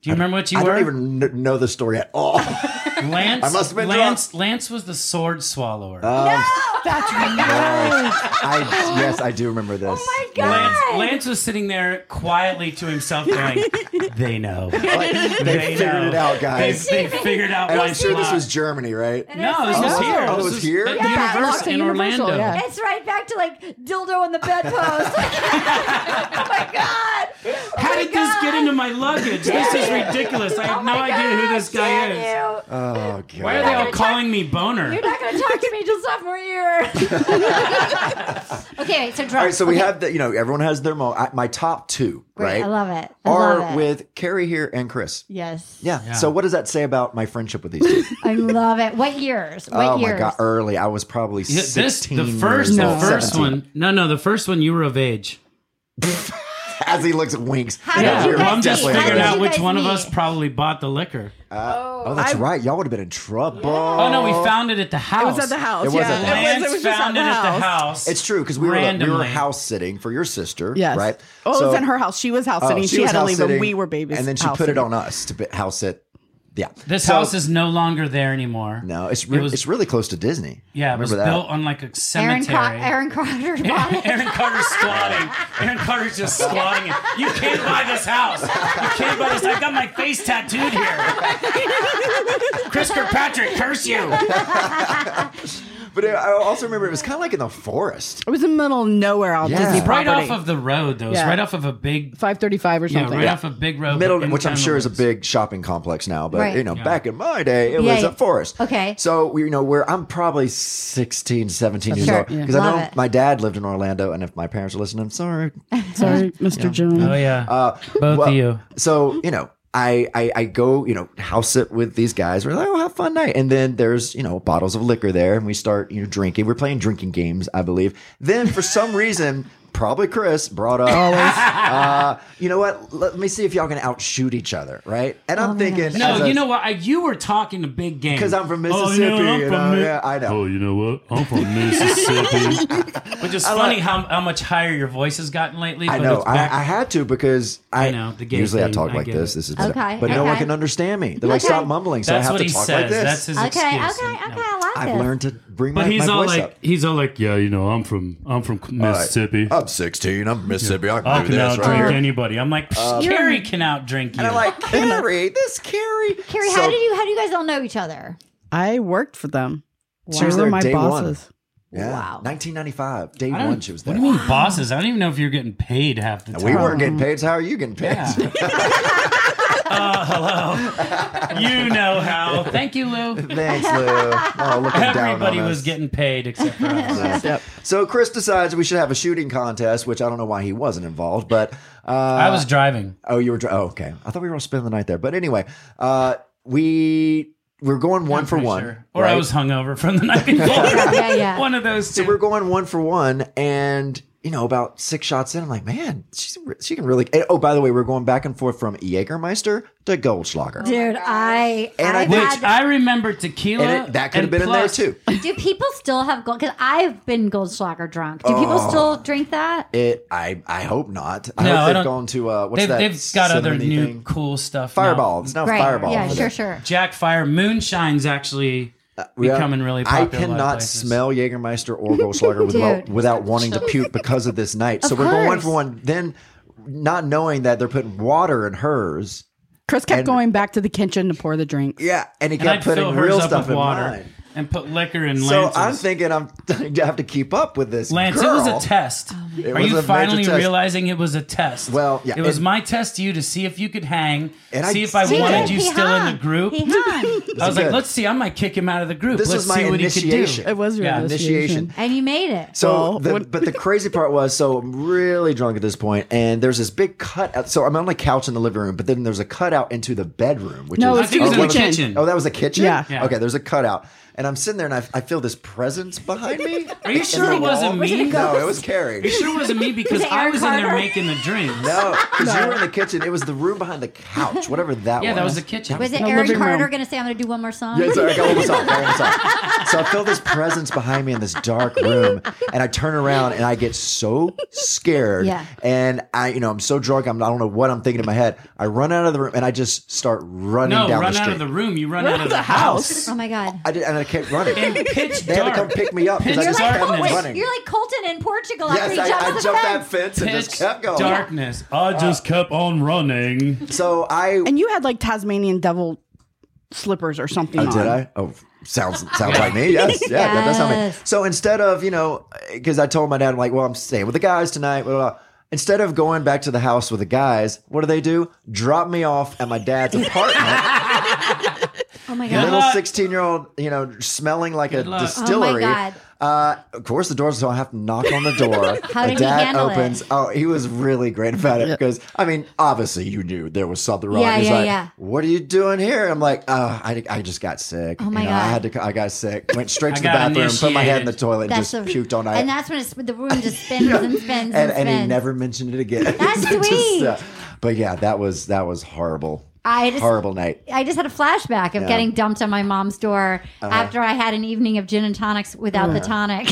Speaker 2: do you remember what you
Speaker 3: I
Speaker 2: were?
Speaker 3: don't even kn- know the story at all. [LAUGHS]
Speaker 2: Lance,
Speaker 3: I must have been Oh.
Speaker 2: Lance, Lance was the sword swallower.
Speaker 8: That's
Speaker 3: I, yes, I do remember this.
Speaker 4: Oh my
Speaker 3: Yeah.
Speaker 2: Lance,
Speaker 4: God.
Speaker 2: Lance was sitting there quietly to himself,
Speaker 4: [LAUGHS]
Speaker 2: going, "They know,
Speaker 3: Like, they, figured
Speaker 2: know.
Speaker 3: it out,
Speaker 2: They,
Speaker 3: guys.
Speaker 2: they figured out."
Speaker 3: and
Speaker 2: my
Speaker 3: I'm sure this
Speaker 2: plot.
Speaker 3: was Germany, right?
Speaker 2: no, this
Speaker 4: Oh,
Speaker 2: was here.
Speaker 3: oh, it
Speaker 2: This
Speaker 3: was here?
Speaker 2: at
Speaker 8: Yeah,
Speaker 2: the Universal
Speaker 8: lots of
Speaker 2: in
Speaker 8: Universal,
Speaker 2: Orlando.
Speaker 8: yeah.
Speaker 4: It's right back to like dildo on the bedpost. [LAUGHS] oh my god! Oh
Speaker 2: How
Speaker 4: my
Speaker 2: did this
Speaker 4: God.
Speaker 2: get into my luggage? This
Speaker 4: [LAUGHS]
Speaker 2: is ridiculous. I have
Speaker 4: Oh
Speaker 2: no
Speaker 4: my
Speaker 2: idea who
Speaker 4: God,
Speaker 2: this guy
Speaker 4: damn
Speaker 2: is.
Speaker 4: you.
Speaker 3: Oh god.
Speaker 2: Why are they all
Speaker 4: You're
Speaker 2: calling me boner?
Speaker 4: You're not going to talk to me till
Speaker 3: [LAUGHS]
Speaker 4: sophomore year. [LAUGHS] okay, so drunk.
Speaker 3: All right, so we
Speaker 4: okay.
Speaker 3: have the you know everyone has their mo- I- my top two, right?
Speaker 4: Great, I love it. I
Speaker 3: Are
Speaker 4: love it.
Speaker 3: with Carrie here and Chris.
Speaker 8: yes.
Speaker 3: Yeah. So what does that say about my friendship with these two?
Speaker 4: I love it. What years? What
Speaker 3: oh
Speaker 4: years?
Speaker 3: my god, early. I was probably
Speaker 2: Yeah,
Speaker 3: sixteen.
Speaker 2: This the first
Speaker 3: years
Speaker 2: the
Speaker 3: old,
Speaker 2: first
Speaker 3: 17.
Speaker 2: one. No, no, the first one you were of age.
Speaker 3: As he looks, winks.
Speaker 4: How did you
Speaker 3: we're
Speaker 4: guys
Speaker 2: I'm just
Speaker 3: definitely
Speaker 4: meet?
Speaker 2: figuring
Speaker 4: How
Speaker 3: not
Speaker 2: out
Speaker 4: did you
Speaker 2: which
Speaker 4: guys
Speaker 2: one of
Speaker 4: meet?
Speaker 2: us probably bought the liquor.
Speaker 3: Oh, that's right. Y'all would have been in trouble.
Speaker 2: Oh no, we found it at the house.
Speaker 8: It was at the house.
Speaker 3: It was
Speaker 8: yeah.
Speaker 3: at the house.
Speaker 8: It was,
Speaker 2: Lance
Speaker 8: it was just at
Speaker 2: found
Speaker 8: the
Speaker 2: it
Speaker 8: house.
Speaker 2: at the house.
Speaker 3: It's true because we were like, we were
Speaker 2: Randomly.
Speaker 3: house sitting for your sister,
Speaker 8: Yes.
Speaker 3: right?
Speaker 8: Oh, it
Speaker 3: So-
Speaker 8: was in her house. She was house
Speaker 3: oh,
Speaker 8: sitting. She,
Speaker 3: was
Speaker 8: had to
Speaker 3: house
Speaker 8: leave, but
Speaker 3: sitting,
Speaker 8: we were babies.
Speaker 3: And then she
Speaker 8: house
Speaker 3: put it
Speaker 8: sitting.
Speaker 3: on us to be- house sit. Yeah,
Speaker 2: This
Speaker 3: So-
Speaker 2: house is no longer there anymore.
Speaker 3: no. It's re-
Speaker 2: It was-
Speaker 3: it's really close to Disney.
Speaker 2: Yeah, it was
Speaker 3: remember that?
Speaker 2: built on like a
Speaker 4: Aaron,
Speaker 2: cemetery.
Speaker 4: Car-
Speaker 2: [LAUGHS]
Speaker 4: Aaron Carter bought it.
Speaker 2: Aaron Carter's squatting. Aaron Carter's just squatting. It. You can't buy this house. You can't buy this. I've got my face tattooed here. Chris Kirkpatrick, curse you.
Speaker 3: But it, I also remember it was kind of like in the forest.
Speaker 8: It was in the middle of nowhere on
Speaker 3: Yeah.
Speaker 8: Disney
Speaker 2: Right
Speaker 8: property.
Speaker 2: off of the road, though. It's
Speaker 8: Yeah.
Speaker 2: right off of a big,
Speaker 8: 535 or
Speaker 2: yeah,
Speaker 8: something.
Speaker 2: right off a big road.
Speaker 3: Middle,
Speaker 2: but in
Speaker 3: which
Speaker 2: town
Speaker 3: I'm sure is a
Speaker 2: woods.
Speaker 3: big shopping complex now, but
Speaker 4: Right.
Speaker 3: you know, back in my day, it
Speaker 4: Yeah,
Speaker 3: was
Speaker 4: yeah.
Speaker 3: a forest.
Speaker 4: Okay.
Speaker 3: So, we- you know, where I'm probably 16, 17 years
Speaker 4: Sure.
Speaker 3: old. Because
Speaker 4: Yeah.
Speaker 3: I know
Speaker 4: Love it.
Speaker 3: my dad lived in Orlando, and if my parents are listening, I'm sorry. [LAUGHS]
Speaker 8: Sorry, Mr. Jones.
Speaker 2: Oh yeah,
Speaker 3: Uh,
Speaker 2: both
Speaker 3: well,
Speaker 2: of you.
Speaker 3: So, you know, I, I, I go, you know, house sit with these guys. We're like, oh, have fun night. And then there's, you know, bottles of liquor there and we start, you know, drinking. We're playing drinking games, I believe. Then for some reason, probably Chris brought up, uh, you know what? Let me see if y'all can outshoot each other, right? And
Speaker 4: Oh,
Speaker 3: I'm thinking,
Speaker 2: No,
Speaker 3: as a-
Speaker 2: you know what? I, you were talking a big game. Oh,
Speaker 3: because I'm from Mississippi. you
Speaker 2: Mi- Oh,
Speaker 3: know? yeah, I know.
Speaker 2: you know what? I'm from Mississippi. Which is funny how, how much higher your voice has gotten lately.
Speaker 3: I
Speaker 2: but
Speaker 3: know.
Speaker 2: it's
Speaker 3: I,
Speaker 2: back-
Speaker 3: I had to because I,
Speaker 2: know, the gay
Speaker 3: usually I
Speaker 2: thing,
Speaker 3: talk
Speaker 2: I
Speaker 3: like
Speaker 2: get
Speaker 3: this.
Speaker 2: it.
Speaker 3: This is but-
Speaker 4: Okay,
Speaker 3: but no one
Speaker 4: okay.
Speaker 3: can understand me. They're like,
Speaker 4: Okay.
Speaker 3: stop mumbling, so
Speaker 2: that's
Speaker 3: I have
Speaker 2: what
Speaker 3: to
Speaker 2: he
Speaker 3: talk
Speaker 2: says.
Speaker 3: like this.
Speaker 2: That's his
Speaker 4: Okay, okay, okay.
Speaker 2: excuse.
Speaker 4: I like
Speaker 3: I've
Speaker 4: this.
Speaker 3: learned to bring my,
Speaker 2: But he's
Speaker 3: my
Speaker 2: all
Speaker 3: voice
Speaker 2: like,
Speaker 3: up.
Speaker 2: he's all like,
Speaker 9: Yeah, you know, I'm from I'm from Mississippi.
Speaker 3: I'm 16. I'm from Mississippi. I
Speaker 9: I
Speaker 3: can do
Speaker 9: can
Speaker 2: Oh,
Speaker 3: this
Speaker 9: outdrink
Speaker 3: Oh, right here.
Speaker 9: anybody. I'm like,
Speaker 2: "Psh, Carrie can outdrink you.
Speaker 3: And I'm like, Carrie, this Carrie.
Speaker 4: Carrie, how did you? How do you guys all know each other?
Speaker 8: Oh I worked for them.
Speaker 3: She was
Speaker 8: They were
Speaker 3: there
Speaker 8: my
Speaker 3: day one.
Speaker 8: bosses.
Speaker 3: Yeah,
Speaker 4: Wow.
Speaker 3: 1995, day
Speaker 2: I don't-
Speaker 3: one, she was there.
Speaker 2: What do you mean, bosses? I don't even know if you're getting paid half the time.
Speaker 3: We
Speaker 2: [LAUGHS]
Speaker 3: weren't getting paid. So how are you getting paid?
Speaker 2: Yeah. Oh,
Speaker 3: [LAUGHS]
Speaker 2: you know how. Thank you, Lou.
Speaker 3: [LAUGHS] Thanks, Lou. Oh, looking down on
Speaker 2: [LAUGHS] Everybody was
Speaker 3: us.
Speaker 2: getting paid except
Speaker 3: [LAUGHS]
Speaker 2: for us.
Speaker 3: So Chris decides we should have a shooting contest, which I don't know why he wasn't involved, but uh,
Speaker 2: I was driving.
Speaker 3: Oh, you were. Dr- oh, okay. I thought we were going to spend the night there. But anyway, uh, we we're going one
Speaker 2: I'm
Speaker 3: for
Speaker 2: pretty
Speaker 3: one,
Speaker 2: sure. Or I
Speaker 3: right?
Speaker 2: was hungover from the
Speaker 3: [LAUGHS]
Speaker 2: night before.
Speaker 4: Yeah, yeah.
Speaker 2: One of those two.
Speaker 3: So we're going one for one, and you know, about six shots in, I'm like, man, she's, re- she can really. and- oh, by the way, we're going back and forth from Jägermeister to Goldschlager,
Speaker 4: Dude, I
Speaker 3: And I
Speaker 4: I've
Speaker 3: think-
Speaker 2: Which
Speaker 4: had-
Speaker 2: I remember tequila.
Speaker 3: and it, that could have
Speaker 2: and
Speaker 3: been
Speaker 2: plus-
Speaker 3: in there too.
Speaker 4: do people still have gold? Because I've been Goldschlager drunk. Do people
Speaker 3: Oh.
Speaker 4: still drink that?
Speaker 3: It, I, I hope not. I
Speaker 2: No,
Speaker 3: hope
Speaker 2: I
Speaker 3: they've
Speaker 2: don't-
Speaker 3: gone to uh, what's
Speaker 2: They've,
Speaker 3: that?
Speaker 2: they've got other
Speaker 3: cinnamony
Speaker 2: new
Speaker 3: thing?
Speaker 2: cool stuff. now.
Speaker 3: fireball. It's now
Speaker 4: Right.
Speaker 3: fireball.
Speaker 4: yeah,
Speaker 3: over
Speaker 4: sure,
Speaker 3: there.
Speaker 4: sure.
Speaker 2: Jack Fire. Moonshine's actually
Speaker 3: Uh,
Speaker 2: becoming really
Speaker 3: I
Speaker 2: popular. in a lot of
Speaker 3: cannot
Speaker 2: places.
Speaker 3: smell Jägermeister or Goldschlager without,
Speaker 4: Dude.
Speaker 3: without wanting to puke because of this night. So
Speaker 4: Of
Speaker 3: we're going one
Speaker 4: course.
Speaker 3: for one. Then, not knowing that they're putting water in hers.
Speaker 8: Chris kept
Speaker 3: And-
Speaker 8: going back to the kitchen to pour the drinks.
Speaker 3: Yeah, and he
Speaker 2: And
Speaker 3: kept
Speaker 2: I'd
Speaker 3: putting
Speaker 2: fill hers
Speaker 3: real
Speaker 2: up
Speaker 3: stuff
Speaker 2: with
Speaker 3: in
Speaker 2: water.
Speaker 3: mine.
Speaker 2: and put liquor in
Speaker 3: So
Speaker 2: Lance's.
Speaker 3: I'm thinking I'm [LAUGHS] I have to keep up with this.
Speaker 2: Lance,
Speaker 3: girl. Oh
Speaker 2: it was a test.
Speaker 3: It
Speaker 2: Are
Speaker 3: was
Speaker 2: you
Speaker 3: a major
Speaker 2: finally
Speaker 3: test.
Speaker 2: realizing it was a test?
Speaker 3: Well, yeah,
Speaker 2: It was
Speaker 3: and-
Speaker 2: my test to you to see if you could hang,
Speaker 3: And I
Speaker 2: see if I
Speaker 3: did.
Speaker 2: wanted
Speaker 4: He
Speaker 2: you still in
Speaker 4: hung.
Speaker 2: the group.
Speaker 4: He hung. [LAUGHS]
Speaker 2: I was
Speaker 3: is
Speaker 2: like,
Speaker 3: good.
Speaker 2: let's see. I might kick him out of the group.
Speaker 3: This
Speaker 2: let's
Speaker 3: was my
Speaker 2: see what he
Speaker 3: initiation.
Speaker 2: could
Speaker 8: It was your
Speaker 2: Yeah,
Speaker 3: initiation.
Speaker 4: and you made it.
Speaker 3: So,
Speaker 8: Well,
Speaker 3: the,
Speaker 8: what-
Speaker 3: but the crazy part was, so I'm really drunk at this point, and there's this big cutout. So I'm on the couch in the living room, but then there's a cutout into the bedroom, which
Speaker 8: No,
Speaker 3: is
Speaker 8: it
Speaker 2: do. I think it
Speaker 8: was
Speaker 2: was
Speaker 3: Oh,
Speaker 2: in
Speaker 3: one
Speaker 2: the
Speaker 3: of the-
Speaker 2: kitchen.
Speaker 3: Oh, that was a kitchen.
Speaker 8: Yeah.
Speaker 2: Yeah.
Speaker 3: Okay, there's a cutout, and I'm sitting there, and I, I feel this presence behind me.
Speaker 2: [LAUGHS] Are you sure it wasn't me?
Speaker 3: No, it was Carrie.
Speaker 2: You sure it wasn't me
Speaker 4: [LAUGHS]
Speaker 2: because
Speaker 4: it
Speaker 2: I
Speaker 4: Aaron
Speaker 2: was in there
Speaker 4: Carter?
Speaker 2: making the drink.
Speaker 3: No, because you were in the kitchen. It was the room behind the couch, whatever that was.
Speaker 2: Yeah, that was the kitchen.
Speaker 4: Was it
Speaker 8: No,
Speaker 4: Aaron
Speaker 8: living room.
Speaker 4: Carter going to say, I'm going to do one more song?
Speaker 3: Yeah, sorry, I got one more song, I got one more song. So I feel this presence behind me in this dark room, and I turn around and I get so scared.
Speaker 4: Yeah.
Speaker 3: And I, you know, I'm so drunk, I'm, I don't know what I'm thinking in my head. I run out of the room and I just start running
Speaker 2: No,
Speaker 3: down
Speaker 2: run
Speaker 3: the
Speaker 2: out
Speaker 3: street.
Speaker 2: of the room. You run, out of the,
Speaker 4: Oh my God.
Speaker 3: I did, and I kept running.
Speaker 2: In pitch
Speaker 3: they had to come
Speaker 2: dark.
Speaker 3: pick me up because I
Speaker 2: Pitch
Speaker 3: just
Speaker 2: dark.
Speaker 3: kept
Speaker 2: You're like,
Speaker 4: Wait,
Speaker 3: running.
Speaker 4: You're like Colton in Portugal
Speaker 3: yes,
Speaker 4: after he
Speaker 3: I,
Speaker 4: jumped
Speaker 3: I
Speaker 4: off the
Speaker 3: jumped that
Speaker 4: fence.
Speaker 3: fence and just
Speaker 2: Pitch
Speaker 3: kept going.
Speaker 2: darkness.
Speaker 9: I just kept on running.
Speaker 3: So I
Speaker 8: And you had like Tasmanian devil slippers or something.
Speaker 3: Oh,
Speaker 8: on.
Speaker 3: did I? Oh, sounds sounds like
Speaker 8: [LAUGHS]
Speaker 3: me. Yes, yeah, that does sound like me.
Speaker 4: Yes.
Speaker 3: So instead of you know, because I told my dad, I'm like, well, I'm staying with the guys tonight. Blah, blah, blah. Instead of going back to the house with the guys, what do they do? Drop me off at my dad's
Speaker 8: [LAUGHS]
Speaker 3: apartment.
Speaker 4: Oh my
Speaker 2: Good
Speaker 4: God.
Speaker 3: little
Speaker 2: luck.
Speaker 3: sixteen-year-old, you know, smelling like a
Speaker 2: luck.
Speaker 3: distillery.
Speaker 4: Oh my God.
Speaker 3: Uh, of course, the door's so I have to knock on the door.
Speaker 4: [LAUGHS] How
Speaker 3: My
Speaker 4: did he
Speaker 3: dad
Speaker 4: handle it?
Speaker 3: opens. Oh, he was really great about it because I mean, obviously you knew there was something wrong.
Speaker 4: Yeah,
Speaker 3: He's
Speaker 4: yeah,
Speaker 3: like,
Speaker 4: yeah.
Speaker 3: "What are you doing here?" I'm like, "Oh, I, I just got sick.
Speaker 4: Oh my
Speaker 3: you know, I
Speaker 4: God.
Speaker 3: had to. I got sick. Went
Speaker 2: [LAUGHS]
Speaker 3: straight
Speaker 2: I
Speaker 3: to the
Speaker 2: got
Speaker 3: bathroom, put my head in the
Speaker 2: initiated.
Speaker 3: toilet, and just
Speaker 4: the-
Speaker 3: puked all night.
Speaker 4: And that's when it's, the room
Speaker 3: [LAUGHS]
Speaker 4: just spins and spins and,
Speaker 3: and,
Speaker 4: spins.
Speaker 3: and he never mentioned it again. [LAUGHS]
Speaker 4: That's
Speaker 3: So just,
Speaker 4: sweet.
Speaker 3: uh, but yeah, that was that was horrible.
Speaker 4: I just-
Speaker 3: horrible night.
Speaker 4: I just had a flashback of getting dumped on my mom's door
Speaker 3: Uh-huh.
Speaker 4: after I had an evening of gin and tonics without
Speaker 3: [LAUGHS]
Speaker 4: the tonic.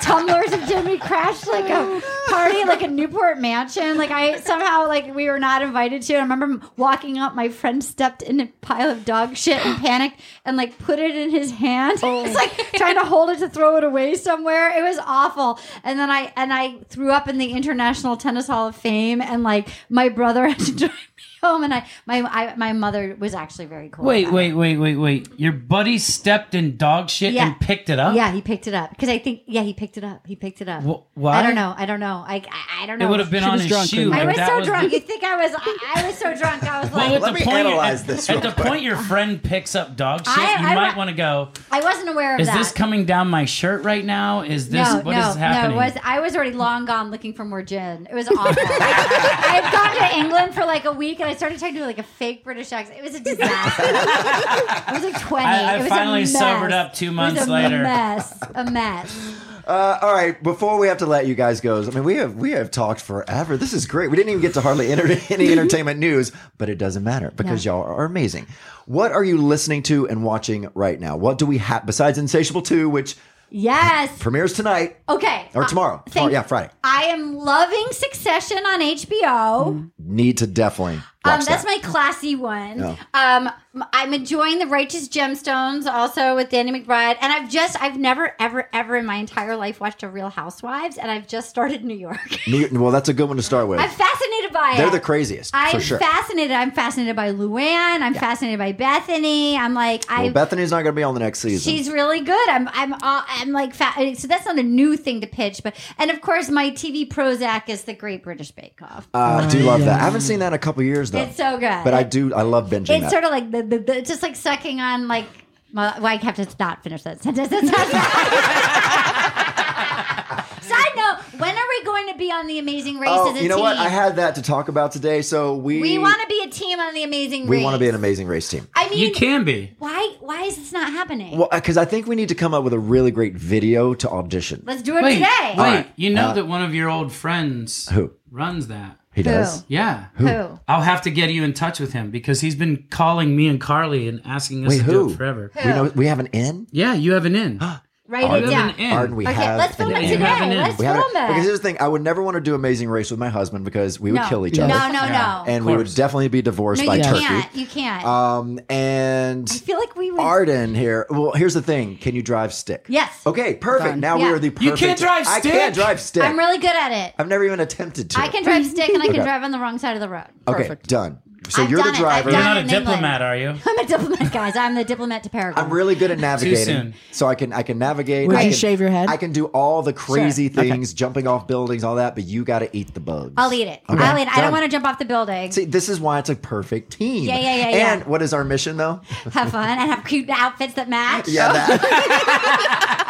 Speaker 4: Tumblers of gin. We crashed like a party, like a Newport mansion. Like I somehow, like we were not invited to. I remember walking up. My friend stepped in a pile of dog shit and panicked and like put it in his hand. [LAUGHS] it's like
Speaker 2: Oh.
Speaker 4: trying to hold it to throw it away somewhere. It was awful. And then I and I threw up in the International Tennis Hall of Fame. And like my brother [LAUGHS] had to drive me home. And I my I, my mother was actually very cool.
Speaker 2: Wait,
Speaker 4: about it.
Speaker 2: wait, wait, wait, wait. Your buddy stepped in dog shit
Speaker 4: Yeah.
Speaker 2: and picked it up?
Speaker 4: Yeah, he picked it up because I think. Yeah, he picked it up. He picked it up.
Speaker 2: Wh- why?
Speaker 4: I don't know. I don't know. I I, I don't know.
Speaker 2: It would have been
Speaker 8: She
Speaker 2: on
Speaker 8: was
Speaker 2: his
Speaker 8: drunk,
Speaker 2: shoe.
Speaker 8: couldn't
Speaker 4: I
Speaker 2: and
Speaker 4: was
Speaker 2: that
Speaker 4: so drunk. You think I was? I, I was so drunk. I
Speaker 2: [LAUGHS]
Speaker 4: was
Speaker 2: Well,
Speaker 4: like,
Speaker 2: at
Speaker 3: Let
Speaker 2: the
Speaker 3: me
Speaker 2: point,
Speaker 3: analyze
Speaker 2: at,
Speaker 3: this
Speaker 2: At
Speaker 3: real
Speaker 2: the
Speaker 3: quick.
Speaker 2: point your friend picks up dog shit,
Speaker 4: I-
Speaker 2: you
Speaker 4: I-
Speaker 2: might want to go.
Speaker 4: I wasn't aware of
Speaker 2: Is
Speaker 4: that.
Speaker 2: this coming down my shirt right now? Is this
Speaker 4: no,
Speaker 2: what is
Speaker 4: no,
Speaker 2: happening?
Speaker 4: no. It was I was already long gone looking for more gin. It was awful. [LAUGHS] I had gone to England for like a week, and I started trying to do like a fake British accent. It was a disaster. I was like twenty.
Speaker 2: I- I
Speaker 4: it was
Speaker 2: finally
Speaker 4: a mess.
Speaker 2: sobered up two
Speaker 4: It was
Speaker 2: months later.
Speaker 4: A mess. A mess.
Speaker 3: Uh, all right, before we have to let you guys go, I mean, we have we have talked forever. This is great. We didn't even get to hardly
Speaker 4: [LAUGHS]
Speaker 3: enter- any entertainment news, but it doesn't matter because y'all are amazing. What are you listening to and watching right now? What do we have besides Insatiable Two, which
Speaker 4: Yes.
Speaker 3: premieres tonight
Speaker 4: Okay.
Speaker 3: or
Speaker 4: Uh,
Speaker 3: tomorrow?
Speaker 4: thank-
Speaker 3: Tomorrow, yeah, Friday.
Speaker 4: I am loving Succession on HBO.
Speaker 3: Need to definitely watch
Speaker 4: um, that's
Speaker 3: that.
Speaker 4: my classy one.
Speaker 3: Yeah.
Speaker 4: Um, I'm enjoying the Righteous Gemstones, also with Danny McBride, and I've just I've never ever ever in my entire life watched a Real Housewives, and I've just started New York. [LAUGHS]
Speaker 3: New- well, that's a good one to start with.
Speaker 4: I'm fascinated by
Speaker 3: They're
Speaker 4: it.
Speaker 3: the craziest
Speaker 4: I'm
Speaker 3: for sure.
Speaker 4: fascinated. I'm fascinated by Luann. I'm fascinated by Bethany. I'm like I.
Speaker 3: well, Bethany's not going to be on the next season.
Speaker 4: She's really good. I'm, I'm, uh, I'm like, fa- so that's not a new thing to pitch, but and of course, my TV Prozac is the Great British Bake Off.
Speaker 3: Uh, I do love that. I haven't seen that in a couple years though.
Speaker 4: It's so good.
Speaker 3: But I do. I love binging
Speaker 4: It's
Speaker 3: that.
Speaker 4: sort of like the, the, the it's just like sucking on like. Well, well, I have to not finish that sentence. [LAUGHS] It's not- [LAUGHS] Side note: When are we going to be on the Amazing Race
Speaker 3: oh,
Speaker 4: as a
Speaker 3: you know
Speaker 4: team?
Speaker 3: what? I had that to talk about today. So we
Speaker 4: we want to be a team on the Amazing Race.
Speaker 3: we want to be an amazing race team.
Speaker 4: I mean,
Speaker 2: you can be.
Speaker 4: why? Why is this not happening?
Speaker 3: Well, because I think we need to come up with a really great video to audition.
Speaker 4: Let's do it
Speaker 2: Wait,
Speaker 4: today.
Speaker 2: wait.
Speaker 3: Alright,
Speaker 2: You know
Speaker 3: uh,
Speaker 2: that one of your old friends
Speaker 3: Who?
Speaker 2: runs that.
Speaker 3: He does.
Speaker 2: Yeah.
Speaker 4: Who?
Speaker 2: I'll have to get you in touch with him because he's been calling me and Carly and asking us
Speaker 3: Wait,
Speaker 2: to do
Speaker 3: who?
Speaker 2: it forever.
Speaker 3: We know we have an in.
Speaker 2: Yeah, you have an [GASPS] in.
Speaker 4: Write
Speaker 2: you
Speaker 4: it
Speaker 2: have
Speaker 4: down.
Speaker 2: an in.
Speaker 3: Arden, we
Speaker 4: okay,
Speaker 3: have
Speaker 4: let's film
Speaker 3: an
Speaker 4: it
Speaker 2: in.
Speaker 3: in.
Speaker 4: today.
Speaker 2: You have an in.
Speaker 4: Let's
Speaker 3: We have
Speaker 4: film
Speaker 3: it.
Speaker 4: it.
Speaker 3: Because here's the thing: I would never want to do Amazing Race with my husband because we would
Speaker 4: no.
Speaker 3: kill each
Speaker 4: no,
Speaker 3: other,
Speaker 4: No, no,
Speaker 2: Yeah.
Speaker 4: no,
Speaker 3: and we would
Speaker 2: course.
Speaker 3: definitely be divorced by
Speaker 4: you
Speaker 3: Turkey.
Speaker 4: can't. You can't.
Speaker 3: Um, and
Speaker 4: I feel like we would.
Speaker 3: Arden here. Well, here's the thing: can you drive stick?
Speaker 4: Yes.
Speaker 3: Okay, perfect. Now we
Speaker 4: Yeah.
Speaker 3: are the perfect.
Speaker 2: You can't drive
Speaker 3: I
Speaker 2: stick?
Speaker 3: can't drive stick.
Speaker 4: I'm really good at it.
Speaker 3: I've never even attempted to.
Speaker 4: I can drive stick and I can
Speaker 3: Okay.
Speaker 4: drive on the wrong side of the road. [LAUGHS]
Speaker 3: Okay,
Speaker 8: Perfect.
Speaker 3: done. So
Speaker 4: I've
Speaker 3: you're the
Speaker 4: done it. I've
Speaker 3: driver.
Speaker 2: You're
Speaker 4: done
Speaker 2: not a
Speaker 4: in England.
Speaker 2: diplomat, are you?
Speaker 4: I'm a diplomat, guys. I'm the diplomat to Paragon.
Speaker 3: I'm really good at navigating,
Speaker 2: soon.
Speaker 3: so I can I can navigate.
Speaker 8: Would
Speaker 3: I
Speaker 8: you
Speaker 3: can-
Speaker 8: shave your head?
Speaker 3: I can do all the crazy things, jumping off buildings, all that. But you got to eat the bugs.
Speaker 4: I'll eat it.
Speaker 3: Okay.
Speaker 4: I'll eat it. I
Speaker 3: Done.
Speaker 4: don't want to jump off the building.
Speaker 3: See, this is why it's a perfect team.
Speaker 4: Yeah, yeah, yeah, yeah.
Speaker 3: And what is our mission though? [LAUGHS]
Speaker 4: Have fun and have cute outfits that match.
Speaker 3: Yeah, that. [LAUGHS]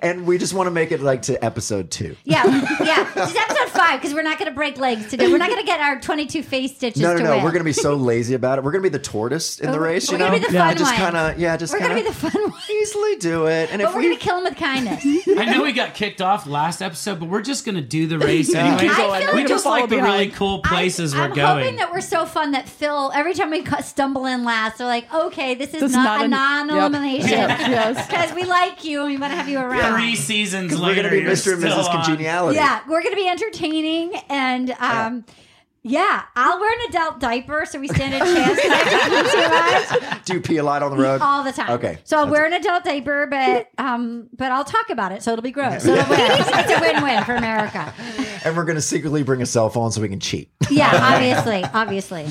Speaker 3: and we just want to make it like to episode two.
Speaker 4: Yeah,
Speaker 3: [LAUGHS]
Speaker 4: yeah. This is episode five because we're not going to break legs today. We're not going to get our 22 face stitches.
Speaker 3: no, no,
Speaker 4: to
Speaker 3: no.
Speaker 4: Win.
Speaker 3: We're gonna be
Speaker 4: [LAUGHS]
Speaker 3: so lazy about it. We're gonna be the tortoise in the
Speaker 4: We're-
Speaker 3: race.
Speaker 4: we're
Speaker 3: you know,
Speaker 4: gonna be the
Speaker 3: yeah,
Speaker 4: fun
Speaker 3: just
Speaker 4: one.
Speaker 3: kind of yeah, just
Speaker 4: We're
Speaker 3: kind
Speaker 4: gonna
Speaker 3: of
Speaker 4: be the fun [LAUGHS] one.
Speaker 3: easily do it. And
Speaker 4: But
Speaker 3: if
Speaker 4: we're
Speaker 3: we
Speaker 4: going to kill him with kindness.
Speaker 2: [LAUGHS] I know we got kicked off last episode, but we're just gonna do
Speaker 4: [LAUGHS]
Speaker 2: the race anyway.
Speaker 4: I feel like
Speaker 2: we
Speaker 4: we're
Speaker 2: just like the
Speaker 8: falling
Speaker 2: really
Speaker 8: behind.
Speaker 2: cool places
Speaker 4: I'm,
Speaker 2: we're
Speaker 4: I'm
Speaker 2: going.
Speaker 4: hoping that we're so fun that Phil, every time we cu- stumble in last, they're like, okay, this is
Speaker 8: That's
Speaker 4: not,
Speaker 8: not
Speaker 4: a
Speaker 8: an-
Speaker 4: non
Speaker 8: Yep.
Speaker 4: elimination.
Speaker 8: Yep.
Speaker 4: [LAUGHS]
Speaker 8: Yes.
Speaker 4: Because we like you and we want to have you around.
Speaker 2: Three seasons
Speaker 3: we're
Speaker 2: later,
Speaker 3: gonna be
Speaker 2: you're
Speaker 3: Mr. and
Speaker 2: still
Speaker 3: Mrs.
Speaker 2: on.
Speaker 3: Congeniality.
Speaker 4: Yeah, we're going to be entertaining and. um yeah, I'll wear an adult diaper so we stand a chance. I have to pee too much
Speaker 3: Do you pee a lot on the road?
Speaker 4: [LAUGHS] all the time.
Speaker 3: Okay.
Speaker 4: so I'll wear an adult diaper, but um, but I'll talk about it, so it'll be gross. So it'll win. it's a win-win for America.
Speaker 3: And we're gonna secretly bring a cell phone so we can cheat.
Speaker 4: Yeah, obviously, obviously.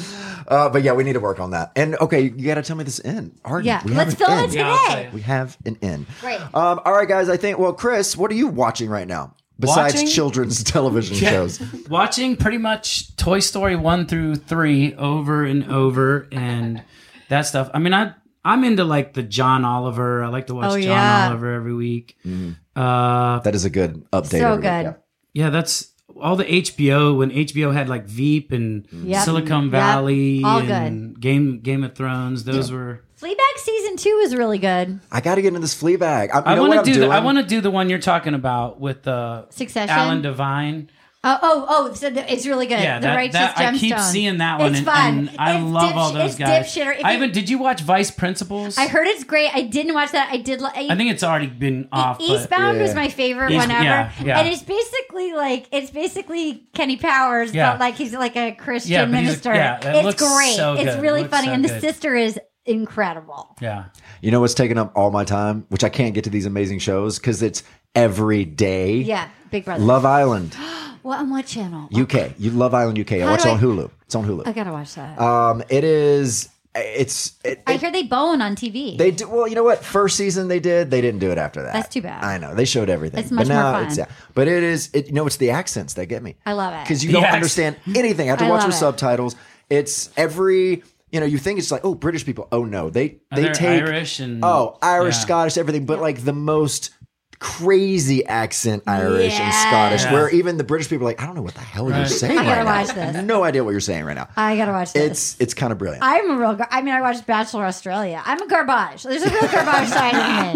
Speaker 3: Uh, but yeah, we need to work on that. And okay, you got to tell me this end. Arden,
Speaker 4: Yeah,
Speaker 3: we
Speaker 4: let's
Speaker 3: have an
Speaker 4: film it
Speaker 3: end.
Speaker 4: today.
Speaker 2: Yeah, I'll tell you.
Speaker 3: We have an end.
Speaker 4: Great.
Speaker 3: Um, all right, guys. I think. Well, Chris, what are you watching right now besides
Speaker 2: Watching?
Speaker 3: children's [LAUGHS] television shows?
Speaker 2: watching pretty much Toy Story one through three over and over and that stuff. I mean, I I'm into like the John Oliver. I like to watch
Speaker 4: Oh,
Speaker 2: John
Speaker 4: yeah.
Speaker 2: Oliver every week. Uh,
Speaker 3: That is a good update.
Speaker 4: So
Speaker 3: every week,
Speaker 4: good.
Speaker 3: yeah.
Speaker 2: yeah, that's all the HBO when HBO had like Veep and
Speaker 4: Mm-hmm. Yep.
Speaker 2: Silicon
Speaker 4: Yep.
Speaker 2: Valley
Speaker 4: All
Speaker 2: and Game Game of Thrones. Those were.
Speaker 4: Fleabag season two is really good.
Speaker 3: I got to get into this flea bag. I, you
Speaker 2: I
Speaker 3: know what
Speaker 2: want
Speaker 3: I'm
Speaker 2: to do.
Speaker 3: doing.
Speaker 2: The, I want to do the one you're talking about with uh,
Speaker 4: Succession?
Speaker 2: Alan Devine.
Speaker 4: Oh, oh, oh! So the, it's really good.
Speaker 2: Yeah,
Speaker 4: the
Speaker 2: that,
Speaker 4: righteous
Speaker 2: that-
Speaker 4: gemstone.
Speaker 2: I keep seeing that one.
Speaker 4: It's
Speaker 2: and,
Speaker 4: fun.
Speaker 2: and I
Speaker 4: It's
Speaker 2: love all
Speaker 4: dipsh-
Speaker 2: those
Speaker 4: it's
Speaker 2: guys.
Speaker 4: dipshit, or if
Speaker 2: I
Speaker 4: you-
Speaker 2: haven't. Did you watch Vice Principals?
Speaker 4: I heard it's great. I didn't watch that. I did. Li-
Speaker 2: I think it's already been off. but-
Speaker 4: Eastbound was
Speaker 3: Yeah.
Speaker 4: my favorite
Speaker 2: East-
Speaker 4: one ever,
Speaker 2: yeah, yeah.
Speaker 4: and it's basically like it's basically Kenny Powers,
Speaker 2: Yeah.
Speaker 4: but like he's like a Christian
Speaker 2: Yeah, but he's a-
Speaker 4: minister.
Speaker 2: yeah, that
Speaker 4: it's
Speaker 2: looks
Speaker 4: great.
Speaker 2: so
Speaker 4: it's
Speaker 2: good.
Speaker 4: really
Speaker 2: Looks
Speaker 4: funny,
Speaker 2: so
Speaker 4: and the
Speaker 2: good.
Speaker 4: sister is incredible.
Speaker 2: yeah.
Speaker 3: You know what's taking up all my time, which I can't get to these amazing shows because it's every day.
Speaker 4: Yeah, Big Brother.
Speaker 3: Love Island,
Speaker 4: What on what channel?
Speaker 3: UK. You Love Island UK. I
Speaker 4: How
Speaker 3: watch
Speaker 4: do
Speaker 3: it on
Speaker 4: I-
Speaker 3: Hulu. It's on Hulu.
Speaker 4: I gotta watch that.
Speaker 3: Um, it is. It's. It,
Speaker 4: I
Speaker 3: it-
Speaker 4: hear they bone on TV.
Speaker 3: They do well. You know what? First season they did. They didn't do it after that.
Speaker 4: That's too bad.
Speaker 3: I know. They showed everything.
Speaker 4: It's much
Speaker 3: but now
Speaker 4: more fun.
Speaker 3: It's, yeah. But it is. It, you know, it's the accents that get me.
Speaker 4: I love it.
Speaker 3: because you
Speaker 2: The
Speaker 3: don't
Speaker 2: accent.
Speaker 3: understand anything. I have to
Speaker 4: I
Speaker 3: watch
Speaker 4: love
Speaker 3: with
Speaker 4: it.
Speaker 3: subtitles. It's every. You know, you think it's like oh British people. Oh no, they
Speaker 2: And
Speaker 3: they
Speaker 2: they're
Speaker 3: take
Speaker 2: Irish and
Speaker 3: oh Irish,
Speaker 2: yeah.
Speaker 3: Scottish, everything, but like the most crazy accent Irish and
Speaker 4: Yes.
Speaker 3: Scottish,
Speaker 2: Yeah.
Speaker 3: where even the British people are like I don't know what the hell you're
Speaker 2: Right.
Speaker 3: saying
Speaker 4: I gotta
Speaker 3: right now.
Speaker 4: watch this.
Speaker 3: No idea what you're saying right now.
Speaker 4: I gotta watch this.
Speaker 3: it's it's kind of brilliant.
Speaker 4: I'm a real. Gar- I mean, I watched Bachelor Australia. I'm a garbage. There's a real garbage side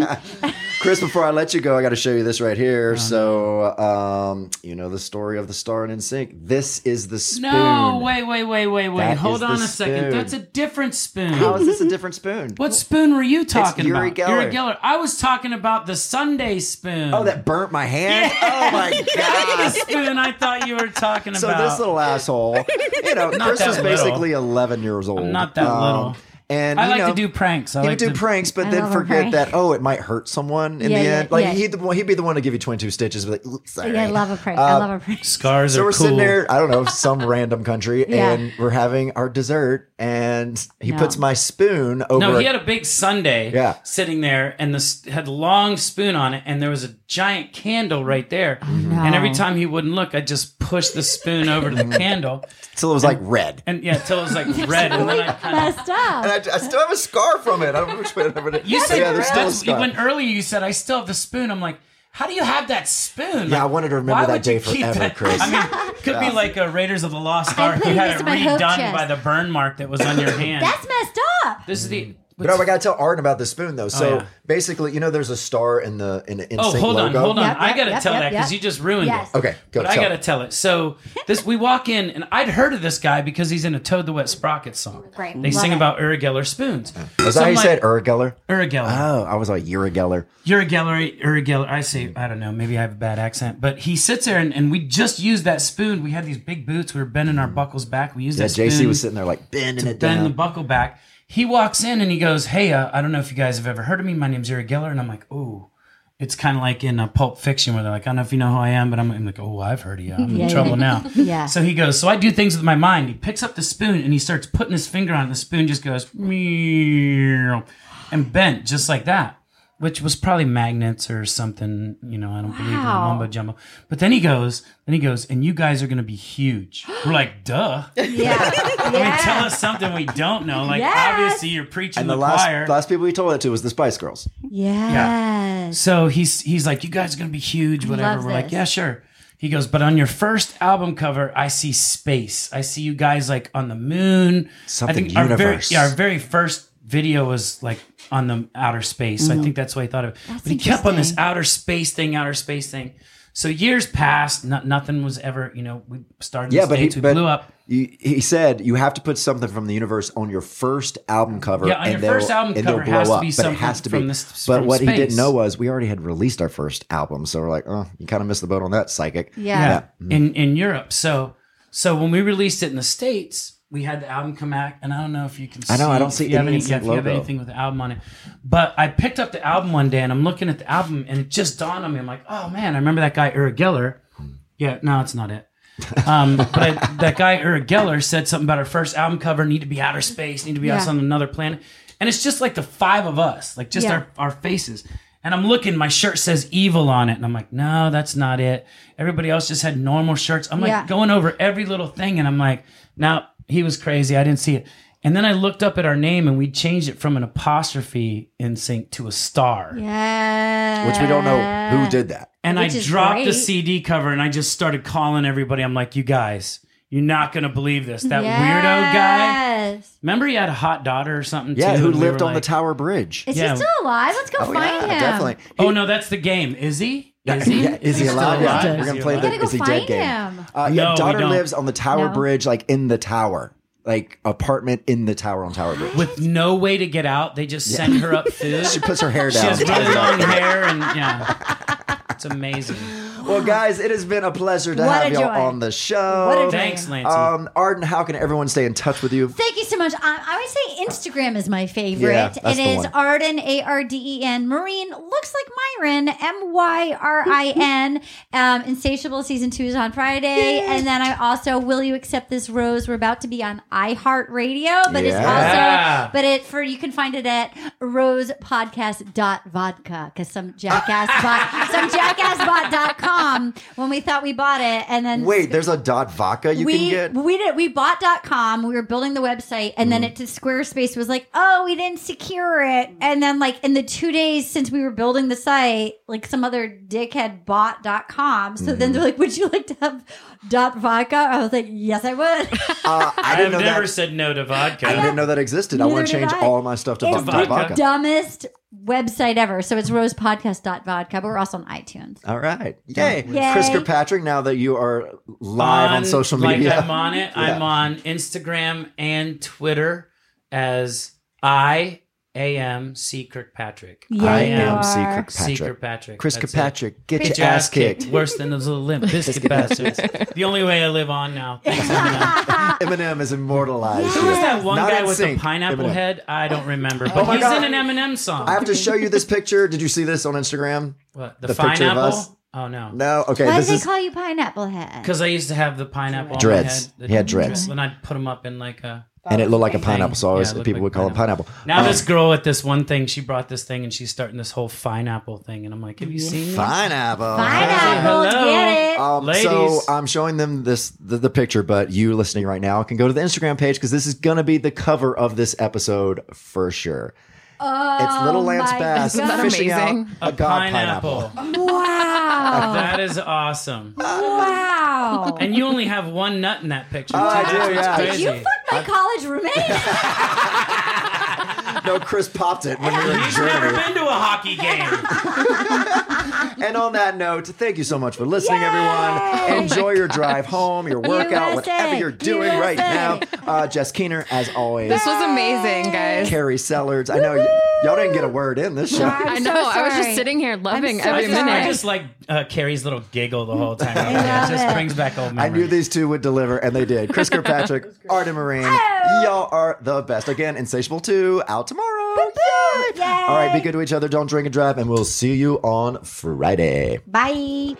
Speaker 3: [LAUGHS]
Speaker 4: of me.
Speaker 3: Chris, before I let you go, I got to show you this right
Speaker 2: Oh,
Speaker 3: here. so, um, you know the story of the star and NSYNC. This is the spoon.
Speaker 2: No, wait, wait, wait, wait, wait.
Speaker 3: That is
Speaker 2: Hold
Speaker 3: the
Speaker 2: on a second.
Speaker 3: spoon.
Speaker 2: That's a different spoon.
Speaker 3: How is this a different spoon?
Speaker 2: what spoon were you talking
Speaker 3: Uri
Speaker 2: about?
Speaker 3: Geller.
Speaker 2: Geller. I was talking about the Sunday spoon.
Speaker 3: Oh,
Speaker 2: [LAUGHS]
Speaker 3: that burnt my hand. Oh my
Speaker 2: That's
Speaker 3: god.
Speaker 2: the spoon I thought you were talking
Speaker 3: So
Speaker 2: about.
Speaker 3: this little asshole, you
Speaker 2: [LAUGHS]
Speaker 3: know,
Speaker 2: Not
Speaker 3: Chris
Speaker 2: that
Speaker 3: was
Speaker 2: little.
Speaker 3: basically 11 years old. Um,
Speaker 2: not that little.
Speaker 3: And
Speaker 2: I
Speaker 3: you
Speaker 2: like
Speaker 3: know,
Speaker 2: to do pranks. I
Speaker 3: He
Speaker 2: like
Speaker 3: would do
Speaker 2: to,
Speaker 3: pranks, but
Speaker 4: I
Speaker 3: then
Speaker 4: love a
Speaker 3: forget
Speaker 4: prank.
Speaker 3: that oh, it might hurt someone in
Speaker 4: Yeah,
Speaker 3: the
Speaker 4: yeah,
Speaker 3: end. Like
Speaker 4: yeah.
Speaker 3: he'd, the one- he'd be the one to give you 22 stitches, but like, "Oops, sorry.
Speaker 4: Yeah, I love a prank. I
Speaker 3: Uh,
Speaker 4: love a prank. [LAUGHS]
Speaker 2: Scars
Speaker 3: So
Speaker 2: are
Speaker 3: we're
Speaker 2: cool.
Speaker 3: sitting there, I don't
Speaker 2: [LAUGHS]
Speaker 3: know, some random country,
Speaker 4: Yeah.
Speaker 3: and we're having our dessert, and he
Speaker 4: No.
Speaker 3: puts my spoon over.
Speaker 2: no, he had a big Sunday
Speaker 3: Yeah.
Speaker 2: sitting there, and this had a long spoon on it, and there was a giant candle right there.
Speaker 3: Mm-hmm.
Speaker 2: And every time he wouldn't look, I just pushed the spoon over to the candle,
Speaker 3: till it was like red.
Speaker 2: and yeah, till it
Speaker 4: [LAUGHS]
Speaker 2: was like red. And then I kind
Speaker 3: [LAUGHS]
Speaker 2: of
Speaker 4: Messed up.
Speaker 3: And I, I still have a scar from it. I don't know which way I it.
Speaker 2: You said
Speaker 3: yeah, there's still a
Speaker 2: that's,
Speaker 3: scar.
Speaker 2: when earlier you said I still have the spoon. I'm like, how do you have that spoon?
Speaker 3: Yeah, I
Speaker 2: Like,
Speaker 3: wanted to remember
Speaker 2: why
Speaker 3: that
Speaker 2: would you
Speaker 3: day
Speaker 2: keep
Speaker 3: forever,
Speaker 2: that-
Speaker 3: Chris.
Speaker 2: I mean, could be like a Raiders of the Lost Ark who
Speaker 4: putting
Speaker 2: had
Speaker 4: this
Speaker 2: it
Speaker 4: in my hope
Speaker 2: redone
Speaker 4: chest.
Speaker 2: by the burn mark that was on
Speaker 4: [LAUGHS]
Speaker 2: your hand.
Speaker 4: That's messed up.
Speaker 2: this is the.
Speaker 3: But no, I gotta tell Arden about the spoon though. So
Speaker 2: Oh, yeah.
Speaker 3: basically, you know, there's a star in the in the NSYNC
Speaker 2: Oh, hold on,
Speaker 3: logo.
Speaker 2: hold on.
Speaker 4: Yep,
Speaker 2: I
Speaker 4: yep,
Speaker 2: gotta
Speaker 4: yep,
Speaker 2: tell
Speaker 4: yep,
Speaker 2: that because
Speaker 4: yep.
Speaker 2: you just ruined
Speaker 4: Yes.
Speaker 2: it.
Speaker 3: Okay, go.
Speaker 2: but I
Speaker 3: tell.
Speaker 2: gotta tell it. So this, we walk in, and I'd heard of this guy because he's in a Toad the Wet Sprocket song.
Speaker 4: Great.
Speaker 2: They
Speaker 4: Love
Speaker 2: sing
Speaker 4: it.
Speaker 2: about Uri Geller spoons.
Speaker 3: Was
Speaker 2: So
Speaker 3: that how
Speaker 2: I'm
Speaker 3: you
Speaker 2: like,
Speaker 3: said Urgeller?
Speaker 2: Uri Geller.
Speaker 3: Oh, I was like Urgeller.
Speaker 2: Uri Geller, Uri Geller. I
Speaker 3: Hmm.
Speaker 2: say, I don't know, maybe I have a bad accent, but he sits there and, and we just used that spoon. We had these big boots. We were bending our buckles back. We used
Speaker 3: Hmm. Yeah,
Speaker 2: that spoon.
Speaker 3: JC was sitting there like bending it
Speaker 2: bend the
Speaker 3: down.
Speaker 2: buckle back. uh, He walks in and he goes, Hey, uh, I don't know if you guys have ever heard of me. My name's Uri Geller. And I'm like, Oh. It's kind of like in a Pulp Fiction where they're like, I don't know if you know who I am, but I'm, I'm like, oh, I've heard of you. I'm
Speaker 4: Yeah,
Speaker 2: in
Speaker 4: yeah.
Speaker 2: trouble now.
Speaker 4: [LAUGHS] Yeah.
Speaker 2: So he goes, so I do things with my mind. He picks up the spoon and he starts putting his finger on it. The spoon just goes, meow, and bent just like that, which was probably magnets or something. You know, I don't believe in
Speaker 4: Wow.
Speaker 2: mumbo jumbo. But then he goes, then he goes, and you guys are going to be huge. We're like, duh.
Speaker 4: Yeah.
Speaker 2: [LAUGHS] I mean,
Speaker 4: yeah.
Speaker 2: tell us something we don't know. Like,
Speaker 4: Yes.
Speaker 2: obviously, you're preaching
Speaker 3: And
Speaker 2: the,
Speaker 3: the last
Speaker 2: choir.
Speaker 3: last people we told that to was the Spice Girls.
Speaker 4: Yes.
Speaker 2: So he's he's like, you guys are gonna be huge, whatever.
Speaker 4: Love
Speaker 2: We're like,
Speaker 4: this.
Speaker 2: yeah, sure. He goes, but on your first album cover, I see space. I see you guys like on the moon.
Speaker 3: Something
Speaker 2: I think Our very,
Speaker 3: universe.
Speaker 2: yeah, our very first video was like on the outer space. So I think that's what he thought of. it.
Speaker 4: Mm-hmm. That's
Speaker 2: but he kept on this
Speaker 4: interesting.
Speaker 2: outer space thing, outer space thing. So years passed. No, nothing was ever. You know, we started.
Speaker 3: Yeah,
Speaker 2: these
Speaker 3: but he
Speaker 2: dates, we
Speaker 3: but
Speaker 2: blew up.
Speaker 3: He, he said you have to put something from the universe on your first album cover.
Speaker 2: Yeah, on your
Speaker 3: they'll-
Speaker 2: first album
Speaker 3: and they'll
Speaker 2: cover
Speaker 3: blow
Speaker 2: has to
Speaker 3: up,
Speaker 2: be
Speaker 3: but it
Speaker 2: something
Speaker 3: has to
Speaker 2: from
Speaker 3: be.
Speaker 2: this-
Speaker 3: but
Speaker 2: from
Speaker 3: what he didn't
Speaker 2: space.
Speaker 3: know was we already had released our first album, so we're like, oh, you kind of missed the boat on that, psychic.
Speaker 4: Yeah. Yeah.
Speaker 3: Mm-hmm.
Speaker 2: in in Europe. So so when we released it in the states, we had the album come out, and I don't know if you can. See
Speaker 3: I know, I don't see
Speaker 2: if you have
Speaker 3: any
Speaker 2: yeah, if you have
Speaker 3: logo.
Speaker 2: anything with the album on it. But I picked up the album one day, and I'm looking at the album, and it just dawned on me. I'm like, oh man, I remember that guy Eric Geller.
Speaker 3: Hmm.
Speaker 2: Yeah, no, it's not it. um, but
Speaker 3: [LAUGHS]
Speaker 2: I, that guy Eric Geller said something about our first album cover need to be outer space, need to be
Speaker 4: Yeah.
Speaker 2: out on another planet, and it's just like the five of us, like just
Speaker 4: Yeah.
Speaker 2: our our faces. And I'm looking, my shirt says evil on it, and I'm like, no, that's not it. Everybody else just had normal shirts. I'm like
Speaker 4: Yeah.
Speaker 2: going over every little thing, and I'm like, now he was crazy. I didn't see it. And then I looked up at our name, and we changed it from an apostrophe in sync to a star.
Speaker 4: Yes.
Speaker 3: Which we don't know who did that.
Speaker 2: And I
Speaker 4: Which is
Speaker 2: dropped a
Speaker 4: great.
Speaker 2: CD cover and I just started calling everybody. I'm like, you guys, you're not going to believe this. That weirdo guy.
Speaker 4: Yes.
Speaker 2: Remember he had a hot daughter or something?
Speaker 3: Yeah,
Speaker 2: too,
Speaker 3: who
Speaker 2: and we
Speaker 3: lived
Speaker 2: were
Speaker 3: on the
Speaker 2: like,
Speaker 3: Tower Bridge?
Speaker 4: Is
Speaker 2: Yeah.
Speaker 4: he still alive? Let's go
Speaker 3: Oh,
Speaker 4: find
Speaker 3: yeah,
Speaker 4: him.
Speaker 3: definitely.
Speaker 2: Oh, no, that's the game. Is he? Is he?
Speaker 3: Yeah, is he
Speaker 2: still
Speaker 3: alive?
Speaker 8: alive?
Speaker 3: Yeah, we're
Speaker 8: Is
Speaker 2: he
Speaker 3: gonna play
Speaker 2: alive?
Speaker 3: the
Speaker 4: We gotta go
Speaker 3: is he dead
Speaker 4: find
Speaker 3: game.
Speaker 4: him.
Speaker 3: Uh,
Speaker 2: No,
Speaker 3: yeah,
Speaker 2: we
Speaker 3: daughter
Speaker 2: don't.
Speaker 3: lives on the Tower
Speaker 4: No.
Speaker 3: Bridge, like in the tower, like apartment in the tower on Tower Bridge.
Speaker 2: With no way to get out, they just send her
Speaker 3: [LAUGHS]
Speaker 2: up food. [LAUGHS]
Speaker 3: she
Speaker 2: she
Speaker 3: puts her hair down.
Speaker 2: has really long hair and yeah. It's
Speaker 3: [LAUGHS]
Speaker 2: amazing.
Speaker 3: well, guys, it has been a pleasure to
Speaker 4: What a
Speaker 3: have y'all
Speaker 4: joy.
Speaker 3: on the show.
Speaker 4: What a joy.
Speaker 2: Thanks, Lancey.
Speaker 3: Um, Arden, how can everyone stay in touch with you?
Speaker 4: Um, Thank you so much. I, I would say Instagram is my favorite.
Speaker 3: Yeah, that's
Speaker 4: it
Speaker 3: the
Speaker 4: is
Speaker 3: one.
Speaker 4: Arden, A R D E N. Marine looks like Myron, M Y R I N. [LAUGHS] Um, Insatiable season two is on Friday. And then I also, Will You Accept This Rose? We're about to be on iHeartRadio, but it's
Speaker 2: Yeah.
Speaker 4: also, but it for, you can find it at rosepodcast.vodka because some jackass
Speaker 3: [LAUGHS]
Speaker 4: bought, some jackass bought.com when we thought we bought it. And then
Speaker 3: Wait, there's a dot vodka you
Speaker 4: we [LAUGHS]
Speaker 3: can get. Mm-hmm.
Speaker 4: we did we bought .com. We were building the website, and then it to Squarespace was like, oh, we didn't secure it. And then like in the two days since we were building the site, like some other dick had bought .com. So then
Speaker 3: Mm-hmm.
Speaker 4: they're like, would you like to have dot vodka? I was like, yes, I would.
Speaker 3: [LAUGHS] Uh, I
Speaker 2: I
Speaker 3: didn't
Speaker 2: have
Speaker 3: know
Speaker 2: never
Speaker 3: that.
Speaker 2: said no to vodka.
Speaker 3: I didn't know that existed. I
Speaker 4: Neither
Speaker 3: want to
Speaker 4: did
Speaker 3: change
Speaker 4: I.
Speaker 3: all my stuff to
Speaker 4: it's
Speaker 3: vo-
Speaker 4: the
Speaker 3: dot vodka.
Speaker 4: dumbest website ever. So it's rosepodcast.vodka, but we're also on iTunes.
Speaker 3: All right, yay,
Speaker 4: Yay.
Speaker 3: Chris Kirkpatrick. Now that you are live on, social media,
Speaker 2: Like I'm on it. I'm on Instagram and Twitter as I am C Kirkpatrick.
Speaker 4: Yeah,
Speaker 3: [LAUGHS] I
Speaker 4: you
Speaker 3: am
Speaker 4: are.
Speaker 3: C.
Speaker 2: C Kirkpatrick.
Speaker 3: Kirkpatrick. Chris
Speaker 2: That's it.
Speaker 3: Kirkpatrick, get
Speaker 2: Get
Speaker 3: your ass kicked. [LAUGHS]
Speaker 2: Worse than those little limp biscuit bastards. the only way I live on now.
Speaker 3: [LAUGHS]
Speaker 2: Thanks, Eminem.
Speaker 3: Eminem is immortalized.
Speaker 2: Who was that one
Speaker 3: Not
Speaker 2: guy
Speaker 3: in
Speaker 2: with
Speaker 3: sync.
Speaker 2: the pineapple
Speaker 3: Eminem. Oh
Speaker 2: head? I don't remember. But
Speaker 3: my
Speaker 2: he's
Speaker 3: God.
Speaker 2: in an Eminem song.
Speaker 3: I have to show you this picture. Did you see this on Instagram?
Speaker 2: what, the,
Speaker 3: the picture of
Speaker 2: pineapple?
Speaker 3: us.
Speaker 2: Oh no.
Speaker 3: No. Okay,
Speaker 4: Why do
Speaker 3: this
Speaker 4: they
Speaker 3: is
Speaker 4: call you pineapple head?
Speaker 2: Because I used to have the pineapple on my
Speaker 3: Dreads.
Speaker 2: head. The
Speaker 3: He had dreads.
Speaker 2: And I'd put them up in like a.
Speaker 3: and it looked like a pineapple. So
Speaker 2: Yeah,
Speaker 3: always
Speaker 2: it looked
Speaker 3: people
Speaker 2: like
Speaker 3: would call it pineapple.
Speaker 2: Now this girl at this one thing, she brought this thing and she's starting this whole pineapple thing, and I'm like, have you seen this?
Speaker 3: pineapple.
Speaker 4: Pineapple,
Speaker 2: Hello.
Speaker 4: get it.
Speaker 3: Um, so
Speaker 2: Ladies.
Speaker 3: I'm showing them this the, the picture, but you listening right now can go to the Instagram page because this is gonna be the cover of this episode for sure. it's little
Speaker 4: Oh
Speaker 3: Lance
Speaker 4: my
Speaker 3: Bass
Speaker 4: God.
Speaker 3: fishing
Speaker 5: amazing?
Speaker 3: out a, god pineapple. [LAUGHS]
Speaker 4: wow.
Speaker 2: That is awesome.
Speaker 4: Wow.
Speaker 2: And you only have one nut in that picture.
Speaker 3: Oh, I
Speaker 2: too. That's
Speaker 3: do, yeah.
Speaker 4: Did
Speaker 2: crazy.
Speaker 4: you fuck my college roommate?
Speaker 2: [LAUGHS]
Speaker 3: No, Chris popped it when we were in
Speaker 2: He's never
Speaker 3: Germany.
Speaker 2: been to a
Speaker 3: [LAUGHS]
Speaker 2: hockey game.
Speaker 3: And on that note, thank you so much for listening,
Speaker 4: Yay!
Speaker 3: everyone. Enjoy your drive home, your workout,
Speaker 4: USA,
Speaker 3: whatever you're doing right now.
Speaker 4: USA.
Speaker 3: Uh, Jess Keener, as always.
Speaker 5: This was amazing, guys.
Speaker 3: Carrie Sellards. I know y- y'all didn't get a word in this show.
Speaker 5: I
Speaker 4: I'm
Speaker 5: know.
Speaker 4: so
Speaker 5: I was
Speaker 4: sorry.
Speaker 5: just sitting here loving
Speaker 4: so
Speaker 5: every
Speaker 2: I just, I
Speaker 5: minute.
Speaker 2: just like uh, Carrie's little giggle the whole time.
Speaker 4: love
Speaker 2: it just
Speaker 4: it.
Speaker 2: brings back old
Speaker 3: I
Speaker 2: memories.
Speaker 3: knew these two would deliver, and they did. Chris Kirkpatrick, Arden Marine, y'all are the best. Again, Insatiable 2, out tomorrow. good. All right, be good to each other. Don't drink and drive, and we'll see you on Friday.
Speaker 4: Bye.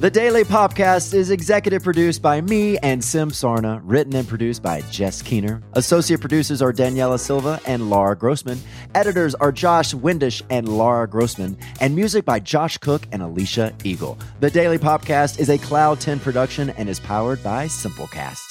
Speaker 3: The Daily Popcast is executive produced by me and Sim Sarna, written and produced by Jess Keener. Associate producers are Daniela Silva and Laura Grossman. Editors are Josh Windish and Laura Grossman, and music by Josh Cook and Alicia Eagle. The Daily Popcast is a Cloud 10 production and is powered by Simplecast.